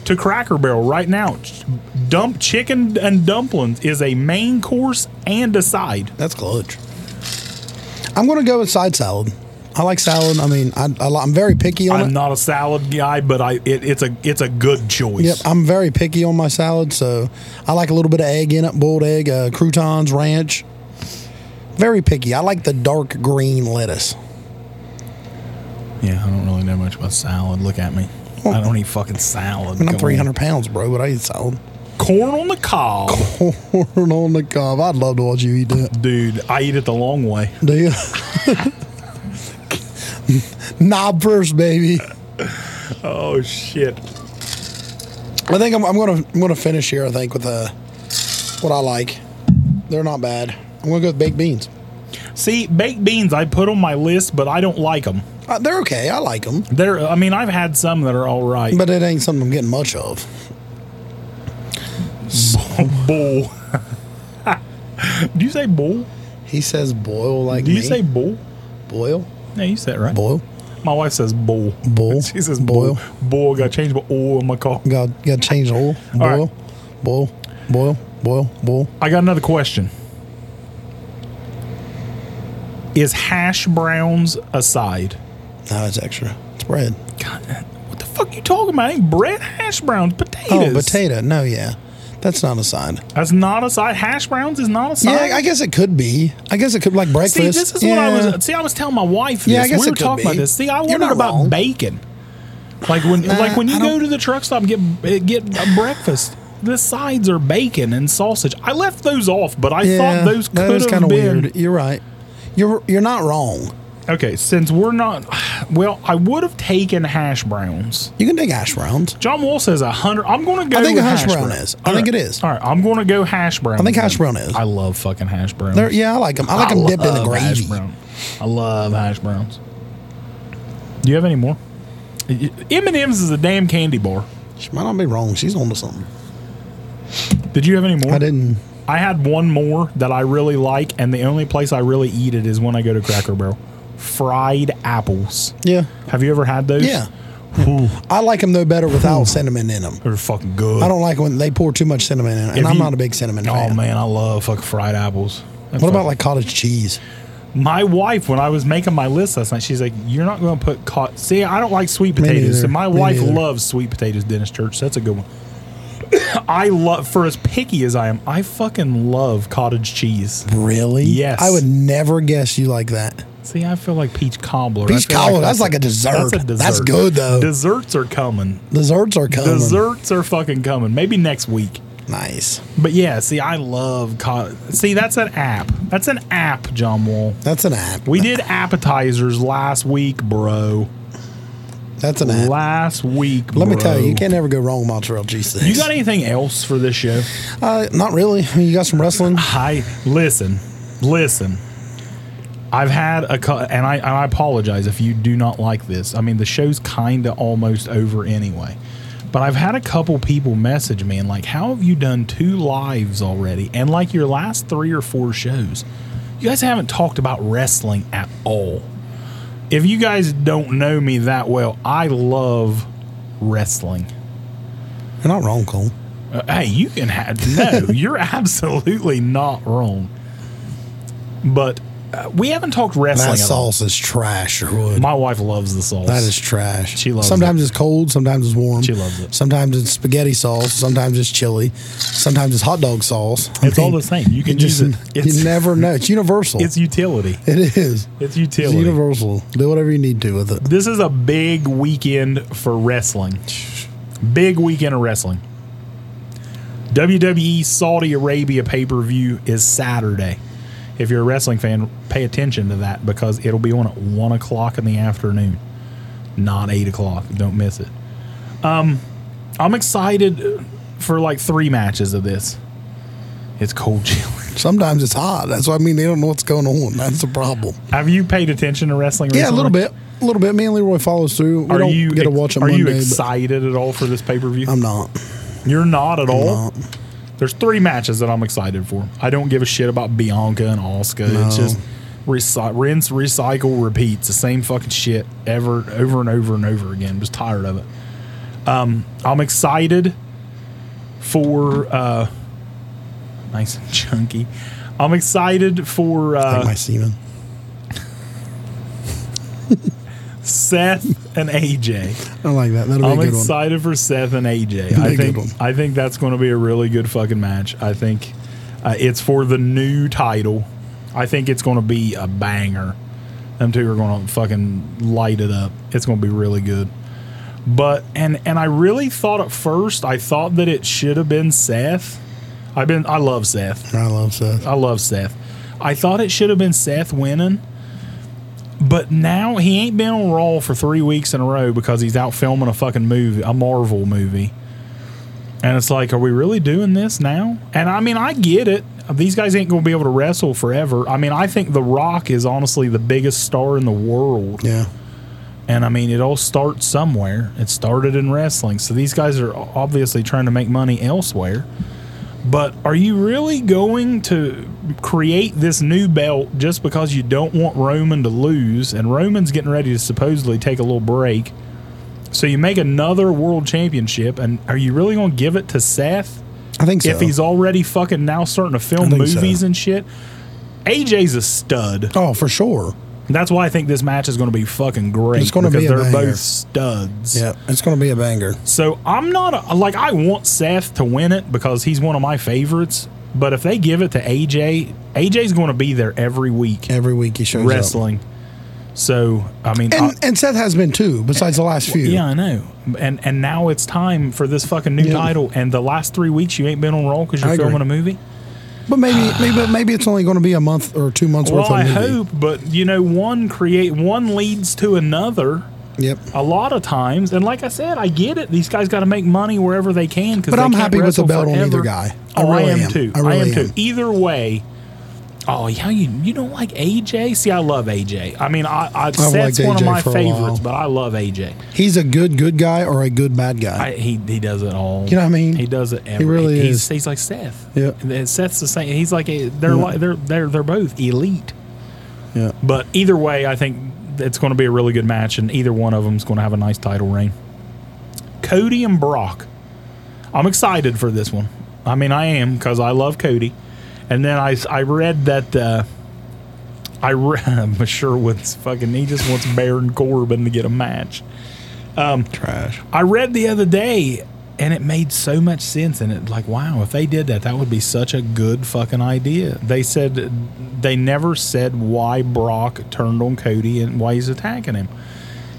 Speaker 1: to cracker barrel right now ch- dump chicken and dumplings is a main course and a side
Speaker 2: That's clutch. I'm gonna go with side salad. I like salad. I mean, I, I, li- I'm very picky on it.
Speaker 1: i'm not a salad guy but i it, it's a it's a good choice
Speaker 2: Yep, I'm very picky on my salad, so I like a little bit of egg in it, boiled egg, uh, croutons, ranch. Very picky. I like the dark green lettuce.
Speaker 1: yeah i don't really know much about salad look at me i don't eat fucking salad
Speaker 2: I mean,
Speaker 1: Go
Speaker 2: I'm
Speaker 1: on.
Speaker 2: 300 pounds, bro, but I eat salad.
Speaker 1: corn on the cob
Speaker 2: Corn on the cob. I'd love to watch you eat that.
Speaker 1: dude i eat it the long way
Speaker 2: Do you? Knob first, baby.
Speaker 1: oh shit
Speaker 2: I think I'm, I'm gonna I'm gonna finish here. I think with uh, what I like. They're not bad. I'm gonna go with baked beans.
Speaker 1: see baked beans i put on my list but i don't like them
Speaker 2: Uh, they're okay. I like them,
Speaker 1: they're i mean i've had some that are all right
Speaker 2: but it ain't something I'm getting much of.
Speaker 1: bull. Do you say bull?
Speaker 2: He says boil like
Speaker 1: Do you
Speaker 2: me.
Speaker 1: say bull?
Speaker 2: boil?
Speaker 1: Yeah, you said it right.
Speaker 2: Boil?
Speaker 1: My wife says bull.
Speaker 2: Bull.
Speaker 1: She says bull. Bull got changed by oil in my car.
Speaker 2: Got got to change the oil.
Speaker 1: All right.
Speaker 2: Boil, boil, boil, boil, boil.
Speaker 1: I got another question. Is hash browns aside?
Speaker 2: No, it's extra. It's bread.
Speaker 1: God, what the fuck you talking about? Ain't bread hash browns
Speaker 2: Oh,
Speaker 1: potatoes?
Speaker 2: potato. No, yeah, that's not a sign.
Speaker 1: That's not a side. Hash browns is not a side.
Speaker 2: Yeah, I guess it could be. I guess it could like breakfast.
Speaker 1: See, this is what I was. See, I was telling my wife.
Speaker 2: Yeah, I
Speaker 1: this.
Speaker 2: guess
Speaker 1: we
Speaker 2: it
Speaker 1: were
Speaker 2: could
Speaker 1: talking
Speaker 2: be.
Speaker 1: about this. See, I
Speaker 2: You're
Speaker 1: wondered
Speaker 2: not
Speaker 1: about
Speaker 2: wrong.
Speaker 1: bacon. Like when,
Speaker 2: Nah,
Speaker 1: like when you
Speaker 2: I
Speaker 1: go
Speaker 2: don't-
Speaker 1: to the truck stop and get uh, get a breakfast, the sides are bacon and sausage. I left those off, but I
Speaker 2: Yeah,
Speaker 1: thought those
Speaker 2: that
Speaker 1: could
Speaker 2: is
Speaker 1: have
Speaker 2: kinda
Speaker 1: been.
Speaker 2: weird. You're right. You're you're not wrong.
Speaker 1: Okay, since we're not, well, I would have taken hash browns.
Speaker 2: You can take hash browns.
Speaker 1: John Wall says a hundred. I'm going to go.
Speaker 2: I think
Speaker 1: with
Speaker 2: a hash brown
Speaker 1: browns.
Speaker 2: is. I
Speaker 1: All
Speaker 2: think
Speaker 1: right.
Speaker 2: it is.
Speaker 1: All right, I'm going to go hash browns.
Speaker 2: think hash
Speaker 1: then.
Speaker 2: brown is.
Speaker 1: I love fucking hash browns.
Speaker 2: They're, yeah, I like them. I like them dipped in the
Speaker 1: love hash
Speaker 2: gravy.
Speaker 1: brown. I love hash browns. Do you have any more? M and M's is a damn candy bar.
Speaker 2: She might not be wrong. She's onto something.
Speaker 1: Did you have any more?
Speaker 2: I didn't.
Speaker 1: I had one more that I really like, and the only place I really eat it is when I go to Cracker Barrel. Fried apples.
Speaker 2: Yeah.
Speaker 1: Have you ever had those?
Speaker 2: Yeah. I like them though better without cinnamon in them.
Speaker 1: They're fucking good.
Speaker 2: I don't like when they pour too much cinnamon in it, and
Speaker 1: If
Speaker 2: I'm
Speaker 1: you-
Speaker 2: not a big cinnamon
Speaker 1: Oh
Speaker 2: fan.
Speaker 1: man, I love fucking fried apples.
Speaker 2: What about like cottage cheese?
Speaker 1: my wife? When I was making my list last night, she's like, "You're not going to put cot." See, I don't like sweet potatoes,
Speaker 2: neither.
Speaker 1: and my
Speaker 2: Me
Speaker 1: wife
Speaker 2: neither.
Speaker 1: loves sweet potatoes. Dennis Church, that's a good one. I love for as picky as I am, I fucking love cottage cheese.
Speaker 2: Really?
Speaker 1: Yes.
Speaker 2: I would never guess you like that.
Speaker 1: See, I feel like peach cobbler. I
Speaker 2: Peach
Speaker 1: feel
Speaker 2: cobbler, that's like a dessert. That's good, though.
Speaker 1: Desserts are coming.
Speaker 2: Desserts are coming.
Speaker 1: Desserts are fucking coming. Maybe next week.
Speaker 2: Nice.
Speaker 1: But yeah, see, I love cottage. See, that's an app. That's an app, John Wall.
Speaker 2: That's an app.
Speaker 1: We did appetizers last week, bro.
Speaker 2: That's an app.
Speaker 1: Last week,
Speaker 2: Let me
Speaker 1: bro.
Speaker 2: tell you, you can't ever go wrong with mozzarella cheese sticks.
Speaker 1: You got anything else for this show?
Speaker 2: Uh, not really. I mean, you got some wrestling.
Speaker 1: I listen, listen. I've had a cou- and I and I apologize if you do not like this. I mean, the show's kind of almost over anyway. But I've had a couple people message me and like, "How have you done two lives already?" And like your last 3 or 4 shows, you guys haven't talked about wrestling at all. If you guys don't know me that well, I love wrestling.
Speaker 2: You're not wrong, Cole.
Speaker 1: Uh, hey, you can have no. you're absolutely not wrong. But uh, we haven't talked wrestling.
Speaker 2: That
Speaker 1: at all.
Speaker 2: sauce is trash, Sherwood.
Speaker 1: My wife loves the sauce.
Speaker 2: That is trash.
Speaker 1: She loves
Speaker 2: Sometimes it's cold, sometimes it's warm.
Speaker 1: She loves it.
Speaker 2: Sometimes it's spaghetti sauce, sometimes it's chili, sometimes it's hot dog sauce. I
Speaker 1: It's all
Speaker 2: mean,
Speaker 1: the same. You can use
Speaker 2: just,
Speaker 1: it. It's,
Speaker 2: you never know. It's universal.
Speaker 1: it's utility.
Speaker 2: it is.
Speaker 1: It's
Speaker 2: It's
Speaker 1: utility.
Speaker 2: universal. Do whatever you need to with it.
Speaker 1: this is a big weekend for wrestling. Big weekend of wrestling. WWE Saudi Arabia pay per view is Saturday. If you're a wrestling fan, pay attention to that because it'll be on at one o'clock in the afternoon, not eight o'clock. Don't miss it. Um, I'm excited for like three matches of this. It's cold chilling.
Speaker 2: Sometimes it's hot. That's what I mean. They don't know what's going on. That's the problem.
Speaker 1: Have you paid attention to wrestling?
Speaker 2: Yeah, a
Speaker 1: recently?
Speaker 2: little bit. A little bit. Me and Leroy follows through. We
Speaker 1: Are
Speaker 2: don't
Speaker 1: you
Speaker 2: get to
Speaker 1: ex-
Speaker 2: watch it
Speaker 1: Are
Speaker 2: Monday.
Speaker 1: you
Speaker 2: but
Speaker 1: excited at all for this pay per view?
Speaker 2: I'm not.
Speaker 1: You're not at all.
Speaker 2: not.
Speaker 1: There's three matches that I'm excited for. I don't give a shit about Bianca and Oscar. It's
Speaker 2: No.
Speaker 1: just recy- rinse, recycle, repeat. It's the same fucking shit ever, over and over and over again. Just tired of it. Um, I'm excited for uh, nice and chunky. I'm excited for
Speaker 2: Like my
Speaker 1: uh,
Speaker 2: semen.
Speaker 1: Seth and AJ.
Speaker 2: I don't like that. That'll be
Speaker 1: I'm
Speaker 2: a good one.
Speaker 1: excited for Seth and AJ.
Speaker 2: Be a
Speaker 1: I
Speaker 2: good
Speaker 1: think
Speaker 2: one.
Speaker 1: I think that's going to be a really good fucking match. I think uh, it's for the new title. I think it's going to be a banger. Them two are going to fucking light it up. It's going to be really good. But and and I really thought at first I thought that it should have been Seth. I've been I love Seth.
Speaker 2: I love Seth.
Speaker 1: I love Seth. I thought it should have been Seth winning, but now he ain't been on Raw for three weeks in a row because he's out filming a fucking movie, a Marvel movie. And it's like, are we really doing this now? And I mean, I get it. These guys ain't going to be able to wrestle forever. I mean, I think The Rock is honestly the biggest star in the world.
Speaker 2: Yeah.
Speaker 1: And I mean, it all starts somewhere. It started in wrestling. So these guys are obviously trying to make money elsewhere. But are you really going to create this new belt just because you don't want Roman to lose? And Roman's getting ready to supposedly take a little break. So you make another world championship. And are you really going to give it to Seth
Speaker 2: I think so.
Speaker 1: if he's already fucking now starting to film
Speaker 2: I think so.
Speaker 1: movies and shit? AJ's a stud.
Speaker 2: oh, for sure.
Speaker 1: That's why I think this match is going to be fucking great.
Speaker 2: It's gonna
Speaker 1: because
Speaker 2: be a
Speaker 1: they're
Speaker 2: banger.
Speaker 1: both studs.
Speaker 2: Yeah. It's going to be a banger.
Speaker 1: So I'm not a, like I want Seth to win it because he's one of my favorites. But if they give it to AJ, AJ's going to be there every week
Speaker 2: Every week he shows up.
Speaker 1: wrestling. So I mean, I-
Speaker 2: And, and Seth has been too, besides the last few.
Speaker 1: yeah, I know. And and now it's time for this fucking new
Speaker 2: Yeah.
Speaker 1: title. And the last three weeks you ain't been on roll because
Speaker 2: I
Speaker 1: you're
Speaker 2: agree.
Speaker 1: filming a movie.
Speaker 2: But maybe, maybe, maybe it's only going to be a month or two months worth
Speaker 1: Well,
Speaker 2: of
Speaker 1: I
Speaker 2: movie.
Speaker 1: hope, but you know, one create one leads to another.
Speaker 2: Yep.
Speaker 1: a lot of times. And like I said, I get it. These guys got to make money wherever they can. Cause
Speaker 2: But
Speaker 1: they
Speaker 2: I'm
Speaker 1: can't
Speaker 2: happy with the
Speaker 1: wrestle
Speaker 2: belt on
Speaker 1: forever.
Speaker 2: either guy. I
Speaker 1: oh,
Speaker 2: really
Speaker 1: I am,
Speaker 2: am.
Speaker 1: too.
Speaker 2: I
Speaker 1: I,
Speaker 2: really
Speaker 1: am too.
Speaker 2: am.
Speaker 1: Either way. Oh yeah, you you don't like AJ? See, I love AJ. I mean, I, I Seth's
Speaker 2: liked
Speaker 1: one of
Speaker 2: AJ
Speaker 1: my
Speaker 2: for a while.
Speaker 1: favorites, but I love AJ.
Speaker 2: He's a good good guy or a good bad guy.
Speaker 1: I, he he does it all.
Speaker 2: You know what I mean?
Speaker 1: He does it. Every,
Speaker 2: really
Speaker 1: he's,
Speaker 2: is.
Speaker 1: He's like Seth.
Speaker 2: Yeah.
Speaker 1: And Seth's the same. He's like a, they're like they're they're they're both elite.
Speaker 2: yeah.
Speaker 1: But either way, I think it's going to be a really good match, and either one of them is going to have a nice title reign. Cody and Brock. I'm excited for this one. I mean, I am because I love Cody. And then I, I read that uh, I re- Sherwood's fucking he just wants Baron Corbin to get a match.
Speaker 4: Trash.
Speaker 1: I read the other day, and it made so much sense. And it like, wow, if they did that, that would be such a good fucking idea. They said they never said why Brock turned on Cody and why he's attacking him.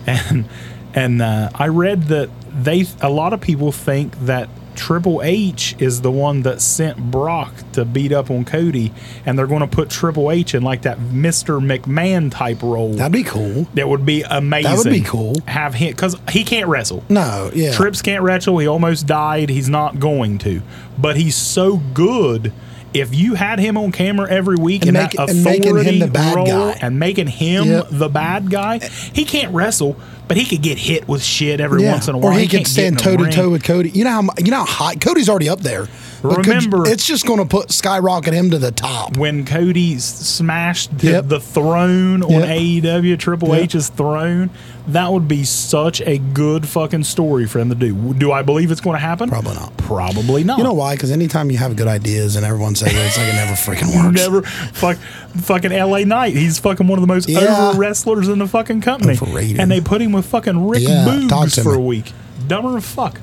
Speaker 1: And and uh, I read that they a lot of people think that Triple H is the one that sent Brock to beat up on Cody, and they're going to put Triple H in like that Mister McMahon type role.
Speaker 2: That'd be cool.
Speaker 1: That would be amazing.
Speaker 2: be cool.
Speaker 1: Have him because he can't wrestle.
Speaker 2: No, yeah.
Speaker 1: Trips can't wrestle. He almost died. He's not going to. But he's so good. If you had him on camera every week
Speaker 2: And
Speaker 1: in
Speaker 2: make-
Speaker 1: that
Speaker 2: and
Speaker 1: authority
Speaker 2: making him the bad
Speaker 1: role
Speaker 2: guy.
Speaker 1: and making him
Speaker 2: Yep.
Speaker 1: the bad guy, he can't wrestle, but he could get hit with shit every
Speaker 2: Yeah.
Speaker 1: once in a while.
Speaker 2: Or he,
Speaker 1: can't
Speaker 2: could
Speaker 1: get
Speaker 2: stand
Speaker 1: in
Speaker 2: toe
Speaker 1: the
Speaker 2: to toe
Speaker 1: ring.
Speaker 2: with Cody. You know how mu- you know how hot Cody's already up there. But could you-
Speaker 1: Remember-
Speaker 2: it's just going to put skyrocket him to the top.
Speaker 1: When Cody s- smashed the,
Speaker 2: Yep.
Speaker 1: the throne on
Speaker 2: Yep.
Speaker 1: AEW, Triple
Speaker 2: Yep.
Speaker 1: H's throne, that would be such a good fucking story for him to do. Do I believe it's going to happen?
Speaker 2: Probably not.
Speaker 1: Probably not.
Speaker 2: You know why? Because anytime you have good ideas and everyone says it, it's like it never freaking works.
Speaker 1: Never fuck, fucking LA Knight. He's fucking one of the most
Speaker 2: Yeah.
Speaker 1: over wrestlers in the fucking company.
Speaker 2: Overrated.
Speaker 1: And they put him with fucking Rick
Speaker 2: Yeah, talk
Speaker 1: Boogs
Speaker 2: to
Speaker 1: for
Speaker 2: me.
Speaker 1: a week. Dumber than fuck.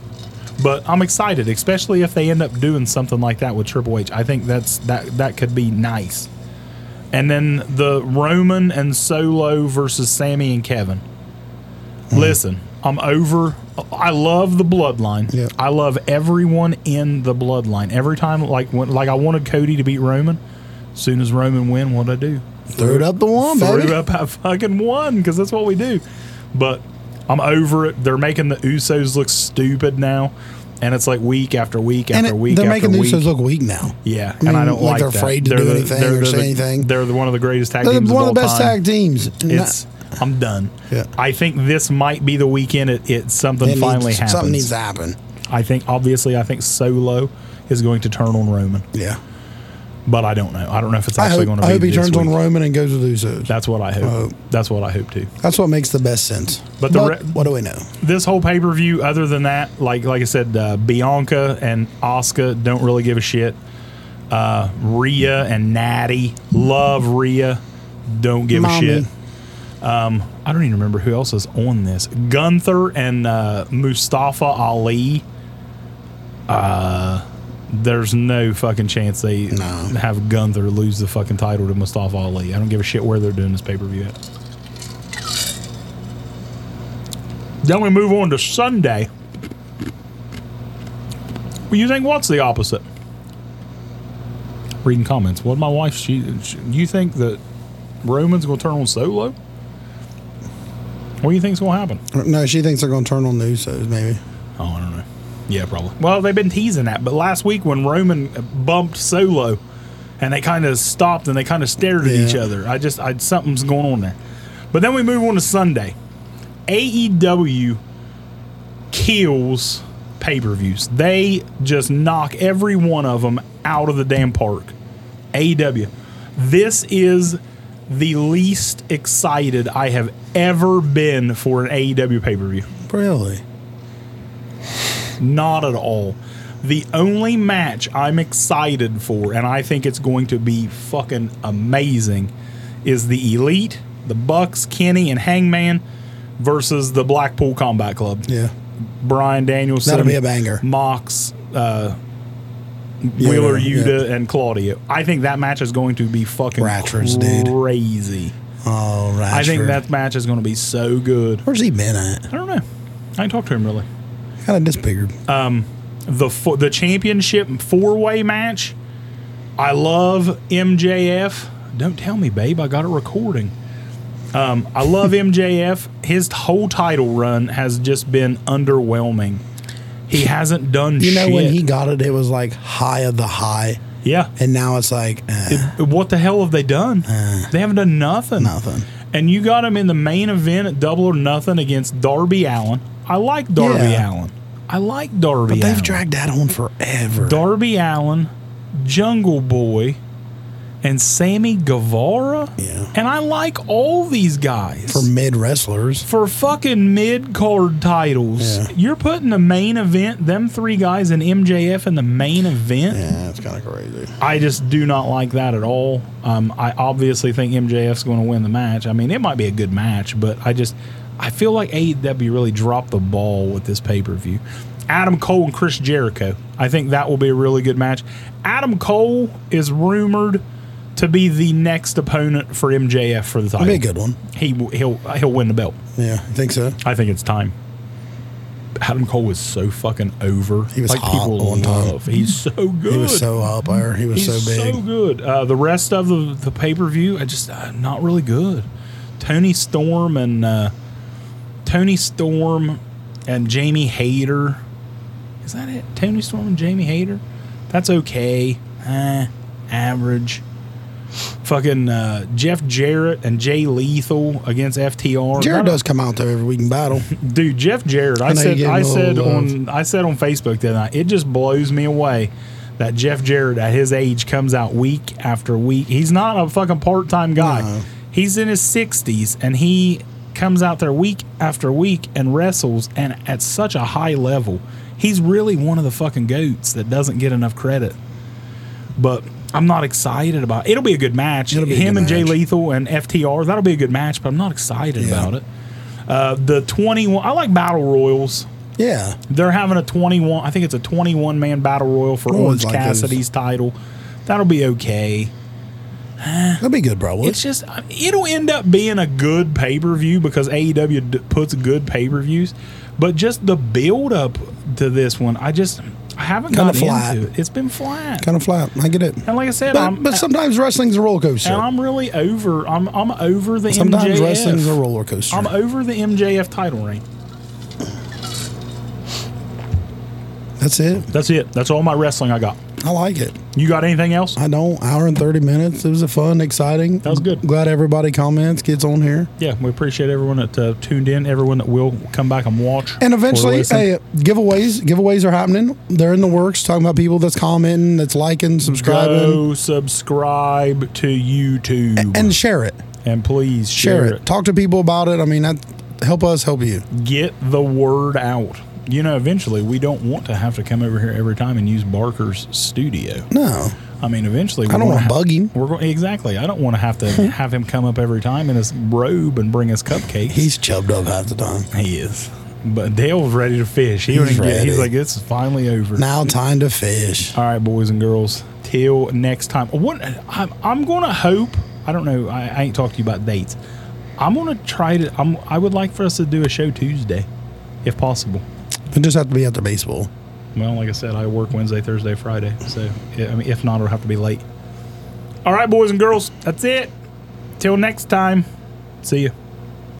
Speaker 1: But I'm excited, especially if they end up doing something like that with Triple H. I think that's that that could be nice. And then the Roman and Solo versus Sammy and Kevin.
Speaker 2: Mm.
Speaker 1: Listen, I'm over. I love the bloodline.
Speaker 2: Yeah.
Speaker 1: I love everyone in the bloodline. Every time, like when, like I wanted Cody to beat Roman. soon as Roman win, what I do?
Speaker 2: Threw it up the one,
Speaker 1: Threw
Speaker 2: baby.
Speaker 1: up I fucking won because that's what we do. But I'm over it. They're making the Usos look stupid now, and it's like week after week
Speaker 2: And
Speaker 1: after
Speaker 2: it-
Speaker 1: week.
Speaker 2: they're
Speaker 1: after
Speaker 2: making the
Speaker 1: week.
Speaker 2: Usos look weak now.
Speaker 1: Yeah,
Speaker 2: I
Speaker 1: and I
Speaker 2: mean,
Speaker 1: don't
Speaker 2: like
Speaker 1: like
Speaker 2: they're
Speaker 1: that.
Speaker 2: afraid to do anything or
Speaker 1: they're
Speaker 2: say anything.
Speaker 1: They're the, one of the greatest tag
Speaker 2: They're
Speaker 1: teams.
Speaker 2: one of
Speaker 1: all
Speaker 2: the best
Speaker 1: time.
Speaker 2: tag teams. Not-
Speaker 1: It's I'm done.
Speaker 2: Yeah.
Speaker 1: I think this might be the weekend it, it something
Speaker 2: it needs-
Speaker 1: finally happens.
Speaker 2: Something needs to happen.
Speaker 1: I think obviously I think Solo is going to turn on Roman,
Speaker 2: Yeah.
Speaker 1: but I don't know. I don't know if it's
Speaker 2: I
Speaker 1: actually
Speaker 2: hope,
Speaker 1: going to
Speaker 2: I
Speaker 1: be.
Speaker 2: hope he
Speaker 1: this
Speaker 2: turns on
Speaker 1: week.
Speaker 2: Roman and goes with Usos.
Speaker 1: That's what I hope.
Speaker 2: hope.
Speaker 1: That's what I hope too.
Speaker 2: That's what makes the best sense.
Speaker 1: But the re-
Speaker 2: what do we know?
Speaker 1: This whole pay per view, other than that, like like I said, uh, Bianca and Oscar don't really give a shit. Uh, Rhea and Natty love Rhea, don't give
Speaker 2: Mommy.
Speaker 1: a shit. Um, I don't even remember who else is on this. Gunther and uh, Mustafa Ali. Uh, there's no fucking chance they have Gunther lose the fucking title to Mustafa Ali. I don't give a shit where they're doing this pay per view at. Then we move on to Sunday. Well, you think what's the opposite? Reading comments. What my wife? She, she. You think that Roman's gonna turn on Solo? What do you think's gonna happen?
Speaker 2: No, she thinks they're going to turn on the Usos, maybe.
Speaker 1: Oh, I don't know. Yeah, probably. Well, they've been teasing that, but last week when Roman uh, bumped Solo, and they kind of stopped and they kind of stared at
Speaker 2: Yeah.
Speaker 1: each other. I just, I something's going on there. But then we move on to Sunday. AEW kills pay per views. They just knock every one of them out of the damn park. AEW. This is the least excited I have ever been for an E AEW pay per view.
Speaker 2: Really?
Speaker 1: Not at all. The only match I'm excited for, and I think it's going to be fucking amazing, is the Elite, the Bucks, Kenny, and Hangman versus the Blackpool Combat Club.
Speaker 2: Yeah.
Speaker 1: Brian Danielson.
Speaker 2: That'll be a banger.
Speaker 1: Mox, uh, Wheeler
Speaker 2: yeah.
Speaker 1: Yuta, and Claudio. I think that match is going to be fucking
Speaker 2: Ratchers, dude.
Speaker 1: crazy.
Speaker 2: All right.
Speaker 1: I think
Speaker 2: sure.
Speaker 1: that match is going to be so good.
Speaker 2: Where's he been at?
Speaker 1: I don't know. I ain't talked to him really.
Speaker 2: Kind of disfigured.
Speaker 1: Uh, the fo- the championship four way match. I love MJF. Don't tell me, babe. I got a recording. Um, I love MJF. His whole title run has just been underwhelming. He hasn't done
Speaker 2: you know,
Speaker 1: shit.
Speaker 2: when he got it, it was like high of the high.
Speaker 1: yeah.
Speaker 2: And now it's like, eh,
Speaker 1: What the hell have they done?
Speaker 2: Uh,
Speaker 1: they haven't done nothing.
Speaker 2: nothing.
Speaker 1: And you got him in the main event at Double or Nothing against Darby Allen. I like Darby
Speaker 2: Yeah.
Speaker 1: Allen. I like Darby.
Speaker 2: But
Speaker 1: Allen.
Speaker 2: they've dragged that on forever.
Speaker 1: Darby Allen, Jungle Boy, and Sammy Guevara.
Speaker 2: Yeah.
Speaker 1: And I like all these guys.
Speaker 2: for mid wrestlers.
Speaker 1: for fucking mid card titles,
Speaker 2: Yeah.
Speaker 1: you're putting the main event, them three guys and MJF in the main event.
Speaker 4: Yeah, it's kind of crazy.
Speaker 1: I just do not like that at all. Um, I obviously think MJF's going to win the match. I mean, it might be a good match, but I just I feel like AEW really dropped the ball with this pay per view. Adam Cole and Chris Jericho. I think that will be a really good match. Adam Cole is rumored to be the next opponent for MJF for the title.
Speaker 2: That'd be a good one.
Speaker 1: He w- he'll he'll win the belt.
Speaker 2: Yeah, I think so.
Speaker 1: I think it's time. Adam Cole was so fucking over.
Speaker 2: He was hot one time.
Speaker 1: He's so good.
Speaker 2: He was so up there. He was
Speaker 1: He's
Speaker 2: so big.
Speaker 1: good. Uh, the rest of the, the pay per view, I just uh, not really good. Tony Storm and uh, Tony Storm and Jamie Hayter. Is that it? Tony Storm and Jamie Hayter. That's okay. Eh, average. Fucking uh, Jeff Jarrett and Jay Lethal against FTR.
Speaker 2: Jared
Speaker 1: Not a-
Speaker 2: does come out there every week and battle.
Speaker 1: dude jeff jarrett i,
Speaker 2: I know you
Speaker 1: said
Speaker 2: gave him
Speaker 1: i
Speaker 2: a little
Speaker 1: said
Speaker 2: love.
Speaker 1: on i said on facebook that night it just blows me away that jeff jarrett at his age comes out week after week he's not a fucking part-time guy
Speaker 2: No.
Speaker 1: he's in his 60s and he comes out there week after week and wrestles and at such a high level he's really one of the fucking goats that doesn't get enough credit but I'm not excited about it. will be a good match.
Speaker 2: It'll be a
Speaker 1: Him
Speaker 2: good
Speaker 1: and Jay
Speaker 2: match.
Speaker 1: Lethal and FTR, that'll be a good match, but I'm not excited
Speaker 2: Yeah.
Speaker 1: about it. Uh, the 21, I like battle royals.
Speaker 2: Yeah,
Speaker 1: They're having a 21, I think it's a 21 man battle royal for Orange
Speaker 2: Always like those.
Speaker 1: Cassidy's title. That'll be okay.
Speaker 2: that'd be good, probably.
Speaker 1: It's just, it'll end up being a good pay per view because AEW d- puts good pay per views. But just the build up to this one, I just, I haven't
Speaker 2: Kinda
Speaker 1: got
Speaker 2: flat.
Speaker 1: into it. It's been flat.
Speaker 2: kind of flat. I get it.
Speaker 1: and like I said,
Speaker 2: But,
Speaker 1: I'm,
Speaker 2: but sometimes wrestling's a roller coaster.
Speaker 1: And I'm really over. I'm I'm over the
Speaker 2: Sometimes
Speaker 1: MJF.
Speaker 2: wrestling's a roller coaster.
Speaker 1: I'm over the MJF title reign.
Speaker 2: That's it.
Speaker 1: That's it. That's all my wrestling I got.
Speaker 2: I like it.
Speaker 1: You got anything else?
Speaker 2: I don't. Hour and thirty minutes. It was a fun, exciting. That
Speaker 1: was good.
Speaker 2: Glad everybody comments, gets on here,
Speaker 1: Yeah, we appreciate everyone that uh, tuned in. Everyone that will come back and watch.
Speaker 2: and
Speaker 1: or
Speaker 2: eventually,
Speaker 1: listen.
Speaker 2: hey, giveaways. Giveaways are happening. They're in the works. Talking about people that's commenting, that's liking, subscribing,
Speaker 1: go subscribe to YouTube
Speaker 2: and share it.
Speaker 1: and please
Speaker 2: Share
Speaker 1: share,
Speaker 2: it. Talk to people about it. I mean, that help us help you.
Speaker 1: it. Get the word out. You know, eventually we don't want to have to come over here every time and use Barker's studio.
Speaker 2: No,
Speaker 1: I mean, eventually, we're
Speaker 2: don't
Speaker 1: gonna
Speaker 2: wanna
Speaker 1: ha-
Speaker 2: bug him.
Speaker 1: We're going exactly. I don't want to have to have him come up every time in his robe and bring us cupcakes.
Speaker 2: he's chubbed up half the time.
Speaker 1: he is. But Dale was ready to fish. He was
Speaker 2: He's
Speaker 1: ready. He's
Speaker 2: ready.
Speaker 1: like, this is finally over.
Speaker 2: Now time to fish.
Speaker 1: All right, boys and girls. Till next time. What I'm, I'm going to hope. I don't know. I, I ain't talked to you about dates. I'm going to try to. I'm, I would like for us to do a show Tuesday, if possible.
Speaker 2: We just have to be after baseball.
Speaker 1: Well, like I said, I work Wednesday, Thursday, Friday. So, yeah, I mean, if not, it'll have to be late. All right, boys and girls, that's it. Till next time, see you.